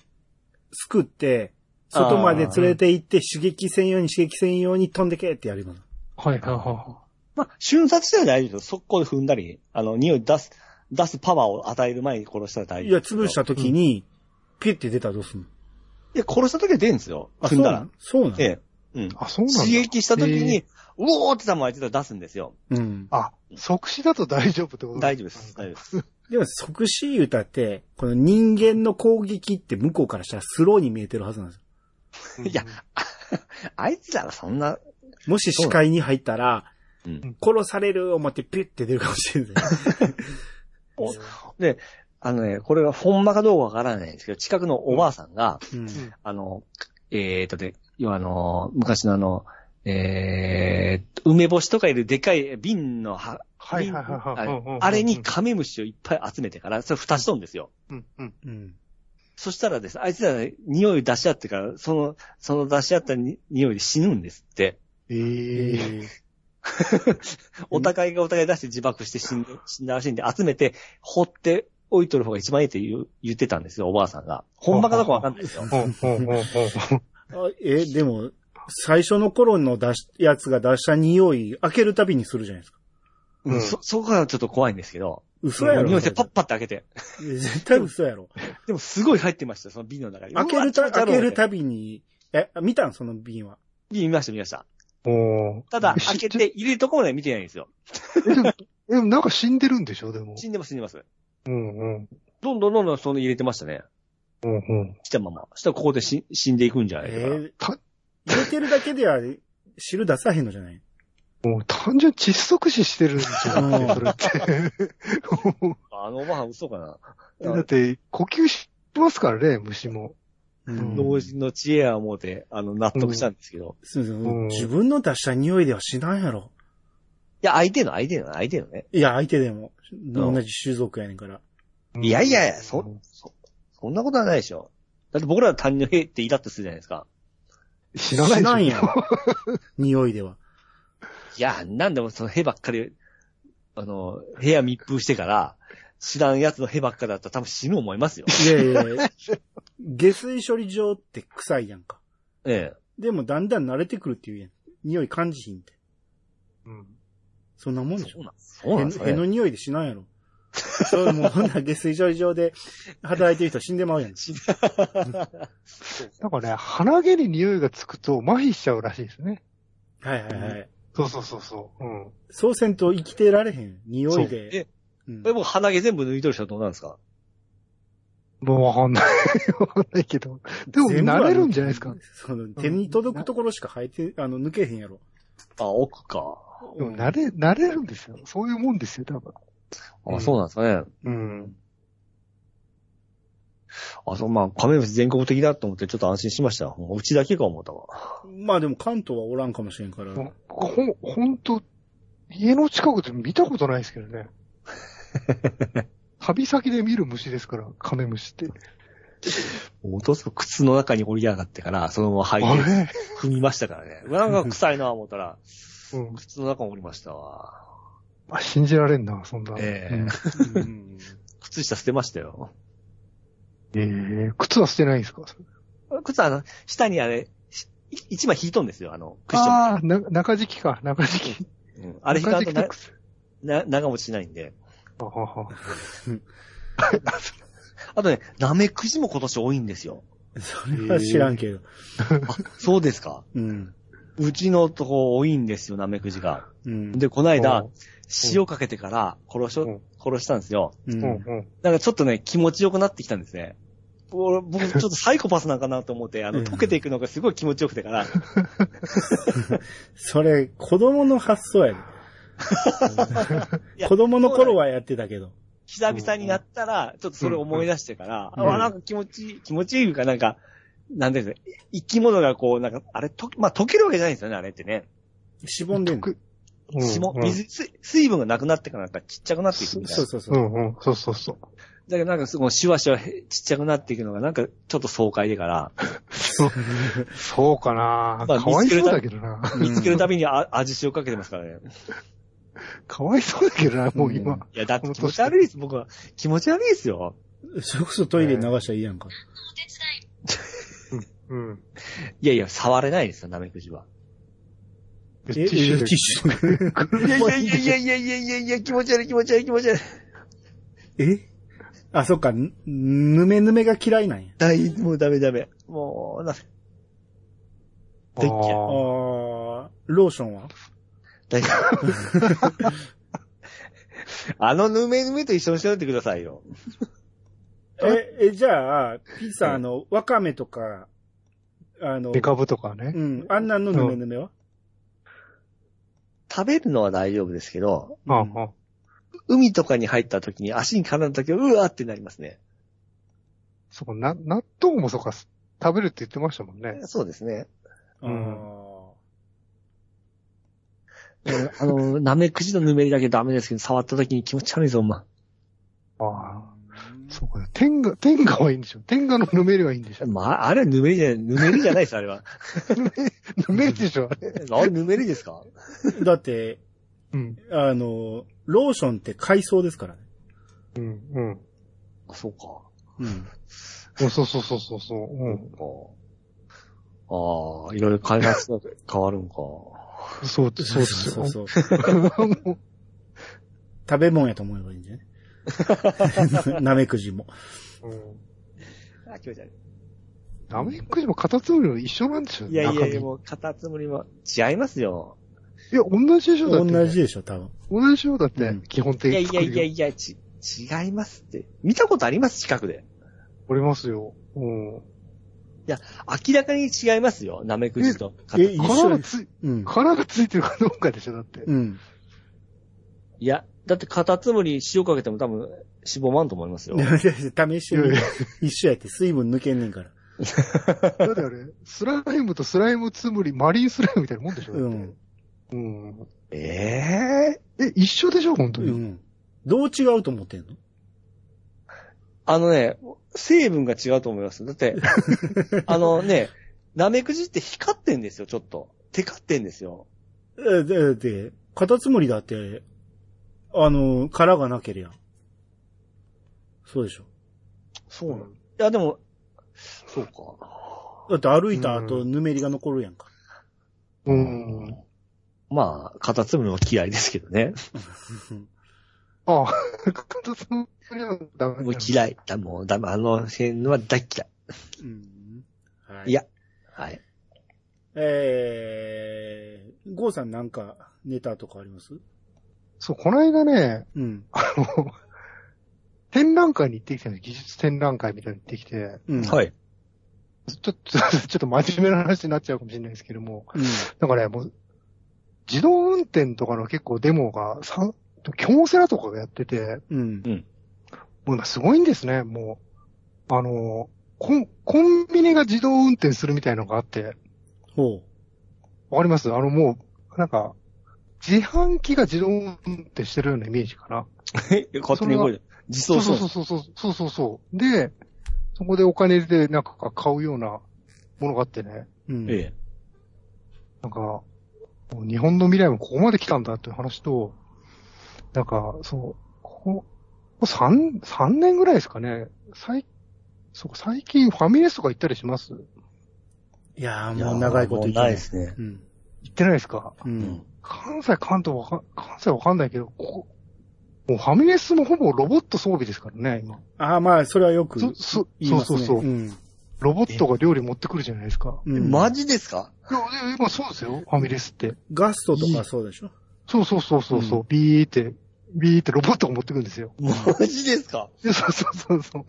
[SPEAKER 1] すくって、外まで連れて行って刺激専用に刺激専用に飛んでけってやるの。
[SPEAKER 3] はいはいはいは
[SPEAKER 2] まあ、瞬殺しては大丈夫ですよ。速攻で踏んだり、あの、匂い出す、出すパワーを与える前に殺したら大
[SPEAKER 1] い
[SPEAKER 2] 丈夫
[SPEAKER 1] や、
[SPEAKER 2] ですよ。
[SPEAKER 1] 潰した時に、ピュって出たらどうすんの
[SPEAKER 2] いや、殺した時は出るんですよ。踏んだ
[SPEAKER 1] な
[SPEAKER 2] ら
[SPEAKER 1] の。そうなの
[SPEAKER 2] ええ。うん。
[SPEAKER 3] い。あ、そうなんだ。
[SPEAKER 2] 刺激した時
[SPEAKER 3] へ
[SPEAKER 2] に、うおーって弾を相手出すんですよ。
[SPEAKER 1] うん。
[SPEAKER 3] あ、即死だと大丈夫ってこと
[SPEAKER 2] 大丈夫です。。大丈夫です。
[SPEAKER 1] でも、即死言うたって、この人間の攻撃って向こうからしたらスローに見えてるはずなんですよ。
[SPEAKER 2] いや、あいつらがそんな、
[SPEAKER 1] もし視界に入ったら、
[SPEAKER 2] うん。
[SPEAKER 1] 殺される思ってピュッて出るかもしれない。
[SPEAKER 2] おあのね、これがほんまかどうかわからないんですけど、近くのおばあさんが、
[SPEAKER 1] うん
[SPEAKER 2] あの、えーとね、要はあの、昔のあの、えー、梅干しとかいるでかい瓶のは、
[SPEAKER 3] はいはいはいはいうんうんうん
[SPEAKER 2] 瓶あれにカメムシをいっぱい集めてから、それ蓋しとんですよ。
[SPEAKER 3] うんうん。
[SPEAKER 1] うん。
[SPEAKER 2] そしたらです、あいつらね匂い出し合ってから、その、その出し合ったに匂いで死ぬんですって。
[SPEAKER 3] ええ。
[SPEAKER 2] お互いがお互い出して自爆して 死んで死んだらしいんで、集めて、放って置いとる方が一番いいって言う言ってたんですよ、おばあさんが。ほんまかどうかわかんないですよ。
[SPEAKER 3] うんうんうんうん。
[SPEAKER 1] あえ、でも、最初の頃の出し、やつが出した匂い、開けるたびにするじゃないですか。
[SPEAKER 3] うん
[SPEAKER 2] うんそ、そこがちょっと怖いんですけど。
[SPEAKER 1] 嘘やろ。
[SPEAKER 2] 匂いしてパッパって開けて。
[SPEAKER 1] それ絶対嘘やろ。
[SPEAKER 2] でもすごい入ってましたよ、その瓶の中に。
[SPEAKER 1] 開ける
[SPEAKER 2] うわ
[SPEAKER 1] た、
[SPEAKER 2] ちょ
[SPEAKER 1] 開
[SPEAKER 2] っとや
[SPEAKER 1] け
[SPEAKER 2] ろう
[SPEAKER 1] るたびに、え、見たんその瓶は。
[SPEAKER 2] 見ました、見ました。
[SPEAKER 3] おー
[SPEAKER 2] ただ、
[SPEAKER 3] えし
[SPEAKER 2] 開けて入れるとこまでは見てないんですよ。
[SPEAKER 3] えでも、えでもなんか死んでるんでしょでも。
[SPEAKER 2] 死んでます、死んでます。
[SPEAKER 3] うんうん。
[SPEAKER 2] どんどんどんどんその入れてましたね。
[SPEAKER 3] うんうん。
[SPEAKER 2] 来たまま。そしたらここで死死んでいくんじゃないかな。
[SPEAKER 1] えー
[SPEAKER 3] た
[SPEAKER 1] 入れてるだけでは汁出さへんのじゃない
[SPEAKER 3] もう単純に窒息死してるんじゃなくて、それって。
[SPEAKER 2] あのおばはん嘘かな。
[SPEAKER 3] だって、呼吸しますからね、虫も。
[SPEAKER 1] うん
[SPEAKER 2] 老人の知恵や思うて、あの、納得したんですけど。い
[SPEAKER 1] そうそう
[SPEAKER 3] うん
[SPEAKER 1] 自分の出した匂いではしないやろ。
[SPEAKER 2] や、相手の、相手の、相手のね。
[SPEAKER 1] いや、相手でも、同じ種族やねんから。
[SPEAKER 2] いやいやいや、そ、そ、そんなことはないでしょ。だって僕らの担任の兵ってイラッとするじゃないですか。
[SPEAKER 3] 知らないでしょ
[SPEAKER 1] しない やん。匂いでは。
[SPEAKER 2] いや、なんでもその兵ばっかり、あの、部屋密封してから、知らん奴の兵ばっかだったら多分死ぬ思いますよ。
[SPEAKER 1] いやいやいや下水処理場って臭いやんか。
[SPEAKER 2] ええ。
[SPEAKER 1] でもだんだん慣れてくるっていうやん。匂い感じひんって。
[SPEAKER 3] うん
[SPEAKER 1] そんなもんでし
[SPEAKER 2] そ
[SPEAKER 1] ょ
[SPEAKER 2] う。なん、そうなんですか
[SPEAKER 1] へのへの
[SPEAKER 2] ね。
[SPEAKER 1] 匂いでしないやろ。そう、もうほんなら下水処理場で働いてる人死んでまうやん。
[SPEAKER 2] 死ぬ。
[SPEAKER 3] なんかね、鼻毛に匂いがつくと麻痺しちゃうらしいですね。
[SPEAKER 1] はいはいはい。
[SPEAKER 3] そうそうそうそう。うん。
[SPEAKER 1] そうせんと生きてられへん。匂い
[SPEAKER 2] そう
[SPEAKER 1] で
[SPEAKER 2] え。
[SPEAKER 1] うん
[SPEAKER 2] これもう鼻毛全部抜いとる人はどうなんですか
[SPEAKER 3] もうわかんない。わかんないけど。でも
[SPEAKER 1] 全部は
[SPEAKER 3] 慣れるんじゃないですか。
[SPEAKER 1] その手に届くところしか生えて、あの、抜けへんやろ。
[SPEAKER 2] あ、奥か。
[SPEAKER 3] でも慣れ、慣れるんですよ。そういうもんですよ、多分。う
[SPEAKER 2] あ、
[SPEAKER 3] ん
[SPEAKER 2] そうなんですかね。
[SPEAKER 3] うん。
[SPEAKER 2] あ、そう、まあ、カメムシ全国的だと思ってちょっと安心しました。もううちだけか思ったわ。
[SPEAKER 1] まあでも関東はおらんかもしれんから。
[SPEAKER 3] ほん、ほんと、家の近くで見たことないですけどね。旅先で見る虫ですから、カメムシって。
[SPEAKER 2] お父さん靴の中に降りやがってから、そのまま
[SPEAKER 3] あ
[SPEAKER 2] 履いて
[SPEAKER 3] れ
[SPEAKER 2] 踏みましたからね。うわなんか臭いな思ったら、
[SPEAKER 3] うん。
[SPEAKER 2] 靴の中に降りましたわ。
[SPEAKER 3] まあ、信じられんな、そんな。
[SPEAKER 2] ええ
[SPEAKER 3] うん
[SPEAKER 1] うん
[SPEAKER 2] 靴下捨てましたよ。
[SPEAKER 3] ええ靴は捨てないんですかそれ
[SPEAKER 2] 靴あの、下にあれ、しい一枚引いとんですよ、あの、クッション。あ,、
[SPEAKER 3] ああ、な中敷きか、中敷き。
[SPEAKER 2] うん、あれ引か
[SPEAKER 3] 中
[SPEAKER 2] んと
[SPEAKER 3] 敷きの
[SPEAKER 2] な
[SPEAKER 3] 靴
[SPEAKER 2] な長持ちしないんで。
[SPEAKER 3] あはは
[SPEAKER 2] あとね、ナメクジも今年多いんですよ。
[SPEAKER 1] それは知らんけど。
[SPEAKER 2] そうですか
[SPEAKER 1] うん。
[SPEAKER 2] うちのとこ多いんですよ、ナメクジが。
[SPEAKER 1] うん。
[SPEAKER 2] で、この間
[SPEAKER 3] うん、
[SPEAKER 2] 塩かけてから殺し
[SPEAKER 3] う
[SPEAKER 2] ょ
[SPEAKER 3] ん、
[SPEAKER 2] 殺したんですよ。
[SPEAKER 1] う
[SPEAKER 3] うんんうん。
[SPEAKER 2] なんかちょっとね、気持ちよくなってきたんですね。俺僕、ちょっとサイコパスなんかなと思って、あ
[SPEAKER 1] うん
[SPEAKER 2] の、溶けていくのがすごい気持ちよくてから、
[SPEAKER 1] それ、子供の発想や
[SPEAKER 2] い
[SPEAKER 1] で。
[SPEAKER 2] や
[SPEAKER 1] 子供の頃はやってたけど。
[SPEAKER 2] 久々になったら、ちょっとそれ思い出してから、
[SPEAKER 1] うん
[SPEAKER 2] あ、なんか気持ちいい、気持ちいいいうか、なんか、なんていうんですかね、生き物がこう、なんか、あれ、と、まあ、溶けるわけじゃないんですよね、あれってね。
[SPEAKER 1] しぼんでんの。
[SPEAKER 3] くうん
[SPEAKER 2] 霜、水、水水分がなくなってからなんかちっちゃくなっていくみたい
[SPEAKER 1] そ
[SPEAKER 2] な
[SPEAKER 1] う。そうそうう。
[SPEAKER 3] んうん、そうそうそう。
[SPEAKER 2] だけどなんかすごいシュワシュワへちっちゃくなっていくのがなんかちょっと爽快でから、
[SPEAKER 3] そうかな、
[SPEAKER 2] まあ
[SPEAKER 3] かわいそうだけどな。
[SPEAKER 2] 見つけるたびにあ味塩かけてますからね。
[SPEAKER 3] かわいそうだけどな、もう今。
[SPEAKER 1] うん
[SPEAKER 2] いや、だって気持ち悪いです、僕は。気持ち悪いですよ。
[SPEAKER 1] それこそトイレ流したらいいやんか。
[SPEAKER 3] うん。
[SPEAKER 2] いやいや、触れないですよ、ナメクジは。
[SPEAKER 3] テ
[SPEAKER 1] え、えティッシュ。
[SPEAKER 2] いやいやいやいやいやいやいやいや、気持ち悪い気持ち悪い気持ち悪い。
[SPEAKER 1] えあ、そっか、ぬぬめぬめが嫌いなんや。
[SPEAKER 2] 大もうダメダメ。もう、な、でっけ
[SPEAKER 1] あー、
[SPEAKER 3] ああ
[SPEAKER 1] ローションは
[SPEAKER 2] 大丈夫。 あのぬめぬめと一緒にしておいてくださいよ。
[SPEAKER 1] え、え、じゃあ、ピザのワカメとか、あの
[SPEAKER 3] デ、カブとかね
[SPEAKER 1] う。ん、あんなんのぬめぬめは
[SPEAKER 2] 食べるのは大丈夫ですけど、
[SPEAKER 3] ああ
[SPEAKER 1] うん
[SPEAKER 3] あ
[SPEAKER 2] 海とかに入った時に足に絡んだ時は、うわーってなりますね。
[SPEAKER 3] そうか、な、納豆もそうか、食べるって言ってましたもんね。
[SPEAKER 2] そうですね。
[SPEAKER 1] あー
[SPEAKER 2] うんあの、ナメクジのぬめりだけダメですけど、触った時に気持ち悪いぞ、お前。
[SPEAKER 3] ああ。そうか、天下、天下はいいんでしょ。天下のぬめりはいいんでしょ。
[SPEAKER 2] まあ、あれはぬめりじゃない、ぬめりじゃないです、あれは。
[SPEAKER 3] ぬめりでしょ、あれ。
[SPEAKER 2] あれ、ぬめりですか
[SPEAKER 1] だって、
[SPEAKER 3] うん。
[SPEAKER 1] あの、ローションって海藻ですからね。
[SPEAKER 3] うん、うん。
[SPEAKER 2] あそうか。
[SPEAKER 1] うん。
[SPEAKER 3] うんそうそうそうそうそう。うん。
[SPEAKER 2] ああ、いろいろ開発が変わるんか。
[SPEAKER 3] そう、そうですよ。
[SPEAKER 1] そうそうそう。
[SPEAKER 3] も
[SPEAKER 1] 食べ物やと思えばいいんじゃな いなめくじも。
[SPEAKER 3] ううん
[SPEAKER 2] あ、気持ち悪い。
[SPEAKER 3] ナメック人もカタツムリも一緒なんですよ、
[SPEAKER 2] いやいやい
[SPEAKER 3] 中
[SPEAKER 2] や、
[SPEAKER 3] 身
[SPEAKER 2] もう、カタツムリも違いますよ。
[SPEAKER 3] いや、同じでしょ、だって。
[SPEAKER 1] 同じ。でしょ、多分。
[SPEAKER 3] 同じでしょ、だっ
[SPEAKER 1] う
[SPEAKER 3] て
[SPEAKER 1] ん、
[SPEAKER 3] 基本的
[SPEAKER 2] いや
[SPEAKER 3] に
[SPEAKER 2] い
[SPEAKER 3] 作
[SPEAKER 2] や
[SPEAKER 3] り
[SPEAKER 2] いやいや、ち、違いますって。見たことあります近くで。
[SPEAKER 3] おりますよ。うん。
[SPEAKER 2] 明らかに違いますよ。ナメクジとカタツム
[SPEAKER 1] え、
[SPEAKER 2] リ。
[SPEAKER 1] 一
[SPEAKER 3] 殻
[SPEAKER 1] 緒
[SPEAKER 3] が。つい、
[SPEAKER 1] うん。
[SPEAKER 3] 殻がついてるかどうかでしょ、だって。
[SPEAKER 1] うん。
[SPEAKER 2] いや、だってカタツムリ塩かけても多分脂肪満と思いますよ
[SPEAKER 1] い。やいや試し
[SPEAKER 3] いやい
[SPEAKER 1] に
[SPEAKER 3] や
[SPEAKER 1] 一緒やって、水分抜けんねんから。
[SPEAKER 3] だってあれ、スライムとスライムつむり、マリンスライムみたいなもんでしょ、だ
[SPEAKER 1] う
[SPEAKER 3] って
[SPEAKER 1] ん。
[SPEAKER 3] うん。
[SPEAKER 2] ええ
[SPEAKER 3] え、一緒でしょ、本当
[SPEAKER 1] う
[SPEAKER 3] に。
[SPEAKER 1] ん。どう違うと思ってんの
[SPEAKER 2] あのね、成分が違うと思います。だ って、あのね、ナメクジって光ってんですよ、ちょっと。テカってんですよ。
[SPEAKER 1] え、で、で、カタツムリだって、あの、殻がなけりゃ。そうでしょ。
[SPEAKER 3] そうなの。
[SPEAKER 2] いや、でも、そうか。
[SPEAKER 1] だって歩いた後、
[SPEAKER 3] う
[SPEAKER 1] ぬめりが残るやんか。
[SPEAKER 3] うん。
[SPEAKER 2] まあ、カタツムリは嫌いですけどね。
[SPEAKER 3] ああ、カタツムリは ダメだ
[SPEAKER 2] もう嫌い。だもう、だあの辺は大嫌い。
[SPEAKER 1] うん。はい
[SPEAKER 2] やはい。
[SPEAKER 1] えー、ゴーさんなんかネタとかあります
[SPEAKER 3] そう、この間ね、
[SPEAKER 1] うん。
[SPEAKER 3] あの、展覧会に行ってきたんです技術展覧会みたいに行ってきて、
[SPEAKER 1] うん。い。
[SPEAKER 2] い。
[SPEAKER 3] ちょっと、ち ょっと真面目な話になっちゃうかもしれないですけども、
[SPEAKER 1] うん。
[SPEAKER 3] だからね、もう、自動運転とかの結構デモが、さ京セラとかがやってて、
[SPEAKER 1] うん。
[SPEAKER 3] もう今すごいんですね、もう。あの、コン、コンビニが自動運転するみたいのがあって、
[SPEAKER 1] ほ
[SPEAKER 3] わかりますあのもう、なんか、自販機が自動運転してるようなイメージかな。
[SPEAKER 2] え勝手に動いて。自走
[SPEAKER 3] そう
[SPEAKER 2] そう
[SPEAKER 3] そうそうそうそうそうそう。で、そこでお金でなんか買うようなものがあってね、
[SPEAKER 1] う。うん。
[SPEAKER 2] え
[SPEAKER 3] なんか、もう日本の未来もここまで来たんだっていう話と、なんか、そう、ここ、3、三年ぐらいですかね。最、そうか最近ファミレスとか行ったりします行
[SPEAKER 1] いやー、
[SPEAKER 2] え。
[SPEAKER 1] もう長いこと
[SPEAKER 2] 言
[SPEAKER 1] 言って
[SPEAKER 2] っない
[SPEAKER 1] い
[SPEAKER 2] で。すね。
[SPEAKER 1] うん。
[SPEAKER 3] ってないですか
[SPEAKER 1] う。。
[SPEAKER 2] うん
[SPEAKER 3] 関西、関東わかん、関西わかんないけど、ここ、もうファミレスもほぼロボット装備ですからね、今。
[SPEAKER 1] ああ、まあ、それはよく
[SPEAKER 3] そ、そ、
[SPEAKER 1] 言い
[SPEAKER 3] そう
[SPEAKER 1] ます
[SPEAKER 3] そ
[SPEAKER 1] ね。
[SPEAKER 3] うそう。
[SPEAKER 1] ん。
[SPEAKER 3] ロボットが料理持ってくるじゃないですか。
[SPEAKER 1] うん
[SPEAKER 2] マジですか
[SPEAKER 3] いや、いや今そうですよ。ファミレスって。
[SPEAKER 1] ガストとかそうでしょ
[SPEAKER 3] そうそうそうそうそう、ビーって、ビーってロボットが持ってくるんですよ。
[SPEAKER 2] マジですか
[SPEAKER 3] でそうそうそうそう。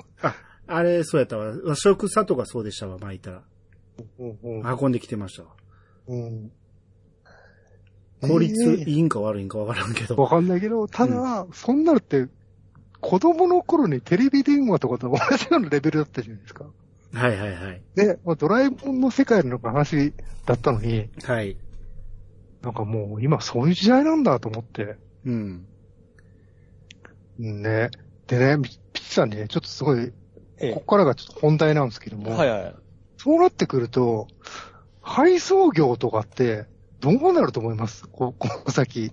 [SPEAKER 1] あれ、そうやったわ。和食さとかそうでしたわ、巻いたら。
[SPEAKER 3] うん
[SPEAKER 1] 運んできてましたわ。
[SPEAKER 3] うん
[SPEAKER 1] 効率
[SPEAKER 2] ええ
[SPEAKER 1] いいんか悪いんかわからんけど。
[SPEAKER 3] わかんないけど、ただ、そんなのって、子供の頃にテレビ電話とかと同じようなレベルだったじゃないですか。
[SPEAKER 1] はいはいはい。
[SPEAKER 3] で、まあ、ドラえもんの世界の話だったのに、
[SPEAKER 1] はい。
[SPEAKER 3] なんかもう今そういう時代なんだと思って。
[SPEAKER 1] うん。
[SPEAKER 3] うんね。でね、ピピッチさんね、ちょっとすごい、
[SPEAKER 2] え
[SPEAKER 3] ここからがちょっと本題なんですけど
[SPEAKER 2] え。
[SPEAKER 3] も、
[SPEAKER 2] はいはい。
[SPEAKER 3] そうなってくると、配送業とかって、どうなると思いますここの先。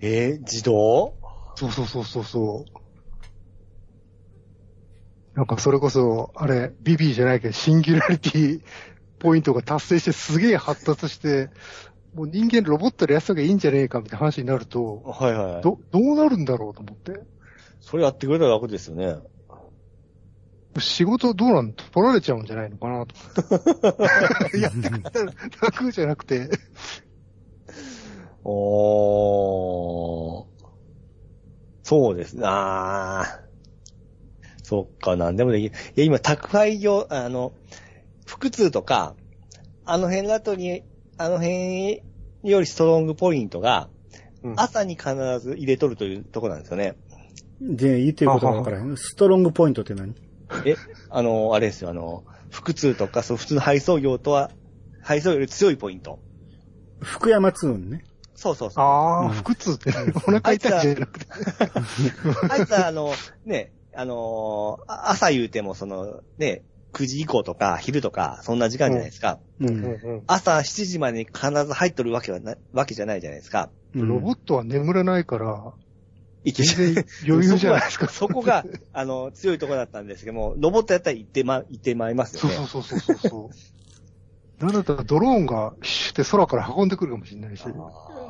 [SPEAKER 2] ええ、自動
[SPEAKER 3] そうそうそうそうそう。なんかそれこそ、あれ、ビビーじゃないけど、シンギュラリティポイントが達成してすげえ発達して、もう人間ロボットでやった方がいいんじゃねえかみたいな話になると、
[SPEAKER 2] はいはい。
[SPEAKER 3] ど、どうなるんだろうと思って。
[SPEAKER 2] それやってくれたら楽ですよね。
[SPEAKER 3] 仕事どうなん取られちゃうんじゃないのかなと 思って。いや、楽じゃなくて。
[SPEAKER 2] おー。そうですね。あー。そっか、なんでもできる。いや、今、宅配業、あの、腹痛とか、あの辺の後に、あの辺よりストロングポイントが、
[SPEAKER 3] うん
[SPEAKER 2] 朝に必ず入れとるというところなんですよね。
[SPEAKER 1] で、言ってることがわからへん。ストロングポイントって何
[SPEAKER 2] え、あの、あれですよ、あの、腹痛とか、そう、普通の配送業とは、配送より強いポイント。
[SPEAKER 1] 福山通運ね。
[SPEAKER 2] そうそうそう。
[SPEAKER 3] あ
[SPEAKER 1] う
[SPEAKER 3] あ、
[SPEAKER 1] ん
[SPEAKER 3] 腹痛って、お腹痛いじゃなくて。
[SPEAKER 2] あいつは、あの、ね、あのーあ朝言うても、その、ね、9時以降とか、昼とか、そんな時間じゃないですか。
[SPEAKER 1] うん。
[SPEAKER 2] 朝7時までに必ず入っとるわけはな、わけじゃないじゃないですか。
[SPEAKER 1] うん
[SPEAKER 3] ロボットは眠れないから、
[SPEAKER 2] いけ
[SPEAKER 3] 全然余裕じゃないですか。
[SPEAKER 2] そこが、あの、強いところだったんですけども、ロボットやったら行ってま、行ってまいりますよ
[SPEAKER 3] そう
[SPEAKER 2] ね。
[SPEAKER 3] そうそうそうそうそう。なんだったらドローンがシュって空から運んでくるかもしれないし。
[SPEAKER 1] う。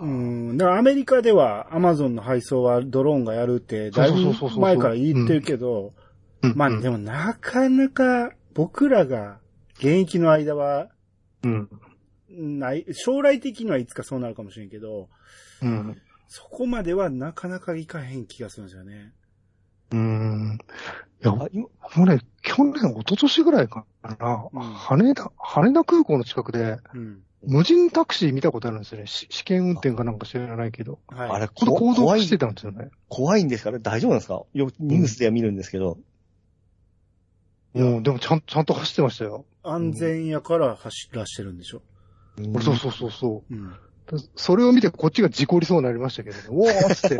[SPEAKER 1] ん。だからアメリカではアマゾンの配送はドローンがやるって、だいぶ前から言ってるけど、
[SPEAKER 3] うん
[SPEAKER 1] まあ、
[SPEAKER 3] うん
[SPEAKER 1] でもなかなか僕らが現役の間は、
[SPEAKER 3] うん。
[SPEAKER 1] ない、将来的にはいつかそうなるかもしれんけど、
[SPEAKER 3] うん。
[SPEAKER 1] そこまではなかなかいかへん気がするんですよね。
[SPEAKER 3] うん。いや、
[SPEAKER 2] あ今
[SPEAKER 3] もうね、去年、一昨年ぐらいかな、
[SPEAKER 1] うん
[SPEAKER 3] 羽田、羽田空港の近くで、
[SPEAKER 1] うん。
[SPEAKER 3] 無人タクシー見たことあるんですよね。し試験運転かなんか知らないけど。
[SPEAKER 1] はい。
[SPEAKER 2] あれ、
[SPEAKER 3] この行動
[SPEAKER 2] 怖い
[SPEAKER 3] してたんですよね。
[SPEAKER 2] 怖いんですかね大丈夫なんですかよニュースでは見るんですけど。
[SPEAKER 3] うん、でもちゃん、ちゃんと走ってましたよ。
[SPEAKER 1] 安全やから走らしてるんでしょ。
[SPEAKER 2] うん
[SPEAKER 3] そうそうそうそ
[SPEAKER 1] うん。うん
[SPEAKER 3] う。それを見てこっちが事故りそうになりましたけどね。おーっつって。
[SPEAKER 1] い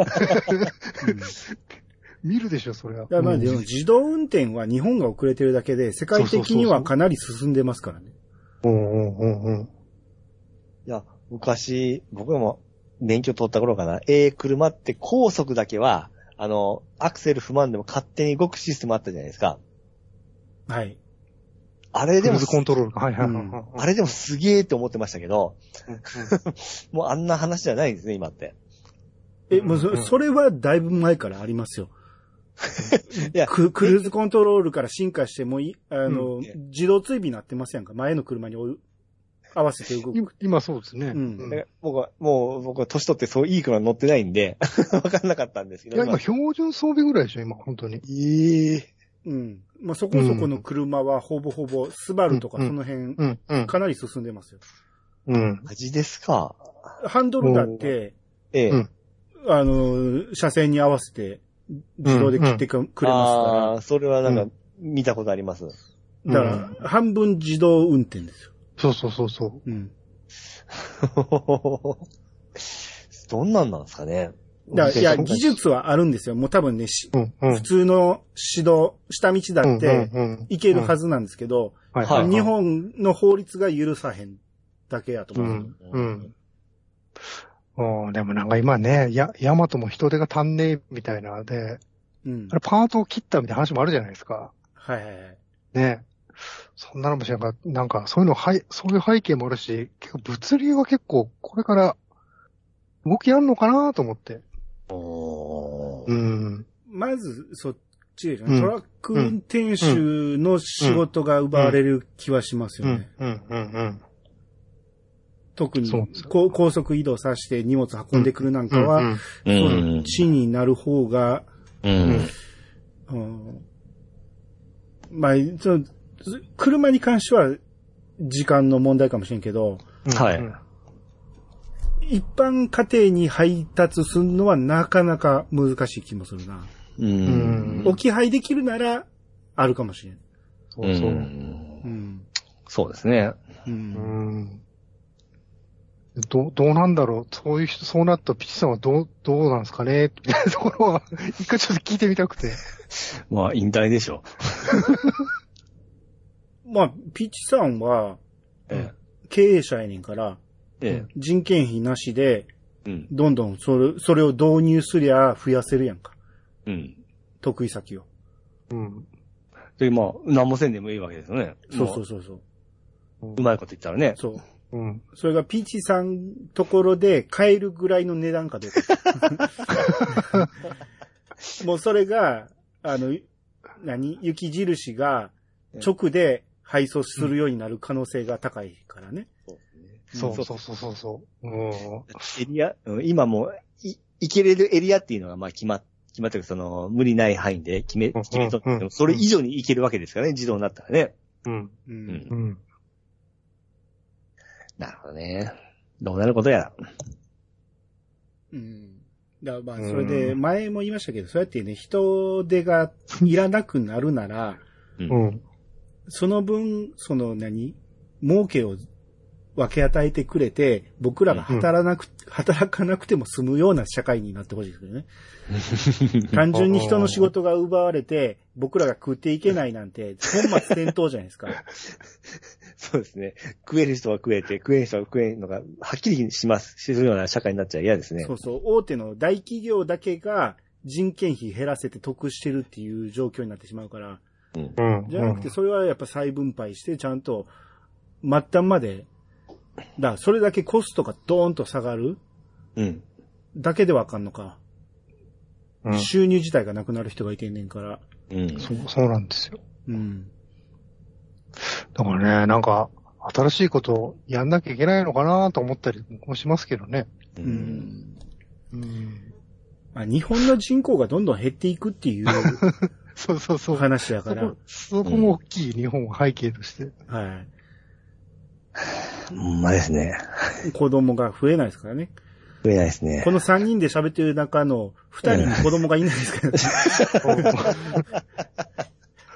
[SPEAKER 3] 見るでしょ、それは。
[SPEAKER 1] や、まあ
[SPEAKER 3] うん
[SPEAKER 1] でも自動運転は日本が遅れてるだけで、世界的にはかなり進んでますからね。
[SPEAKER 3] うんうんうんうん。
[SPEAKER 2] いや、昔、僕らも免許取った頃かな、ええ車って高速だけは、あの、アクセル踏まんでも勝手に動くシステムあったじゃないですか。
[SPEAKER 1] はい。
[SPEAKER 2] あれ
[SPEAKER 3] ク
[SPEAKER 2] で
[SPEAKER 3] ル
[SPEAKER 2] も
[SPEAKER 3] ーズ、コントロールか。はいはいはいはいはい。
[SPEAKER 2] あれでもすげえって思ってましたけど、
[SPEAKER 3] うんうん
[SPEAKER 2] もうあんな話じゃないんですね、今って。
[SPEAKER 1] え、もう
[SPEAKER 3] うんう
[SPEAKER 1] そ、
[SPEAKER 3] ん
[SPEAKER 1] それはだいぶ前からあります よ。
[SPEAKER 2] いや、
[SPEAKER 1] ククルーズコントロールから進化してもい、あの、
[SPEAKER 2] うん
[SPEAKER 1] 自動追尾になってませんか前の車に追う合わせて動
[SPEAKER 3] 今
[SPEAKER 1] く。
[SPEAKER 3] 今そうですね。
[SPEAKER 1] うん
[SPEAKER 2] だ
[SPEAKER 3] い
[SPEAKER 2] から僕は、もう僕は年取ってそういい車乗ってないんで、 わかんなかったんですけど。
[SPEAKER 3] や、今標準装備ぐらいでしょ、今、本当に。
[SPEAKER 2] ええ
[SPEAKER 1] うん。まあ、そこそこの車はほぼほぼ、スバルとか
[SPEAKER 3] うん
[SPEAKER 1] その辺、
[SPEAKER 3] うん、うん。
[SPEAKER 1] かなり進んでますよ。
[SPEAKER 3] うん。
[SPEAKER 2] マジですか。
[SPEAKER 1] ハンドルだって、
[SPEAKER 2] ええ
[SPEAKER 3] うん
[SPEAKER 1] あの、車線に合わせて、自動で切ってくくれますから。
[SPEAKER 2] ああー、それはなん
[SPEAKER 3] う
[SPEAKER 2] か、見たことあります。
[SPEAKER 1] だか
[SPEAKER 3] うん
[SPEAKER 1] ら、半分自動運転ですよ。
[SPEAKER 3] そうそうそうそう。
[SPEAKER 1] うん。
[SPEAKER 2] どんなんなんですかね。
[SPEAKER 1] だからいや、
[SPEAKER 2] 運転
[SPEAKER 1] 技
[SPEAKER 2] 手
[SPEAKER 1] 術はあるんですよ。もう多分ね、し
[SPEAKER 3] うん、うん。
[SPEAKER 1] 普通の指導、下道だって、
[SPEAKER 3] い
[SPEAKER 1] 行けるはずなんですけど、
[SPEAKER 3] はい
[SPEAKER 2] はい
[SPEAKER 1] 日本の法律が許さへんだけやと
[SPEAKER 3] う
[SPEAKER 1] 思うんですよ。
[SPEAKER 3] ん、うん。うん、でもなんか今ね、や、ヤマトも人手が足んねえみたいなので、
[SPEAKER 1] うん
[SPEAKER 3] あ。れパートを切ったみたいな話もあるじゃないですか。
[SPEAKER 1] はいはいはい。
[SPEAKER 3] ね。そんなのも知らんが、なんかそういうの、はい、そういう背景もあるし、結構物流は結構これから動きあんのかなと思って。
[SPEAKER 2] お
[SPEAKER 3] う
[SPEAKER 2] ー
[SPEAKER 3] ん。
[SPEAKER 1] まず、そっちですよ
[SPEAKER 3] う
[SPEAKER 1] ね。
[SPEAKER 3] ん
[SPEAKER 1] トラック運転手の仕事が奪われる気はしますよね。、
[SPEAKER 3] うん、うん、
[SPEAKER 1] 特に
[SPEAKER 3] そうですよ
[SPEAKER 1] こう高速移動させて荷物運んでくるなんかは、
[SPEAKER 2] う
[SPEAKER 1] そ
[SPEAKER 2] ん
[SPEAKER 1] っ。ちになる方が、
[SPEAKER 2] う
[SPEAKER 3] うんん。
[SPEAKER 1] うんまあ、その車に関しては時間の問題かもしれんけど、
[SPEAKER 2] はい
[SPEAKER 1] 一般家庭に配達するのはなかなか難しい気もするな。
[SPEAKER 2] うん。
[SPEAKER 1] 置き配できるなら、あるかもしれん。
[SPEAKER 3] そうそうう。
[SPEAKER 2] ん
[SPEAKER 1] うん。
[SPEAKER 2] そうですね。
[SPEAKER 1] う。
[SPEAKER 3] うんん。どう、どうなんだろうそういう人、そうなったピチさんはどう、どうなんですかねみたいなところは、一回ちょっと聞いてみたくて。
[SPEAKER 2] まあ、引退でしょ。
[SPEAKER 1] まあ、ピッチさんは
[SPEAKER 2] え
[SPEAKER 1] 経営者やねんから、
[SPEAKER 2] え。え
[SPEAKER 1] 人件費なしで、
[SPEAKER 2] え。うん。
[SPEAKER 1] どんどんそれ、それを導入すりゃ増やせるやんか。
[SPEAKER 2] うん。
[SPEAKER 1] 得意先を。
[SPEAKER 3] うん。
[SPEAKER 2] で、まあ、何もせんでもいいわけですよね。
[SPEAKER 1] そうそ
[SPEAKER 2] も
[SPEAKER 1] うそうそう。
[SPEAKER 2] う。うまいこと言ったらね。
[SPEAKER 1] そう。
[SPEAKER 3] うん。
[SPEAKER 1] それがピーチさんところで買えるぐらいの値段かどうか。 もうそれが、あの、何雪印が直で配送するようになる可能性が高いからね。
[SPEAKER 3] そう
[SPEAKER 2] そう
[SPEAKER 3] そうそうそうそう。うん。
[SPEAKER 2] エリア、うん今もう、い、行けれるエリアっていうのが、まあ、決まっ、決まってる、その、無理ない範囲で決め、
[SPEAKER 3] んうん
[SPEAKER 2] 決めとっても、それ以上に行けるわけですからね、自動になったらね。
[SPEAKER 3] うん。
[SPEAKER 1] う。
[SPEAKER 2] うんん
[SPEAKER 3] う。ん。
[SPEAKER 2] なるほどね。どうなることや
[SPEAKER 1] うん。だからまあ、それで、前も言いましたけど、そうやってね、人手がいらなくなるなら、
[SPEAKER 2] ら。
[SPEAKER 3] うん。
[SPEAKER 1] その分、その何儲けを分け与えてくれて、僕らが働なく、働かなくても済むような社会になってほしいですけ どね。単純に人の仕事が奪われて、僕らが食っていけないなんて、本末転倒じゃない ですか。
[SPEAKER 2] そうですね。食える人は食えて、食えん人は食えんのが、はっきりします、するような社会になっちゃ嫌ですね。
[SPEAKER 1] そうそう、大手の大企業だけが人件費減らせて得してるっていう状況になってしまうから、
[SPEAKER 3] うん。
[SPEAKER 1] じゃなくて、それはやっぱ再分配して、ちゃんと、末端まで、だからそれだけコストがドーンと下がる
[SPEAKER 2] うん。
[SPEAKER 1] だけでわかんのか。
[SPEAKER 3] うん。そ
[SPEAKER 1] 収入自体がなくなる人がいてんねんから。
[SPEAKER 2] うん。
[SPEAKER 3] う、そうなんですよ。
[SPEAKER 1] うん。
[SPEAKER 3] だからね、なんか、新しいことをやんなきゃいけないのかなと思ったりもしますけどね。
[SPEAKER 2] うん。
[SPEAKER 3] うん。
[SPEAKER 1] まあ、日本の人口がどんどん減っていくっていう
[SPEAKER 3] そうそう そう。
[SPEAKER 1] 話やか
[SPEAKER 3] そ
[SPEAKER 1] ら
[SPEAKER 3] こ、。そこも大きい日本を背景として。
[SPEAKER 1] は
[SPEAKER 2] ほんまですね。
[SPEAKER 1] い。子供が増えないですからね。
[SPEAKER 2] 増えないですね
[SPEAKER 1] こ。の3人で喋ってる中の2人に子供がいないですから、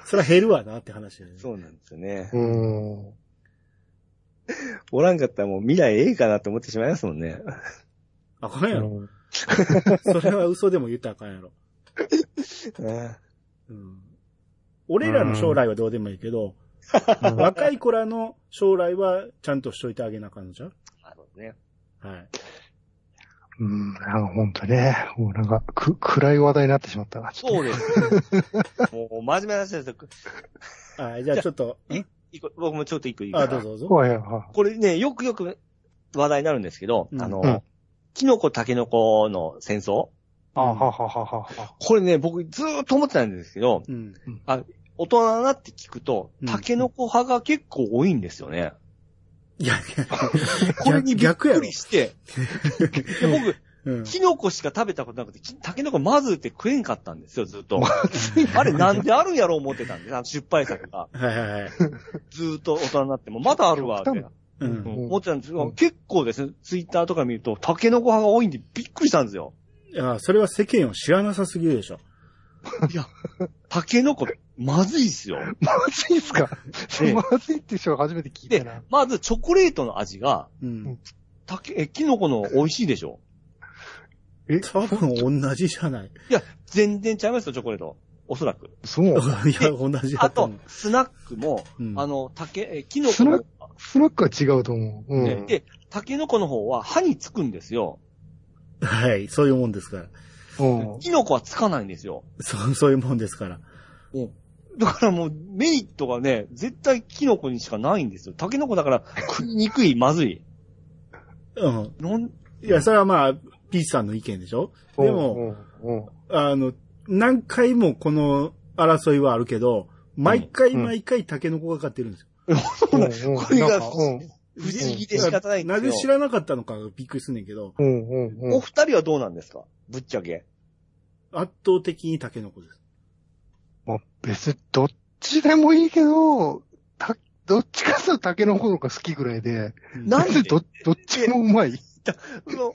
[SPEAKER 1] それは減るわなって話だよね。
[SPEAKER 2] そうなんですよね。
[SPEAKER 3] うん。
[SPEAKER 2] おらんかったらもう未来ええかなって思ってしまいますもんね。
[SPEAKER 1] あかんやろ。それは嘘でも言ったらあかんやろ。うん。俺らの将来はどうでもいいけど、
[SPEAKER 3] うん
[SPEAKER 1] 若い子らの将来はちゃんとしといてあげなあかんのじゃん
[SPEAKER 2] なるほどね。
[SPEAKER 1] はい。
[SPEAKER 3] うん、なんか本当ね、もうなんか、く、暗い話題になってしまったな。
[SPEAKER 2] そうです。もう、真面目な話ですよ。
[SPEAKER 1] あじゃあちょっと、
[SPEAKER 2] えいこ僕もちょっと一個いいかな
[SPEAKER 1] あ、どうぞどうぞ。
[SPEAKER 3] 怖いわ。
[SPEAKER 2] これね、よくよく話題になるんですけど、
[SPEAKER 1] うん
[SPEAKER 2] あの、
[SPEAKER 3] うん
[SPEAKER 2] キノコタケノコの戦争
[SPEAKER 3] あははははは。
[SPEAKER 2] これね、僕ずーっと思ってたんですけど、
[SPEAKER 1] うん。
[SPEAKER 2] 大人になって聞くと
[SPEAKER 1] う、ん
[SPEAKER 2] タケノコ派が結構多いんですよね。
[SPEAKER 1] いや、いや
[SPEAKER 2] これにびっ
[SPEAKER 1] 逆や
[SPEAKER 2] く
[SPEAKER 1] ろ
[SPEAKER 2] り。して、いや僕、
[SPEAKER 1] うん。
[SPEAKER 2] キノコしか食べたことなくて、きタケノコまずって食えんかったんですよ、ず っと。あれなんであるんやろう思ってたんです、あの失敗作が。
[SPEAKER 1] はいはいはい。
[SPEAKER 2] ずーっと大人になっても、まだあるわ、って。
[SPEAKER 1] う
[SPEAKER 2] うん
[SPEAKER 1] ん。
[SPEAKER 2] 思ってたんですけど、
[SPEAKER 3] うん
[SPEAKER 2] 結構ですね、ツイッターとか見ると、タケノコ派が多いんでびっくりしたんですよ。
[SPEAKER 1] いや、それは世間を知らなさすぎるでしょ。
[SPEAKER 2] タケノコ、まずいっすよ。
[SPEAKER 3] まずいっすか
[SPEAKER 2] ええ
[SPEAKER 3] まずいって人は初めて聞いたな。
[SPEAKER 2] まず、チョコレートの味が、
[SPEAKER 1] うん。
[SPEAKER 2] タケ、え、キノコの美味しいでしょ
[SPEAKER 3] え、
[SPEAKER 1] 多分同じじゃない。
[SPEAKER 2] いや、全然違いますよ、チョコレート。おそらく。
[SPEAKER 3] そう
[SPEAKER 1] い。や、同じ
[SPEAKER 2] あ
[SPEAKER 1] だと
[SPEAKER 2] と
[SPEAKER 1] 思う。、
[SPEAKER 2] スナックも、
[SPEAKER 1] うん
[SPEAKER 2] あの、タケ、え、キノコ
[SPEAKER 3] スナッ
[SPEAKER 2] の
[SPEAKER 3] ク、スナックは違うと思う。う
[SPEAKER 2] ね
[SPEAKER 3] ん。
[SPEAKER 2] で、タケノコの方は歯につくんですよ。
[SPEAKER 1] はい、そういうもんですから。
[SPEAKER 3] うん。
[SPEAKER 2] キノコはつかないんですよ。
[SPEAKER 1] そう、そういうもんですから。
[SPEAKER 2] だからもう、メリットがね、絶対キノコにしかないんですよ。タケノコだから、食いにくい、まずい。
[SPEAKER 1] うん。
[SPEAKER 2] なん
[SPEAKER 1] いや、それはまあ、ピースさんの意見でしょでも、
[SPEAKER 3] うん、うん。
[SPEAKER 1] あの、何回もこの争いはあるけど、毎回毎回タケノコが買ってるんですよ。
[SPEAKER 2] そうなん
[SPEAKER 3] うんうん
[SPEAKER 2] これが
[SPEAKER 3] なんかうん
[SPEAKER 2] 不思議で仕方ないんで
[SPEAKER 1] な
[SPEAKER 2] すよ。
[SPEAKER 1] ぜ知らなかったのかびっくりすんねんけど、
[SPEAKER 3] うんうんう
[SPEAKER 2] お
[SPEAKER 3] ん。
[SPEAKER 2] 二人はどうなんですかぶっちゃけ。
[SPEAKER 1] 圧倒的にタケノコです。
[SPEAKER 3] まあ、別にどっちでもいいけど、た、どっちかさ、タケノコの方が好きぐらいで、
[SPEAKER 1] うん
[SPEAKER 2] なんで
[SPEAKER 3] ど、どっちもうまい。
[SPEAKER 2] あの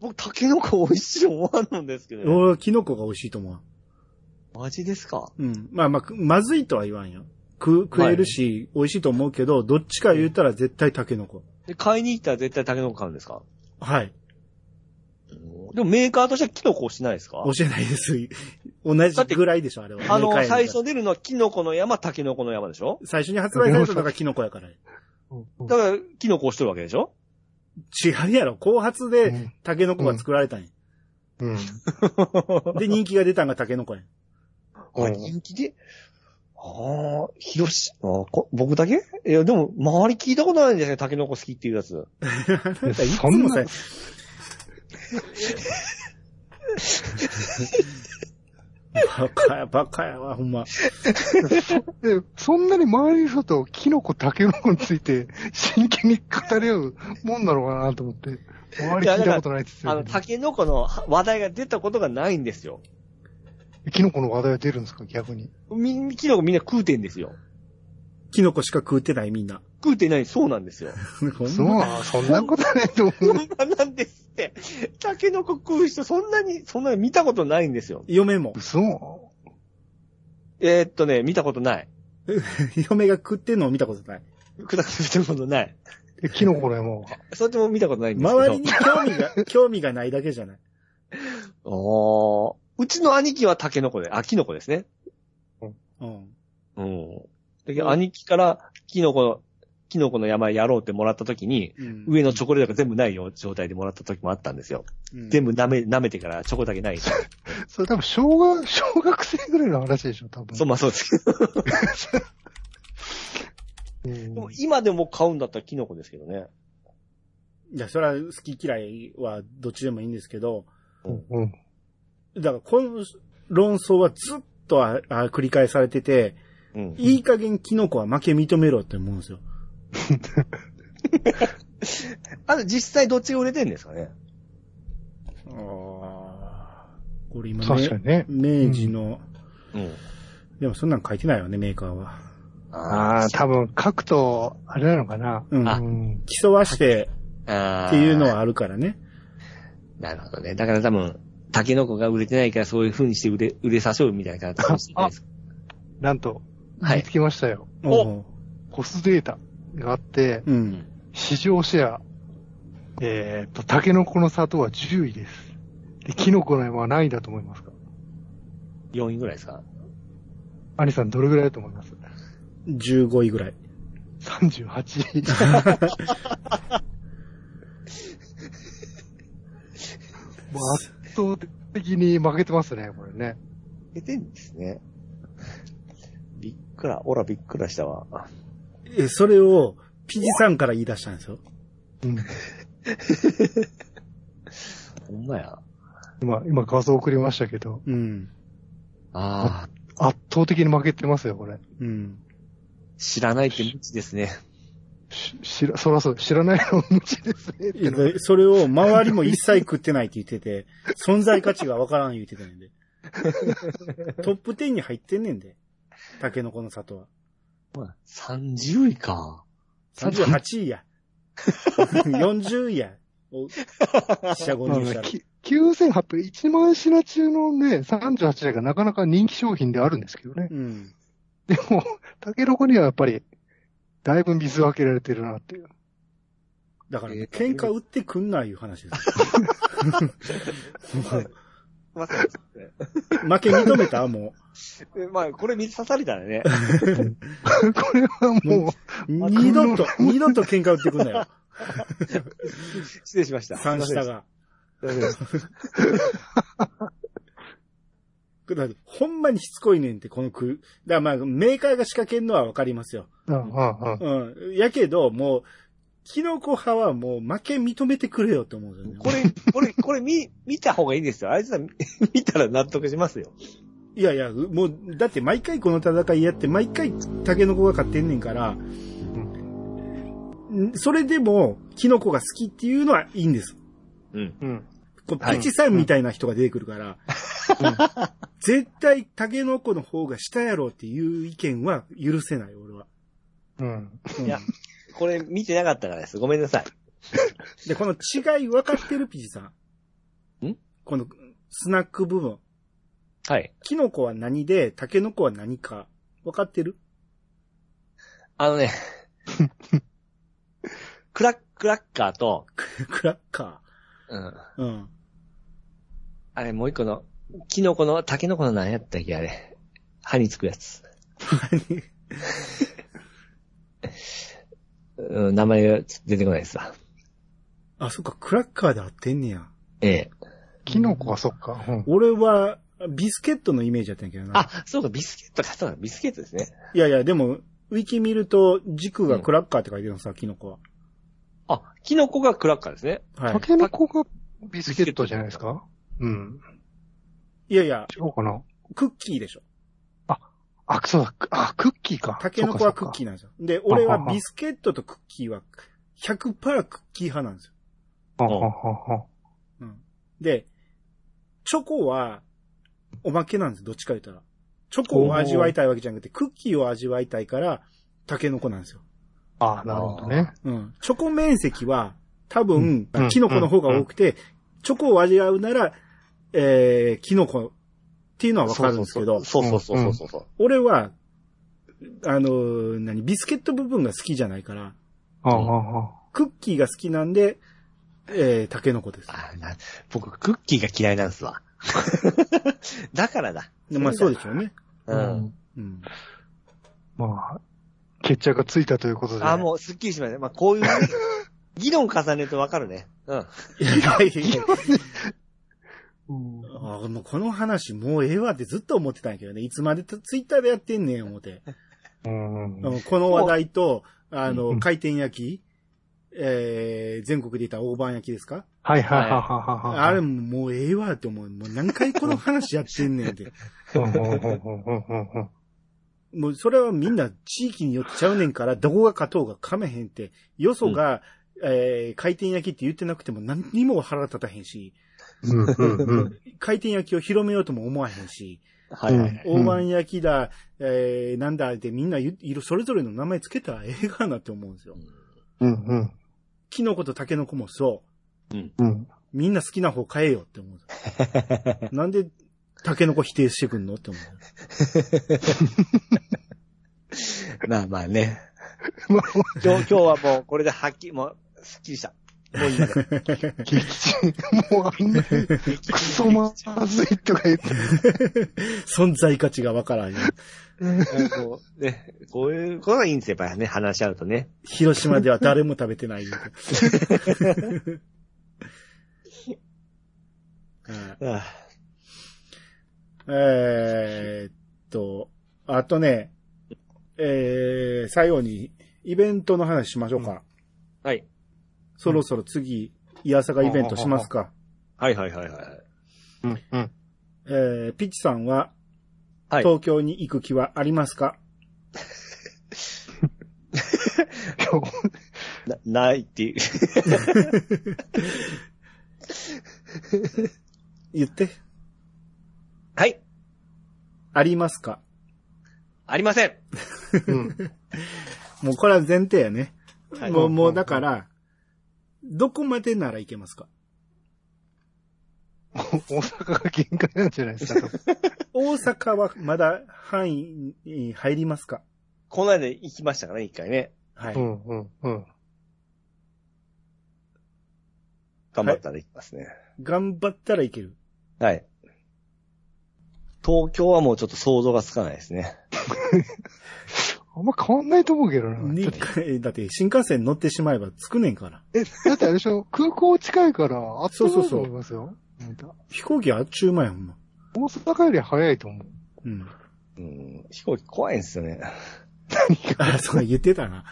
[SPEAKER 2] 僕、タケノコ美味しい思わんのですけど、ね、
[SPEAKER 1] 俺はキノコが美味しいと思う。
[SPEAKER 2] マジですか
[SPEAKER 1] うん。まあまあ、くまずいとは言わんよ。食、食えるし、美味しいと思うけど、どっちか言うたら絶対タケノコ。
[SPEAKER 2] で、買いに行ったら絶対タケノコ買うんですか
[SPEAKER 1] はい。
[SPEAKER 2] でもメーカーとしてはキノコをしないですか
[SPEAKER 1] 教えないです。 同じぐらいでしょ、あれは。
[SPEAKER 2] あの
[SPEAKER 1] メーカ、ーやねん
[SPEAKER 2] 最
[SPEAKER 1] から
[SPEAKER 2] 初出るのはキノコの山、タケノコの山でしょ
[SPEAKER 1] 最初に発売されたのがキノコやから。
[SPEAKER 2] だから、キノコをしてるわけでしょ
[SPEAKER 1] 違うやろ。後発
[SPEAKER 3] う
[SPEAKER 1] で
[SPEAKER 3] ん
[SPEAKER 1] タケノコが作られたんや。
[SPEAKER 3] うん。
[SPEAKER 1] で、人気が出たんがタケノコやん。
[SPEAKER 3] うん
[SPEAKER 2] あ人気でああ、広し、あーこ僕だけいや、でも、周り聞いたことないんじゃないタケノコ好きっていうやつ。
[SPEAKER 1] あなたいつ
[SPEAKER 3] そん
[SPEAKER 1] もさ、
[SPEAKER 3] な
[SPEAKER 1] バカや、バカやわ、ほんま。
[SPEAKER 3] で、そんなに周りの人とキノコ、タケノコについて真剣に語り合うもんなのかなと思って、周り聞いたことないです
[SPEAKER 2] あの、
[SPEAKER 3] よ。
[SPEAKER 2] タケノコの話題が出たことがないんですよ。
[SPEAKER 3] キノコの話題は出るんですか、逆に。
[SPEAKER 2] み、キノコみんな食うてんですよ。
[SPEAKER 1] キノコしか食うてないみんな。
[SPEAKER 2] 食うてない、そうなんですよ。
[SPEAKER 1] ほん
[SPEAKER 3] そ
[SPEAKER 1] ま
[SPEAKER 3] う、そんなことないと思
[SPEAKER 2] そ。
[SPEAKER 3] うん
[SPEAKER 2] ななんですって。タケノコ食う人、そんなに、そんなに見たことないんですよ。
[SPEAKER 1] 嫁も。
[SPEAKER 3] 嘘
[SPEAKER 2] えーっとね、見たことない。
[SPEAKER 1] 嫁が食ってんのを見たことない。
[SPEAKER 2] くだく見たことない。
[SPEAKER 3] えキノコの山は。
[SPEAKER 2] そっちも見たことないんですけど。
[SPEAKER 1] 周りに興味 が、興味がないだけじゃない。
[SPEAKER 2] おーうちの兄貴はタケノコで、あ、キノコですね。
[SPEAKER 1] うん。
[SPEAKER 2] うん。だけど、兄貴から、キノコの、キノコの山やろうってもらった時に、
[SPEAKER 1] うん
[SPEAKER 2] 上のチョコレートが全部ないよ状態でもらった時もあったんですよ。
[SPEAKER 1] うん
[SPEAKER 2] 全部舐め、舐めてからチョコだ けない。そ
[SPEAKER 3] それ多分小学、小学生ぐらいの話でしょ、多分。
[SPEAKER 2] う、まあそうですけど。
[SPEAKER 3] うん
[SPEAKER 2] でも今でも買うんだったらキノコですけどね。
[SPEAKER 1] いや、それは好き嫌いはどっちでもいいんですけど、
[SPEAKER 3] うん。
[SPEAKER 1] だからこの論争はずっとああ繰り返されてて、
[SPEAKER 2] うん。
[SPEAKER 1] いい加減キノコは負け認めろって思うんですよ。
[SPEAKER 2] あと実際どっちが売れてんですかね
[SPEAKER 1] これ今
[SPEAKER 3] 確かにね。
[SPEAKER 1] 明治の、
[SPEAKER 2] うん。
[SPEAKER 1] でもそんなん書いてないわね、メーカーは。
[SPEAKER 3] ああ、多分書くと、あれなのかな。
[SPEAKER 1] うん。
[SPEAKER 2] あ
[SPEAKER 3] うん。
[SPEAKER 1] 競わして
[SPEAKER 2] あ
[SPEAKER 1] っていうの
[SPEAKER 2] は。
[SPEAKER 1] はあるからね。
[SPEAKER 2] なるほどね。だから多分、タケノコが売れてないからそういう風にして売れ、売れさせようみたいな感じです。
[SPEAKER 3] なんと、
[SPEAKER 2] は
[SPEAKER 3] 見
[SPEAKER 2] い
[SPEAKER 3] つ。けましたよ。
[SPEAKER 2] お
[SPEAKER 1] おう
[SPEAKER 3] コスデータがあって、
[SPEAKER 1] うん。
[SPEAKER 3] 市場シェア、えーっと、タケノコの砂糖は10位です。で、キノコの山は何位だと思いますか
[SPEAKER 2] 4位ぐらいですか
[SPEAKER 3] アニさんどれぐらいだと思います
[SPEAKER 1] 15位ぐらい。
[SPEAKER 3] ?38 位。もう圧倒的に負けてますね、これね。
[SPEAKER 2] 出てんですね。びっくら、おらびっくらしたわ。
[SPEAKER 1] え、それを、ピジさんから言い出したんですよ。
[SPEAKER 3] うん、
[SPEAKER 2] ほんまや。
[SPEAKER 3] 今、今画像送りましたけど、
[SPEAKER 1] うん。
[SPEAKER 2] ああ、
[SPEAKER 3] 圧倒的に負けてますよ、これ。
[SPEAKER 1] うん。
[SPEAKER 2] 知らないって無知ですね。
[SPEAKER 3] し知ら、そらそう、知らないの無知ですねって
[SPEAKER 1] いや
[SPEAKER 3] のが。
[SPEAKER 1] それを周りも一切食ってないって言ってて、存在価値がわからん言ってたんやで。トップ10に入ってんねんで。タケノコの里は。
[SPEAKER 2] 30位か。
[SPEAKER 1] 38位や。40位や。お四捨五入し
[SPEAKER 3] ま
[SPEAKER 1] た
[SPEAKER 3] あ
[SPEAKER 1] ら。
[SPEAKER 3] き9800、1万品中のね、38台がなかなか人気商品であるんですけどね。
[SPEAKER 1] うん。
[SPEAKER 3] でも、タケノコにはやっぱり、だいぶ水を開けられてるなっていう。
[SPEAKER 1] だから、
[SPEAKER 2] えー
[SPEAKER 1] 喧嘩売ってくんないう話で す。
[SPEAKER 2] まあ、
[SPEAKER 1] 負け認めたも
[SPEAKER 2] まあ、これ水刺されたら ね。
[SPEAKER 3] これはも
[SPEAKER 1] う。二度と、二度と喧嘩売ってくんなよ。
[SPEAKER 2] 失礼しました。
[SPEAKER 1] 三下が。
[SPEAKER 2] すいません。すいません
[SPEAKER 1] だってほんまにしつこいねんって、このく、だからまあ、メーカーが仕掛けんのはわかりますよ。
[SPEAKER 3] う、うんうんうん
[SPEAKER 1] うん。やけど、もう、キノコ派はもう負け認めてくれよって思うんですよね。
[SPEAKER 2] これ、これ、これ見、見た方がいいですよ。あいつら見見たら納得しますよ。
[SPEAKER 1] いやいや、もう、だって毎回この戦いやって、毎回タケノコが勝ってんねんから、んそれでも、キノコが好きっていうのはいいんです。
[SPEAKER 2] うん。
[SPEAKER 3] うん。
[SPEAKER 1] こう
[SPEAKER 2] はい
[SPEAKER 1] ピチさんみたいな人が出てくるから、絶対タケノコの方が下やろうっていう意見は許せない、俺は。
[SPEAKER 3] うん。
[SPEAKER 1] うん
[SPEAKER 2] いやこれ見てなかったからです。ごめんなさい。
[SPEAKER 1] で、この違い分かってるピチさん。
[SPEAKER 2] ん
[SPEAKER 1] このスナック部分。
[SPEAKER 2] はい。
[SPEAKER 1] キノコは何で、タケノコは何か。分かってる
[SPEAKER 2] あの ね、クラッ、クラッカーと、
[SPEAKER 1] ククラッカ
[SPEAKER 2] うん。
[SPEAKER 1] ー。うん。
[SPEAKER 2] あれ、もう一個の、キノコの、タケノコの何やったっけ、あれ。歯につくやつ。うん、名前が出てこないですわ。
[SPEAKER 1] あ、そっか、クラッカーで合ってんねや。
[SPEAKER 2] ええ。
[SPEAKER 3] キノコはそっか。うん。
[SPEAKER 1] 俺は、ビスケットのイメージだったんやけどな。
[SPEAKER 2] あ、そうか、ビスケットか、そうだ、ビスケットですね。
[SPEAKER 1] いやいや、でも、ウィキ見ると、軸がクラッカーって書いてるのさ、キノコ
[SPEAKER 2] あ、キノコがクラッカーですね。
[SPEAKER 1] は。は
[SPEAKER 3] タケノコがビスケットじゃないですかうん。
[SPEAKER 1] い。いやいや、
[SPEAKER 3] 違うかな
[SPEAKER 1] クッキーでしょ。
[SPEAKER 3] あ、そうだ。くあ、クッキーか。
[SPEAKER 1] タケノコはクッキ
[SPEAKER 3] ー。
[SPEAKER 1] ーなんですよ。で、俺は
[SPEAKER 3] ははは
[SPEAKER 1] ビスケットとクッキーは100%クッキー派なんですよ。
[SPEAKER 3] はははは。
[SPEAKER 1] うん。で、チョコはおまけなんです、どっちか言ったら。チョコを味わいたいわけじゃなくて、クッキーを味わいたいから、タケノコなんですよ。
[SPEAKER 3] あなるほどね。
[SPEAKER 1] うん。チョコ面積は、多分
[SPEAKER 3] うん、
[SPEAKER 1] キノコの方が多くて、チョコを味わうなら、えー、キノコっていうのはわかるんですけど、
[SPEAKER 2] そうそうそうそうそうそうそう。
[SPEAKER 1] 俺は、あのー何、ビスケット部分が好きじゃないから、
[SPEAKER 3] あはは。
[SPEAKER 1] クッキーが好きなんで、えー、タケノコです。
[SPEAKER 2] あな、僕、クッキーが嫌いなんですわ。 だからだ。
[SPEAKER 1] でまあそうでしょうね。
[SPEAKER 2] うん。。
[SPEAKER 1] うん。
[SPEAKER 3] まあ、決着がついたということで。
[SPEAKER 2] あ、もう、すっきりしました。まあ、こういう、 議論重ねるとわかるね。うん。
[SPEAKER 1] いやいやいや
[SPEAKER 3] うん。
[SPEAKER 1] あもうこの話もうええわってずっと思ってたんやけどね。いつまでツイッターでやってんねん、思って。
[SPEAKER 3] うん。
[SPEAKER 1] うんこの話題と、あ
[SPEAKER 2] う
[SPEAKER 1] の、
[SPEAKER 3] ん
[SPEAKER 1] 回転焼き、えー、全国で言ったら大判焼きですか
[SPEAKER 3] はいはいはいは
[SPEAKER 1] あ
[SPEAKER 3] いはい。
[SPEAKER 1] れももうええわって思う。もう何回この話やってんねんって。
[SPEAKER 3] うんうんうんうんうんうん
[SPEAKER 1] もうそれはみんな地域によっちゃうねんから、どこが勝とうが噛めへんって。よそが、えー、回転焼きって言ってなくても何にも腹立たへんし、
[SPEAKER 3] うんうんうん。
[SPEAKER 1] 回転焼きを広めようとも思わへんし、
[SPEAKER 2] はいはいはい。
[SPEAKER 1] 大判焼きだ、えー、なんだってみんな言う色それぞれの名前つけたらええがなって思うんですよ。
[SPEAKER 3] うんうん
[SPEAKER 1] キノコとタケノコもそう。
[SPEAKER 3] うん。
[SPEAKER 1] みんな好きな方変えよって思う。 なんで、タケノコ否定してくんのって思う。
[SPEAKER 2] まあまあね。
[SPEAKER 3] まあ、
[SPEAKER 2] 今日、今日はもうこれではっきり、もう、すっきりした。もう いいね。
[SPEAKER 3] 激震。もうあんな、クソまずいとか言って。
[SPEAKER 1] 存在価値がわからんよ。
[SPEAKER 2] こう、ね、こういうことがいいんですよ、やっぱりね、話し合うとね。
[SPEAKER 1] 広島では誰も食べて ないよ。うん
[SPEAKER 2] あ
[SPEAKER 1] えーっと、あとね、えー、最後に、イベントの話しましょうか。
[SPEAKER 2] あはい。
[SPEAKER 1] そろそろ次、いやさがイベントしますか。
[SPEAKER 2] はいはいはいはい。
[SPEAKER 3] うんうん。
[SPEAKER 1] えー、ピッチさんは、
[SPEAKER 2] はい。
[SPEAKER 1] 東京に行く気はありますか、
[SPEAKER 3] 今日、
[SPEAKER 2] なないっていう。
[SPEAKER 1] 言って。
[SPEAKER 2] はい。
[SPEAKER 1] ありますか
[SPEAKER 2] ありません。
[SPEAKER 3] うん。
[SPEAKER 1] もうこれは前提やね。
[SPEAKER 2] はい
[SPEAKER 1] もう、もうだから、どこまでなら行けますか
[SPEAKER 3] 大阪が限界なんじゃないですか。
[SPEAKER 1] 大阪はまだ範囲に入りますか
[SPEAKER 2] この間行きましたからね、一回ね。
[SPEAKER 1] はい。
[SPEAKER 3] うんうんうん。
[SPEAKER 2] 頑張ったら行きますね。
[SPEAKER 1] 頑張ったらいける。
[SPEAKER 2] はい。東京はもうちょっと想像がつかないですね。
[SPEAKER 3] あんま変わんないと思うけどな。
[SPEAKER 1] 二回、だって新幹線乗ってしまえば着くねんから。
[SPEAKER 3] え、だってあれでしょ、空港近いから、あっという間
[SPEAKER 1] そうそ
[SPEAKER 3] だと
[SPEAKER 1] うそう
[SPEAKER 3] 思いますよ。なんか
[SPEAKER 1] 飛行機あっちゅうまやほんま。
[SPEAKER 3] 大阪より早いと思う。
[SPEAKER 1] うん。
[SPEAKER 2] うん。飛行機怖いんですよね。
[SPEAKER 1] あ、そう言ってたな。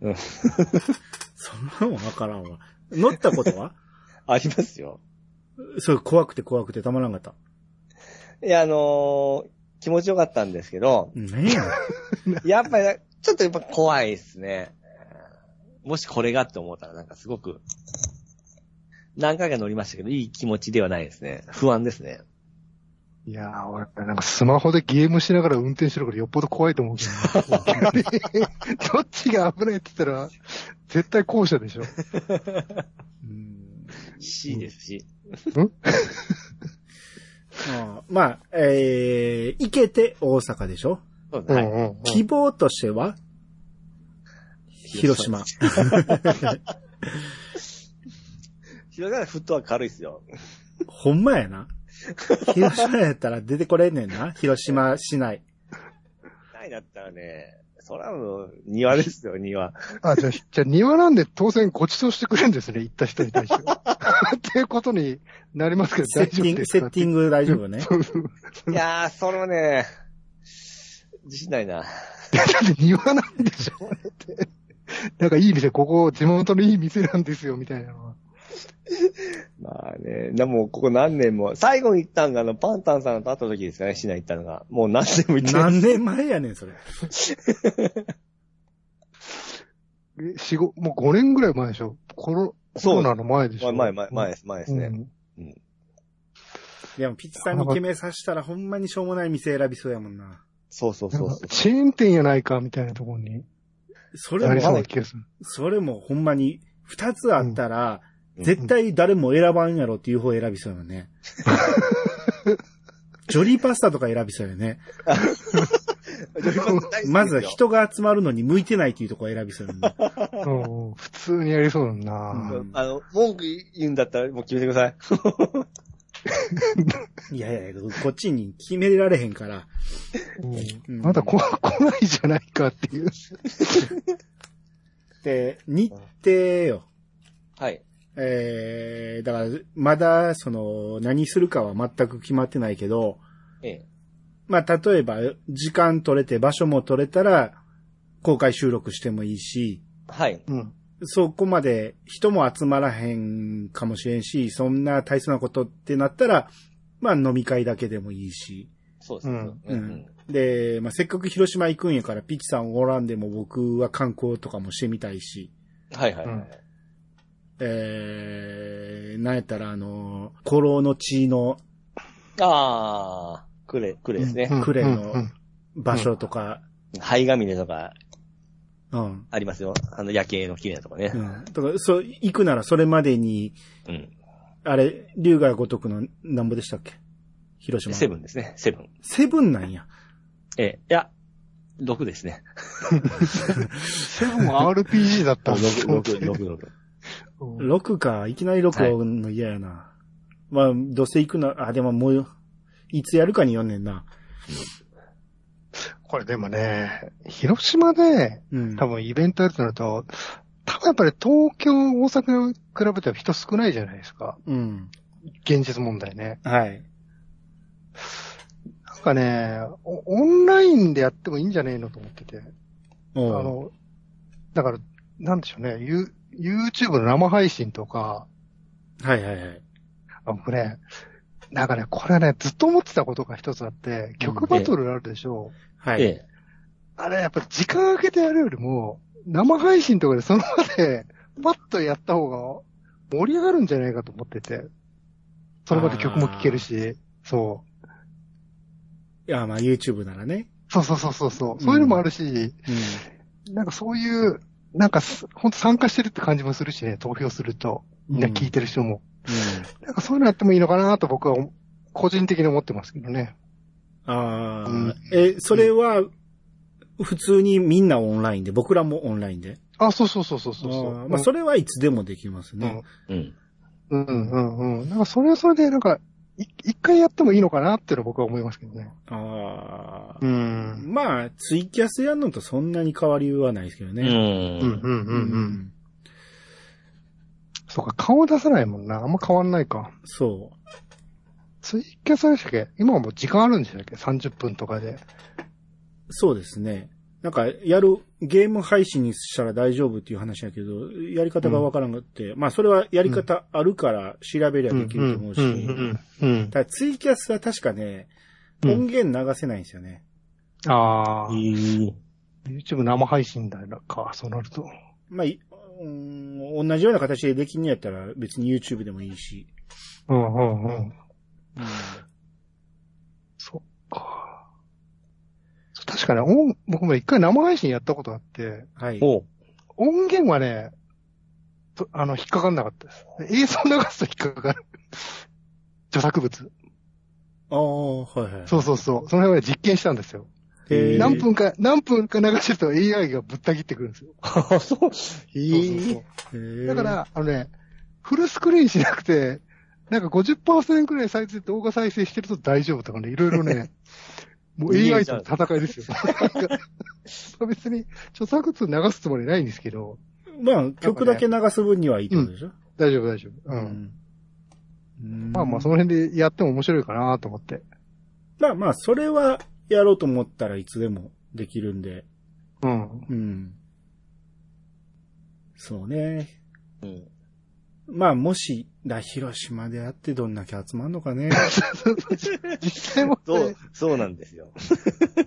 [SPEAKER 2] うん
[SPEAKER 1] そんなもんわからんわ。乗ったことは
[SPEAKER 2] ありますよ。
[SPEAKER 1] そう、怖くて怖くてたまらんかった。
[SPEAKER 2] いや、あのー気持ちよかったんですけど、
[SPEAKER 1] 何や。
[SPEAKER 2] やっぱり、ちょっとやっぱ怖いですね。もしこれがって思ったら、なんかすごく、何回か乗りましたけど、いい気持ちではないですね。不安ですね。
[SPEAKER 3] いやー、俺、なんかスマホでゲームしながら運転してるからよっぽど怖いと思うけど。あれどっちが危ないって言ったら、絶対後者でしょ。
[SPEAKER 1] うん。
[SPEAKER 2] C ですし。
[SPEAKER 1] ああまあ、えー、行けて大阪でしょ、
[SPEAKER 2] そうですね。はい。
[SPEAKER 3] うんうん
[SPEAKER 1] 希望としては広島。
[SPEAKER 2] 広島はフットは軽いですよ。
[SPEAKER 1] ほんまやな。広島やったら出てこれんねんな。広島市 内。
[SPEAKER 2] ないだったらね、そらもう庭ですよ、庭。
[SPEAKER 3] あ、じゃあ、じゃあ庭なんで当然ご馳走してくれるんですね、行った人に対して。っていうことになりますけど、
[SPEAKER 1] セ
[SPEAKER 3] 大
[SPEAKER 1] ッテ
[SPEAKER 3] 丈
[SPEAKER 1] ィ
[SPEAKER 3] 夫
[SPEAKER 1] ング、
[SPEAKER 3] です
[SPEAKER 1] セ
[SPEAKER 3] か
[SPEAKER 1] ッティング大丈夫 ね。
[SPEAKER 2] いやー、それはね、自信ないな。
[SPEAKER 3] いやだって庭なんでしょって。なんかいい店、ここ地元のいい店なんですよ、みたいなのは。
[SPEAKER 2] まあね、でもここ何年も、最後に行ったんが、あの、パンタンさんと会った時ですかね、市内行ったのが。もう何年も行ってない
[SPEAKER 1] 何年前やねん、それ。
[SPEAKER 3] え、四五、もう5年ぐらい前でしょコロ、コ
[SPEAKER 2] そう
[SPEAKER 3] ロナの前でしょ
[SPEAKER 2] 前、前、前です、前ですね。
[SPEAKER 3] うん
[SPEAKER 1] でも、ピッチさんに決めさせたら、ほんまにしょうもない店選びそうやもんな。
[SPEAKER 2] そうそう
[SPEAKER 3] な
[SPEAKER 2] そ
[SPEAKER 3] ん
[SPEAKER 2] う
[SPEAKER 3] か
[SPEAKER 2] そう。
[SPEAKER 3] チェーン店やないか、みたいなところに、
[SPEAKER 1] それ
[SPEAKER 3] なりそう
[SPEAKER 1] も
[SPEAKER 3] な、気がする。
[SPEAKER 1] それもほんまに、二つあったら、
[SPEAKER 2] うん
[SPEAKER 1] 絶対誰も選ばんやろっていう方選びそうやもん ね。ジョリーパスタとか選びそうやね。 まずは人が集まるのに向いてないっていうところ選びそうやもん ね。
[SPEAKER 3] うん普通にやりそうだ
[SPEAKER 1] う
[SPEAKER 3] な、
[SPEAKER 1] ん
[SPEAKER 2] あの、文句言うんだったらもう決めてください。
[SPEAKER 1] いやいやいや、こっちに決められへんから。
[SPEAKER 3] うんまだこ 来ないじゃないかっていう。
[SPEAKER 1] で、日程よ。
[SPEAKER 2] はい。
[SPEAKER 1] えー、だから、まだ、その、何するかは全く決まってないけど、
[SPEAKER 2] ええ。
[SPEAKER 1] まあ、例えば、時間取れて、場所も取れたら、公開収録してもいいし、
[SPEAKER 2] はい。
[SPEAKER 3] うん。
[SPEAKER 1] そこまで人も集まらへんかもしれんし、そんな大切なことってなったら、まあ飲み会だけでもいいし。
[SPEAKER 2] そうですね。
[SPEAKER 3] うん
[SPEAKER 1] うんで、まあせっかく広島行くんやから、ピチさんおらんでも僕は観光とかもしてみたいし、
[SPEAKER 2] はいはいはい。
[SPEAKER 3] うん
[SPEAKER 1] えー、なんやったらあの、古老の地の
[SPEAKER 2] ああ、くれ、くれですね。
[SPEAKER 3] うん
[SPEAKER 1] クレの
[SPEAKER 3] うん
[SPEAKER 1] 場所とか、
[SPEAKER 2] 灰ヶ峰とか
[SPEAKER 1] うん。
[SPEAKER 2] ありますよ。あの夜景の綺麗なとこね
[SPEAKER 1] う。ん。とか、そう、行くならそれまでに、
[SPEAKER 2] うん。
[SPEAKER 1] あれ、龍が如くのなんぼでしたっけ広島。
[SPEAKER 2] セブンですね。セブン。
[SPEAKER 1] セブンなんや。
[SPEAKER 2] ええ、いや、6ですね。
[SPEAKER 3] セブンは RPG だったんです
[SPEAKER 2] 6、6、6、
[SPEAKER 3] うん
[SPEAKER 1] 6か、いきなり6をの嫌やな。まあ、どうせ行くな、あ、でももう、いつやるかによんねんな。
[SPEAKER 3] これでもね、広島で
[SPEAKER 1] うん。
[SPEAKER 3] 多分イベントやるとなると、多分やっぱり東京、大阪に比べては人少ないじゃないですか。
[SPEAKER 1] うん。
[SPEAKER 3] 現実問題ね。
[SPEAKER 1] はい。
[SPEAKER 3] なんかね、オオンラインでやってもいいんじゃねえのと思ってて。あ
[SPEAKER 1] おう
[SPEAKER 3] の、だから、なんでしょうね、ユ YouTube の生配信とか、
[SPEAKER 1] はいはいはい。
[SPEAKER 3] あ僕ね、なんかね、これね、ずっと思ってたことが一つあって、曲バトルあるでしょう。
[SPEAKER 1] はい。
[SPEAKER 2] ええ。
[SPEAKER 3] あれ、やっぱり時間空けてやるよりも、生配信とかでその場で、パッとやった方が盛り上がるんじゃないかと思ってて。その場で曲も聴けるし、そう。
[SPEAKER 1] いや、まあ YouTube ならね。
[SPEAKER 3] そうそうそうそうそうう。
[SPEAKER 1] ん
[SPEAKER 3] そういうのもあるし、
[SPEAKER 1] うん。
[SPEAKER 3] なんかそういう、なんかす、ほんと参加してるって感じもするしね、投票すると。 みんな聞いてる人も。
[SPEAKER 1] うん。
[SPEAKER 3] なんかそういうのやってもいいのかなと僕はお個人的に思ってますけどね。
[SPEAKER 1] ああ、
[SPEAKER 3] うん
[SPEAKER 1] え、それは、普通にみんなオンラインで、僕らもオンラインで。
[SPEAKER 3] あ、そうそうそうそうそうそ
[SPEAKER 1] あ
[SPEAKER 3] う。
[SPEAKER 1] ーまあ、それはいつでもできますね。
[SPEAKER 2] うん。
[SPEAKER 3] うんうんうんうん。なんかそれはそれで、なんか、い一回やってもいいのかなっていうのは僕は思いますけどね。
[SPEAKER 1] ああ、
[SPEAKER 3] うん。
[SPEAKER 1] まあ、ツイキャスやんのとそんなに変わりはないですけど
[SPEAKER 2] う
[SPEAKER 1] ね。
[SPEAKER 2] ん。
[SPEAKER 3] うん
[SPEAKER 1] う
[SPEAKER 3] うんうんうん。。そうか、顔出さないもんな。あんま変わんないか。
[SPEAKER 1] そ
[SPEAKER 3] ツイキャスでしたっけ今はもう時間あるんでしたっけ ?30 分とかで。
[SPEAKER 1] う。そうですね。なんか、やる、ゲーム配信にしたら大丈夫っていう話やけど、やり方がわからんくって、まあ、それはやり方あるから調べりゃできると思うし、
[SPEAKER 3] うんうんうんうん
[SPEAKER 1] ただツイキャスは確かね、
[SPEAKER 3] うん
[SPEAKER 1] 音源流せないんですよね。
[SPEAKER 3] ああ、
[SPEAKER 2] いい
[SPEAKER 3] YouTube 生配信だよか、そうなると。
[SPEAKER 1] まあ、いうーん同じような形でできんのやったら別に YouTube でもいいし。
[SPEAKER 3] うんうんうん。そっか。そう確かね、音僕も一回生配信やったことあって、
[SPEAKER 1] はい。
[SPEAKER 2] おう
[SPEAKER 3] 音源はね、とあの、引っかかんなかったです。映像流すと引っかかる。著作物。
[SPEAKER 1] ああ、はいはい。
[SPEAKER 3] そうそうそう。その辺はね実験したんですよ。
[SPEAKER 1] へー
[SPEAKER 3] 何分か、何分か流してると AI がぶった切ってくるんですよ。
[SPEAKER 2] あそう。
[SPEAKER 3] そうそうそう
[SPEAKER 1] へー
[SPEAKER 3] だか、ら、あのね、フルスクリーンしなくて、なんか50%くらい再生、動画再生してると大丈夫とかね、いろい ろね、もう
[SPEAKER 2] いいや
[SPEAKER 3] AI
[SPEAKER 2] つだ
[SPEAKER 3] との戦いですよ。別に、著作物流すつもりないんですけど、
[SPEAKER 1] まあ、曲だけ流す分にはいいってことでしょ、
[SPEAKER 3] 大丈夫大丈夫。う。
[SPEAKER 1] うんうん
[SPEAKER 3] まあまあ、その辺でやっても面白いかなと思って。
[SPEAKER 1] まあまあ、それはやろうと思ったらいつでもできるんで。
[SPEAKER 3] うん。
[SPEAKER 1] うん。そうね。
[SPEAKER 2] うん
[SPEAKER 1] まあ、もし、だ、広島であってどんだけ集まんのか ね。
[SPEAKER 3] 実際も、
[SPEAKER 2] そう、そうなんですよ。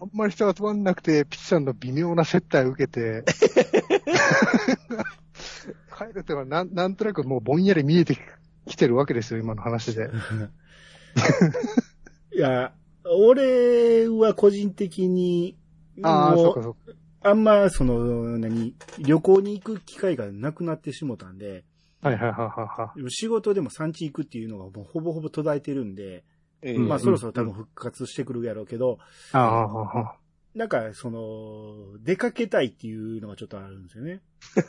[SPEAKER 3] あんまり人が集まんなくて、ピッチさんの微妙な接待を受け て、帰るってのはなん、なんとなくもうぼんやり見えてきてるわけですよ、今の話で。
[SPEAKER 1] いや、俺は個人的に、
[SPEAKER 3] ああ、
[SPEAKER 1] も
[SPEAKER 3] そううかそうか。
[SPEAKER 1] あんま、その、何、旅行に行く機会がなくなってしもたんで、
[SPEAKER 3] はいはいはいはいは
[SPEAKER 1] でも仕事でも産地行くっていうのがもうほぼほぼ途絶えてるんで、
[SPEAKER 2] ええ
[SPEAKER 3] うん
[SPEAKER 1] まあそろそろ多分復活してくるやろうけど、
[SPEAKER 3] い。ああ、あ
[SPEAKER 1] なんか、その、出かけたいっていうのがちょっとあるんですよね。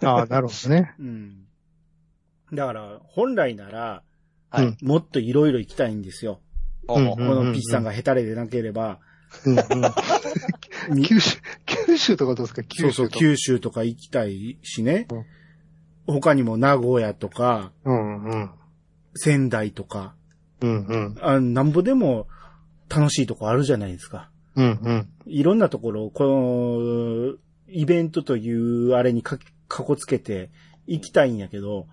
[SPEAKER 3] あ、ああ、なるほどね。
[SPEAKER 1] うん。だから、本来なら、
[SPEAKER 2] はい
[SPEAKER 3] うん
[SPEAKER 1] もっといろいろ行きたいんですよ。
[SPEAKER 2] おう
[SPEAKER 1] こ
[SPEAKER 3] うんうんう
[SPEAKER 1] の
[SPEAKER 3] ん
[SPEAKER 1] ピッチさんがヘタレでなければ。
[SPEAKER 3] うんうん 九州、九州とかどうです
[SPEAKER 1] そ
[SPEAKER 3] か
[SPEAKER 1] う
[SPEAKER 3] 九
[SPEAKER 1] そう、
[SPEAKER 3] 州とか。
[SPEAKER 1] 九州とか行きたいしね
[SPEAKER 3] うん。
[SPEAKER 1] 他にも名古屋とか、
[SPEAKER 3] うんうん。
[SPEAKER 1] 仙台とか、
[SPEAKER 3] うんうん。
[SPEAKER 1] あなんぼでも楽しいとこあるじゃないですか。
[SPEAKER 3] うんうん。
[SPEAKER 1] いろんなところを、この、イベントというあれにか、かこつけて、行きたいんやけど、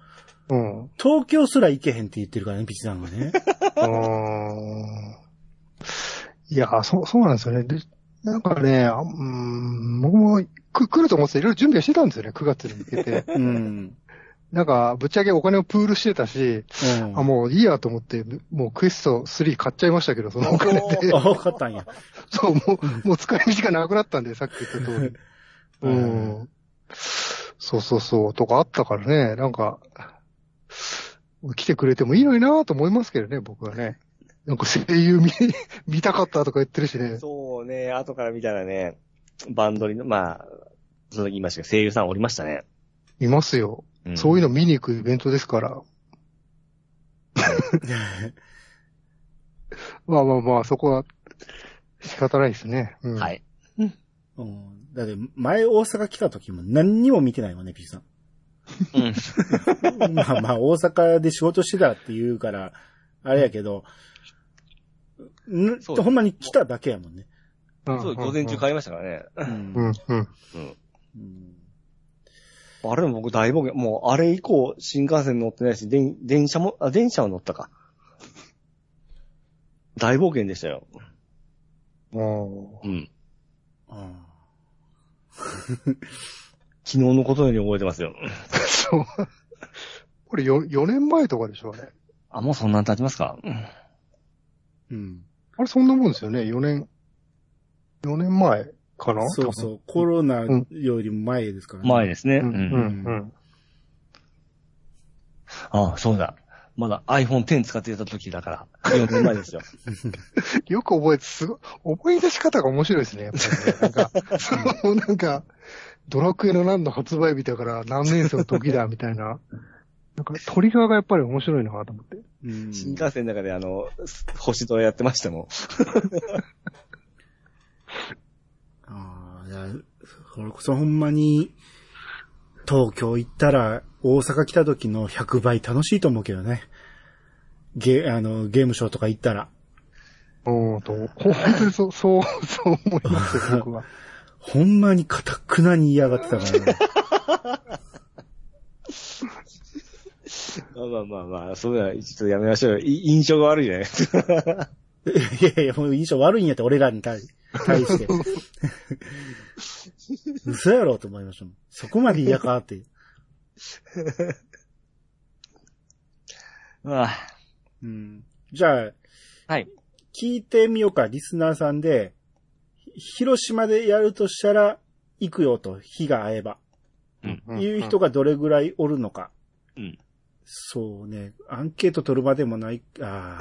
[SPEAKER 3] うん。う
[SPEAKER 1] 東京すら行けへんって言ってるからね、ピチさんがね。
[SPEAKER 3] ーん。いや、そう、そうなんですよね。で、なんかね、あうーん、僕もく来ると思ってていろいろ準備はしてたんですよね、9月に向けて。
[SPEAKER 1] うん。
[SPEAKER 3] なんか、ぶっちゃけお金をプールしてたし、
[SPEAKER 1] うん。
[SPEAKER 3] あ、もういいやと思って、もうクエスト3買っちゃいましたけど、そのお金で。
[SPEAKER 1] あ、わかったんや。
[SPEAKER 3] そう、もう、もう使い道がなくなったんで、さっき言 った通
[SPEAKER 1] う
[SPEAKER 3] り。う
[SPEAKER 1] ん
[SPEAKER 3] ん。そうそうそう、とかあったからね、なんか、来てくれてもいいのになと思いますけどね、僕はね。なんか声優見、 見たかったとか言ってるしね。
[SPEAKER 2] そうね、後から見たらね、バンドリの、まあ、その時言いましたけど、声優さんおりましたね。
[SPEAKER 3] いますよ。そういうの見に行くイベントですから。まあまあまあ、そこは仕方ないですね。うん、
[SPEAKER 2] はい。
[SPEAKER 1] うん。だって、前大阪来た時も何にも見てないわね、ピチさん。
[SPEAKER 2] うん。
[SPEAKER 1] まあまあ、大阪で仕事してたって言うから、あれやけど、ん
[SPEAKER 2] そうです
[SPEAKER 1] ほんまに来ただけやもんね。
[SPEAKER 3] うん。
[SPEAKER 2] そう、午前中
[SPEAKER 3] か。
[SPEAKER 2] 買いましたからね。
[SPEAKER 1] うん
[SPEAKER 3] うんうん。
[SPEAKER 1] うん
[SPEAKER 2] あれも僕大冒険、もうあれ以降新幹線乗ってないし、電電車も、あ、電車は乗ったか。大冒険でしたよ。
[SPEAKER 3] も
[SPEAKER 2] うん。
[SPEAKER 1] あ
[SPEAKER 2] 昨日のことのように覚えてますよ。
[SPEAKER 3] う、 そう。これ 4, 4年前とかでしょ、あれ。
[SPEAKER 2] あ、もうそんなに経ちますか
[SPEAKER 1] ーうん。
[SPEAKER 3] あれそんなもんですよね、4年。4年前かな
[SPEAKER 1] そうそう。コロナよりも前ですからね。
[SPEAKER 2] 前ですね。
[SPEAKER 3] 多分
[SPEAKER 2] う
[SPEAKER 3] うんん、うん、
[SPEAKER 2] あそうだ。まだ iPhone X 使ってた時だから。4年前ですよ。
[SPEAKER 3] うん。よく覚えて、すごい、思い出し方が面白いですね、やっぱりね、なんか、その、なんか、ドラクエの何の発売日だから何年生の時だ、みたいな。なんか、トリガーがやっぱり面白いなと思って。
[SPEAKER 1] うん。
[SPEAKER 2] 新幹線の中であの、星とやってましたもん。
[SPEAKER 1] ああ、いや、それこそほんまに、東京行ったら、大阪来た時の100倍楽しいと思うけどね。ゲ、あの、ゲームショーとか行ったら、
[SPEAKER 3] うん、と、本当にそう、そう、そう思いますよ、僕は。
[SPEAKER 1] ほんまに堅くなに嫌がってたからね。
[SPEAKER 2] まあまあまあまあ、そうだ、ちょっとやめましょうよ。い印象が悪いね。
[SPEAKER 1] いやいや、もう印象悪いんやって、俺らに対対して。嘘やろと思いましたもん。そこまで嫌かって。
[SPEAKER 2] ああ
[SPEAKER 1] うん。じゃあ、
[SPEAKER 2] はい。
[SPEAKER 1] 聞いてみようか、リスナーさんで。ひ広島でやるとしたら、行くよと、火が合えば。いう人
[SPEAKER 3] が。
[SPEAKER 1] がどれぐらいおるのか。
[SPEAKER 2] うん
[SPEAKER 1] そうね。アンケート取るまでもない、あ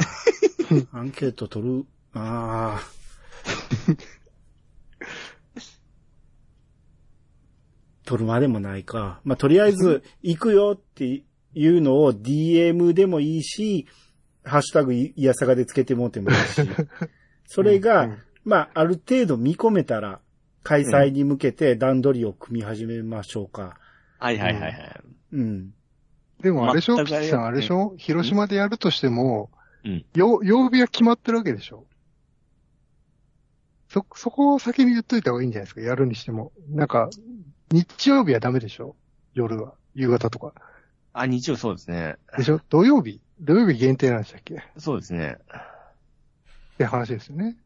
[SPEAKER 1] あ。アンケート取る、ああ。取るまでもないか。まあ、とりあえず、行くよっていうのを DM でもいいし、ハッシュタグいやさがでつけてもうてもいいし。それが、
[SPEAKER 3] うんうん
[SPEAKER 1] まあ、ある程度見込めたら、開催に向けて段取りを組み始めましょうか。
[SPEAKER 2] はいはいはいはい。
[SPEAKER 1] うん。
[SPEAKER 3] でもあれでしょ、
[SPEAKER 2] 全
[SPEAKER 3] ピ
[SPEAKER 2] くあれ
[SPEAKER 3] ッチさん、あれでしょ広島でやるとしても、
[SPEAKER 2] うん
[SPEAKER 3] よ曜日は決まってるわけでしょそ、そこを先に言っといた方がいいんじゃないですかやるにしても。なんか、日曜日はダメでしょ夜は。夕方とか。
[SPEAKER 2] あ、日曜そうですね。
[SPEAKER 3] でしょ土曜日土曜日限定なんでしたっけっ
[SPEAKER 2] そうですね。
[SPEAKER 3] て話ですよね。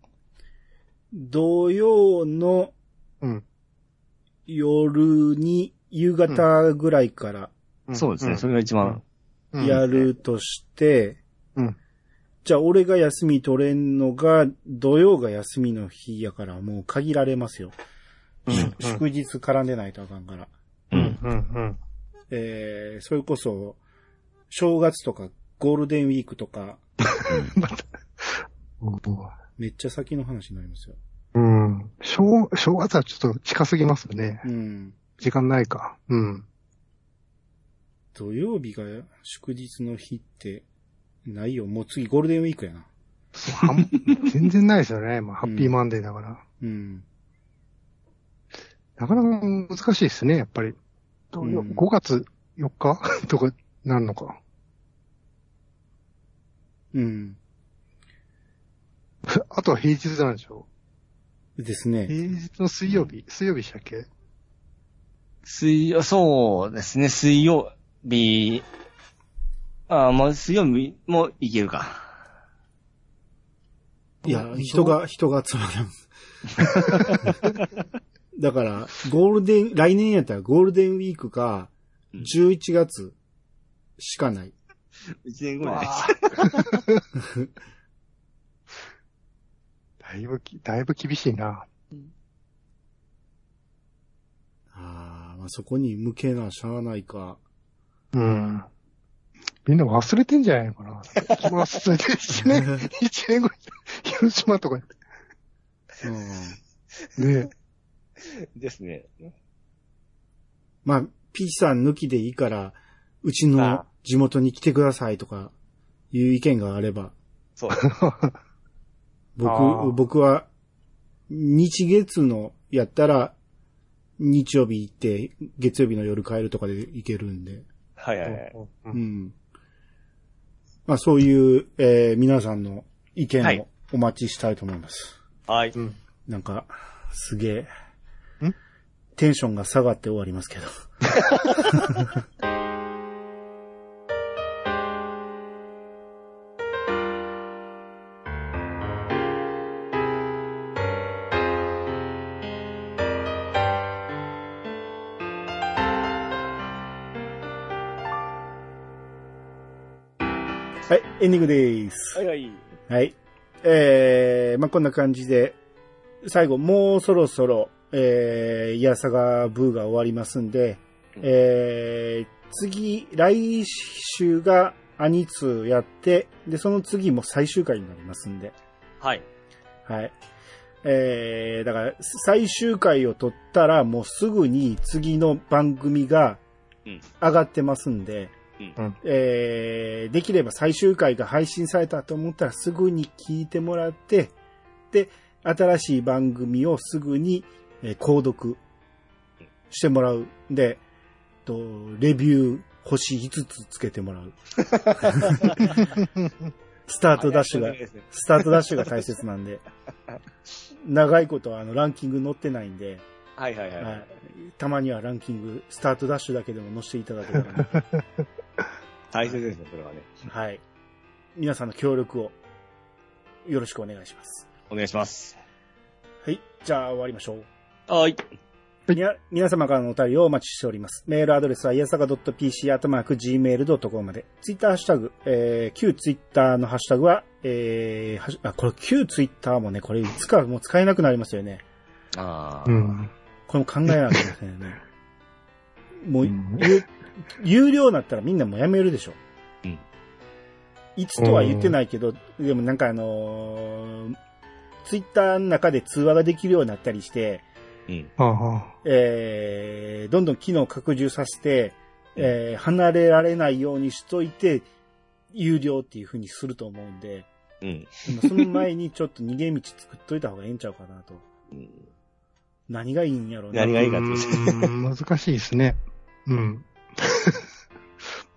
[SPEAKER 1] 土曜の
[SPEAKER 3] うん。
[SPEAKER 1] 夜に、夕方ぐらいから
[SPEAKER 2] そうですね。そ
[SPEAKER 3] れ
[SPEAKER 2] れが一番。
[SPEAKER 1] やるとして、
[SPEAKER 3] うん
[SPEAKER 1] じゃあ俺が休み取れんのが、土曜が休みの日やからもう限られますよ。
[SPEAKER 3] うんうん
[SPEAKER 1] 祝日絡んでないとあかんから。
[SPEAKER 2] うん。
[SPEAKER 3] うん、うん、
[SPEAKER 1] えー、それこそ、正月とかゴールデンウィークとか、めっちゃ先の話になりますよ。
[SPEAKER 3] うん。うん。正、正月はちょっと近すぎますよね。
[SPEAKER 1] うん。
[SPEAKER 3] 時間ないか。うん。
[SPEAKER 1] 土曜日が祝日の日って、ないよ。もう次ゴールデンウィークやな。
[SPEAKER 3] はん 全然ないですよね。まあ、ハッピーマンデーだから。
[SPEAKER 1] うん。
[SPEAKER 3] なかなか難しいですね、やっぱり。どうよ
[SPEAKER 1] うん
[SPEAKER 3] 5月4日 とかなんのか。
[SPEAKER 1] うん。
[SPEAKER 3] あとは平日なんでしょ
[SPEAKER 1] ですね。
[SPEAKER 3] 平日の水曜日、水曜日でしたっけ
[SPEAKER 2] 水曜、そうですね。水曜、日、あーまあ、水曜日もいけるか。
[SPEAKER 1] いや
[SPEAKER 4] まあ、
[SPEAKER 1] 人が、人が集まらん。だから、ゴールデン、来年やったらゴールデンウィークか、
[SPEAKER 2] うん
[SPEAKER 1] 11月しかない。
[SPEAKER 2] 一年後じゃないです
[SPEAKER 3] だいぶき、だいぶ厳しいな。
[SPEAKER 1] ああ、まあそこに向けなしゃあないか。
[SPEAKER 3] うん。みんな忘れてんじゃないのかな。忘れて、一 年、一年後に、広島とか
[SPEAKER 1] うん
[SPEAKER 3] で、
[SPEAKER 2] ですね。
[SPEAKER 1] まあ、P さん抜きでいいから、うち
[SPEAKER 2] あ
[SPEAKER 1] の
[SPEAKER 2] あ
[SPEAKER 1] 地元に来てくださいとか、いう意見があれば、
[SPEAKER 2] そう。
[SPEAKER 3] ああ
[SPEAKER 1] 僕、僕は、日月のやったら、日曜日行って、月曜日の夜帰るとかで行けるんで。
[SPEAKER 2] はいはいはい。
[SPEAKER 3] う
[SPEAKER 1] うんん。まあそういう、えー皆さんの意
[SPEAKER 2] は
[SPEAKER 1] 見
[SPEAKER 2] い
[SPEAKER 1] をお待ちしたいと思います。
[SPEAKER 2] はい。
[SPEAKER 3] うん
[SPEAKER 1] なんか、すげえ。
[SPEAKER 3] ん
[SPEAKER 1] テンションが下がって終わりますけど。はい、エンディングです。
[SPEAKER 2] はいはい。
[SPEAKER 1] はい。えー、まあ、こんな感じで、最後、もうそろそろ、えー、イヤサガブーが終わりますんで、
[SPEAKER 2] うん
[SPEAKER 1] えー、次、来週がアニツーやって、で、その次も最終回になりますんで、
[SPEAKER 2] はい。
[SPEAKER 1] はい。えー、だから、最終回を撮ったら、もうすぐに次の番組が
[SPEAKER 2] うん
[SPEAKER 1] 上がってますんで、
[SPEAKER 2] う
[SPEAKER 1] えーできれば最終回が配信されたと思ったらすぐに聞いてもらって、で、新しい番組をすぐに、えー購読してもらうんで、と、レビュー星5つつけてもら う。スタートダッシュが
[SPEAKER 2] はい、そうですね
[SPEAKER 1] スタートダッシュが大切なんで、長いことあのランキング載ってないんで、
[SPEAKER 2] はいはいは
[SPEAKER 1] はいい。、たまにはランキング、スタートダッシュだけでも載せていただければな
[SPEAKER 2] 大切ですね、それはね。
[SPEAKER 1] はい。皆さんの協力をよろしくお願いします。
[SPEAKER 2] お願いします。
[SPEAKER 1] はい。じゃあ終わりましょう。
[SPEAKER 2] はい。
[SPEAKER 1] みな皆様からのお便りをお待ちしております。メールアドレスは、いやさか .pc、アトマーク、gmail.com まで。ツイッターハッシュタグ、えー、旧ツイッターのハッシュタグは、えー、はしあ、これ旧ツイッターもね、これいつかもう使えなくなりますよね。
[SPEAKER 2] あ
[SPEAKER 3] う
[SPEAKER 2] ー
[SPEAKER 3] ん。
[SPEAKER 1] これも考えなきゃいけ ないね。もう、
[SPEAKER 3] うん
[SPEAKER 1] ゆ有料になったらみんなもうやめるでしょ。
[SPEAKER 2] うん
[SPEAKER 1] いつとは言ってないけど、でもなんかあのーツイッターの中で通話ができるようになったりして、
[SPEAKER 2] うん。
[SPEAKER 3] ああ。
[SPEAKER 1] えー、どんどん機能を拡充させて、えー、離れられないようにしといて、有料っていう風にすると思うんで、
[SPEAKER 2] うん。
[SPEAKER 1] でもその前にちょっと逃げ道作っといた方がええんちゃうかなと。
[SPEAKER 2] うん
[SPEAKER 1] 何がいいんやろうな。
[SPEAKER 2] 何がいいかって
[SPEAKER 3] う
[SPEAKER 2] いう
[SPEAKER 3] ーん難しいですね。うん。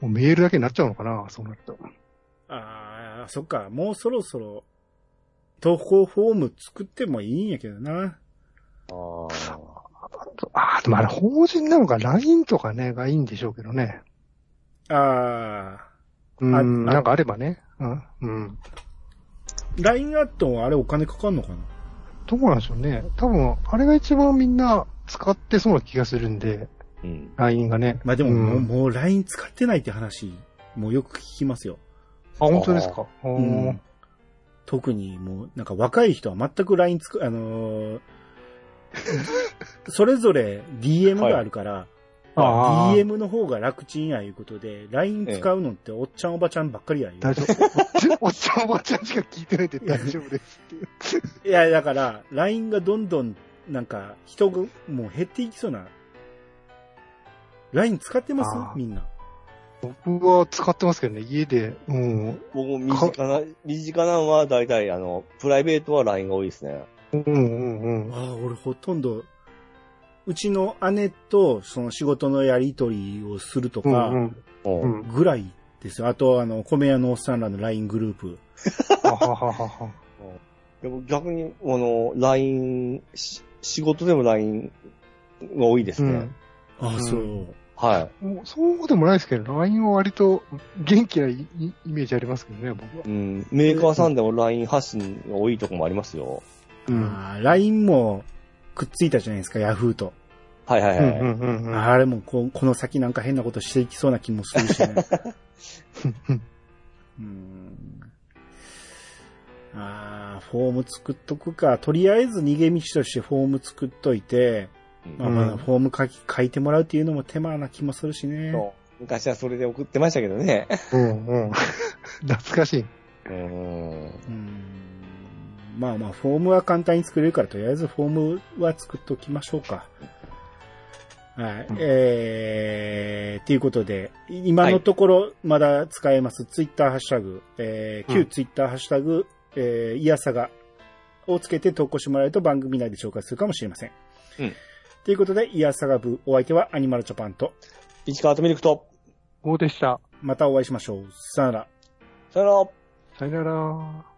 [SPEAKER 3] もうメールだけになっちゃうのかな、そうなると。
[SPEAKER 1] ああ、そっか。もうそろそろ、投稿フォーム作ってもいいんやけどな。
[SPEAKER 2] あー
[SPEAKER 3] ああ、でもあれ法人なのか、LINE とかね、がいいんでしょうけどね。
[SPEAKER 1] ああ、
[SPEAKER 3] うん、
[SPEAKER 1] あ
[SPEAKER 3] なんかあればね。うんうん。
[SPEAKER 1] LINE アットはあれお金かかんのかな
[SPEAKER 3] どうなんでしょうね。多分、あれが一番みんな使ってそうな気がするんで、
[SPEAKER 2] うん。
[SPEAKER 3] LINE がね。
[SPEAKER 1] まあでも
[SPEAKER 3] うん
[SPEAKER 1] もう、もう LINE 使ってないって話、もうよく聞きますよ。
[SPEAKER 3] あ、本当ですか。あー
[SPEAKER 1] うん特にもう、なんか若い人は全く LINE つく、あのー それぞれ DM があるから、
[SPEAKER 3] あー
[SPEAKER 1] DM の方が楽ちんやいうことで、LINE 使うのっておっちゃんおばちゃんばっかりやいう。
[SPEAKER 3] 大丈夫。おっちゃんおばちゃんしか聞いてないで大丈夫ですっていう。
[SPEAKER 1] いや、だから、LINE がどんどん、なんか、人がもう減っていきそうな。LINE 使ってます
[SPEAKER 3] あー
[SPEAKER 1] みんな。
[SPEAKER 3] 僕は使ってますけどね、家で、うん、
[SPEAKER 2] 僕も身近な、身近なのは大体、あの、プライベートは LINE が多いですね。
[SPEAKER 3] うんうんうん。
[SPEAKER 1] ああ、俺ほとんど、うちの姉とその仕事のやりとりをすると
[SPEAKER 3] うん
[SPEAKER 1] か、
[SPEAKER 3] うん
[SPEAKER 2] う。
[SPEAKER 3] うんん。
[SPEAKER 1] ぐらいですよ。あと、あの、米屋のおっさんらの LINE グループ。
[SPEAKER 3] ははははは。
[SPEAKER 2] でも逆に、あの、LINE、し仕事でも LINE が多いです
[SPEAKER 3] う
[SPEAKER 2] ね。
[SPEAKER 3] ん。
[SPEAKER 1] ああ、
[SPEAKER 3] うん
[SPEAKER 1] そう。
[SPEAKER 2] は。。
[SPEAKER 3] もうそうでもないですけど、LINE は割と元気ないイイメージありますけどね、僕はい
[SPEAKER 2] うん。メーカーさんでも LINE 発信が多いとこもありますよ。
[SPEAKER 3] うん。
[SPEAKER 1] あー LINE もくっついたじゃないですか、ヤフーと。
[SPEAKER 2] はいはいはい。
[SPEAKER 3] うんうんうんうん
[SPEAKER 1] あれもここの先なんか変なことしていきそうな気もするしね。うんああ、フォーム作っとくか。とりあえず逃げ道としてフォーム作っといて、まあ、
[SPEAKER 2] うん
[SPEAKER 1] ま
[SPEAKER 3] う
[SPEAKER 1] だ
[SPEAKER 3] ん
[SPEAKER 1] フォーム書き、書いてもらうっていうのも手間な気もするしね。
[SPEAKER 2] そう昔はそれで送ってましたけどね。
[SPEAKER 3] うんうん。懐かしい。
[SPEAKER 2] うん。
[SPEAKER 1] うんまあまあ、フォームは簡単に作れるから、とりあえずフォームは作っときましょうか。はい。
[SPEAKER 3] うん
[SPEAKER 1] えー、ということで、今のところまだ使えます、ツイッターハッシュタグ、えー、
[SPEAKER 3] う
[SPEAKER 1] 旧
[SPEAKER 3] ん
[SPEAKER 1] ツイッターハッシュタグ、えー、いやさがをつけて投稿してもらえると番組内で紹介するかもしれません。
[SPEAKER 2] うん
[SPEAKER 1] ということで、いやさが部、お相手はアニマルジャパンと、
[SPEAKER 2] 市川とミルクと、
[SPEAKER 3] 5でした。
[SPEAKER 1] またお会いしましょう。さよなら。
[SPEAKER 2] さよなら。
[SPEAKER 3] さよなら。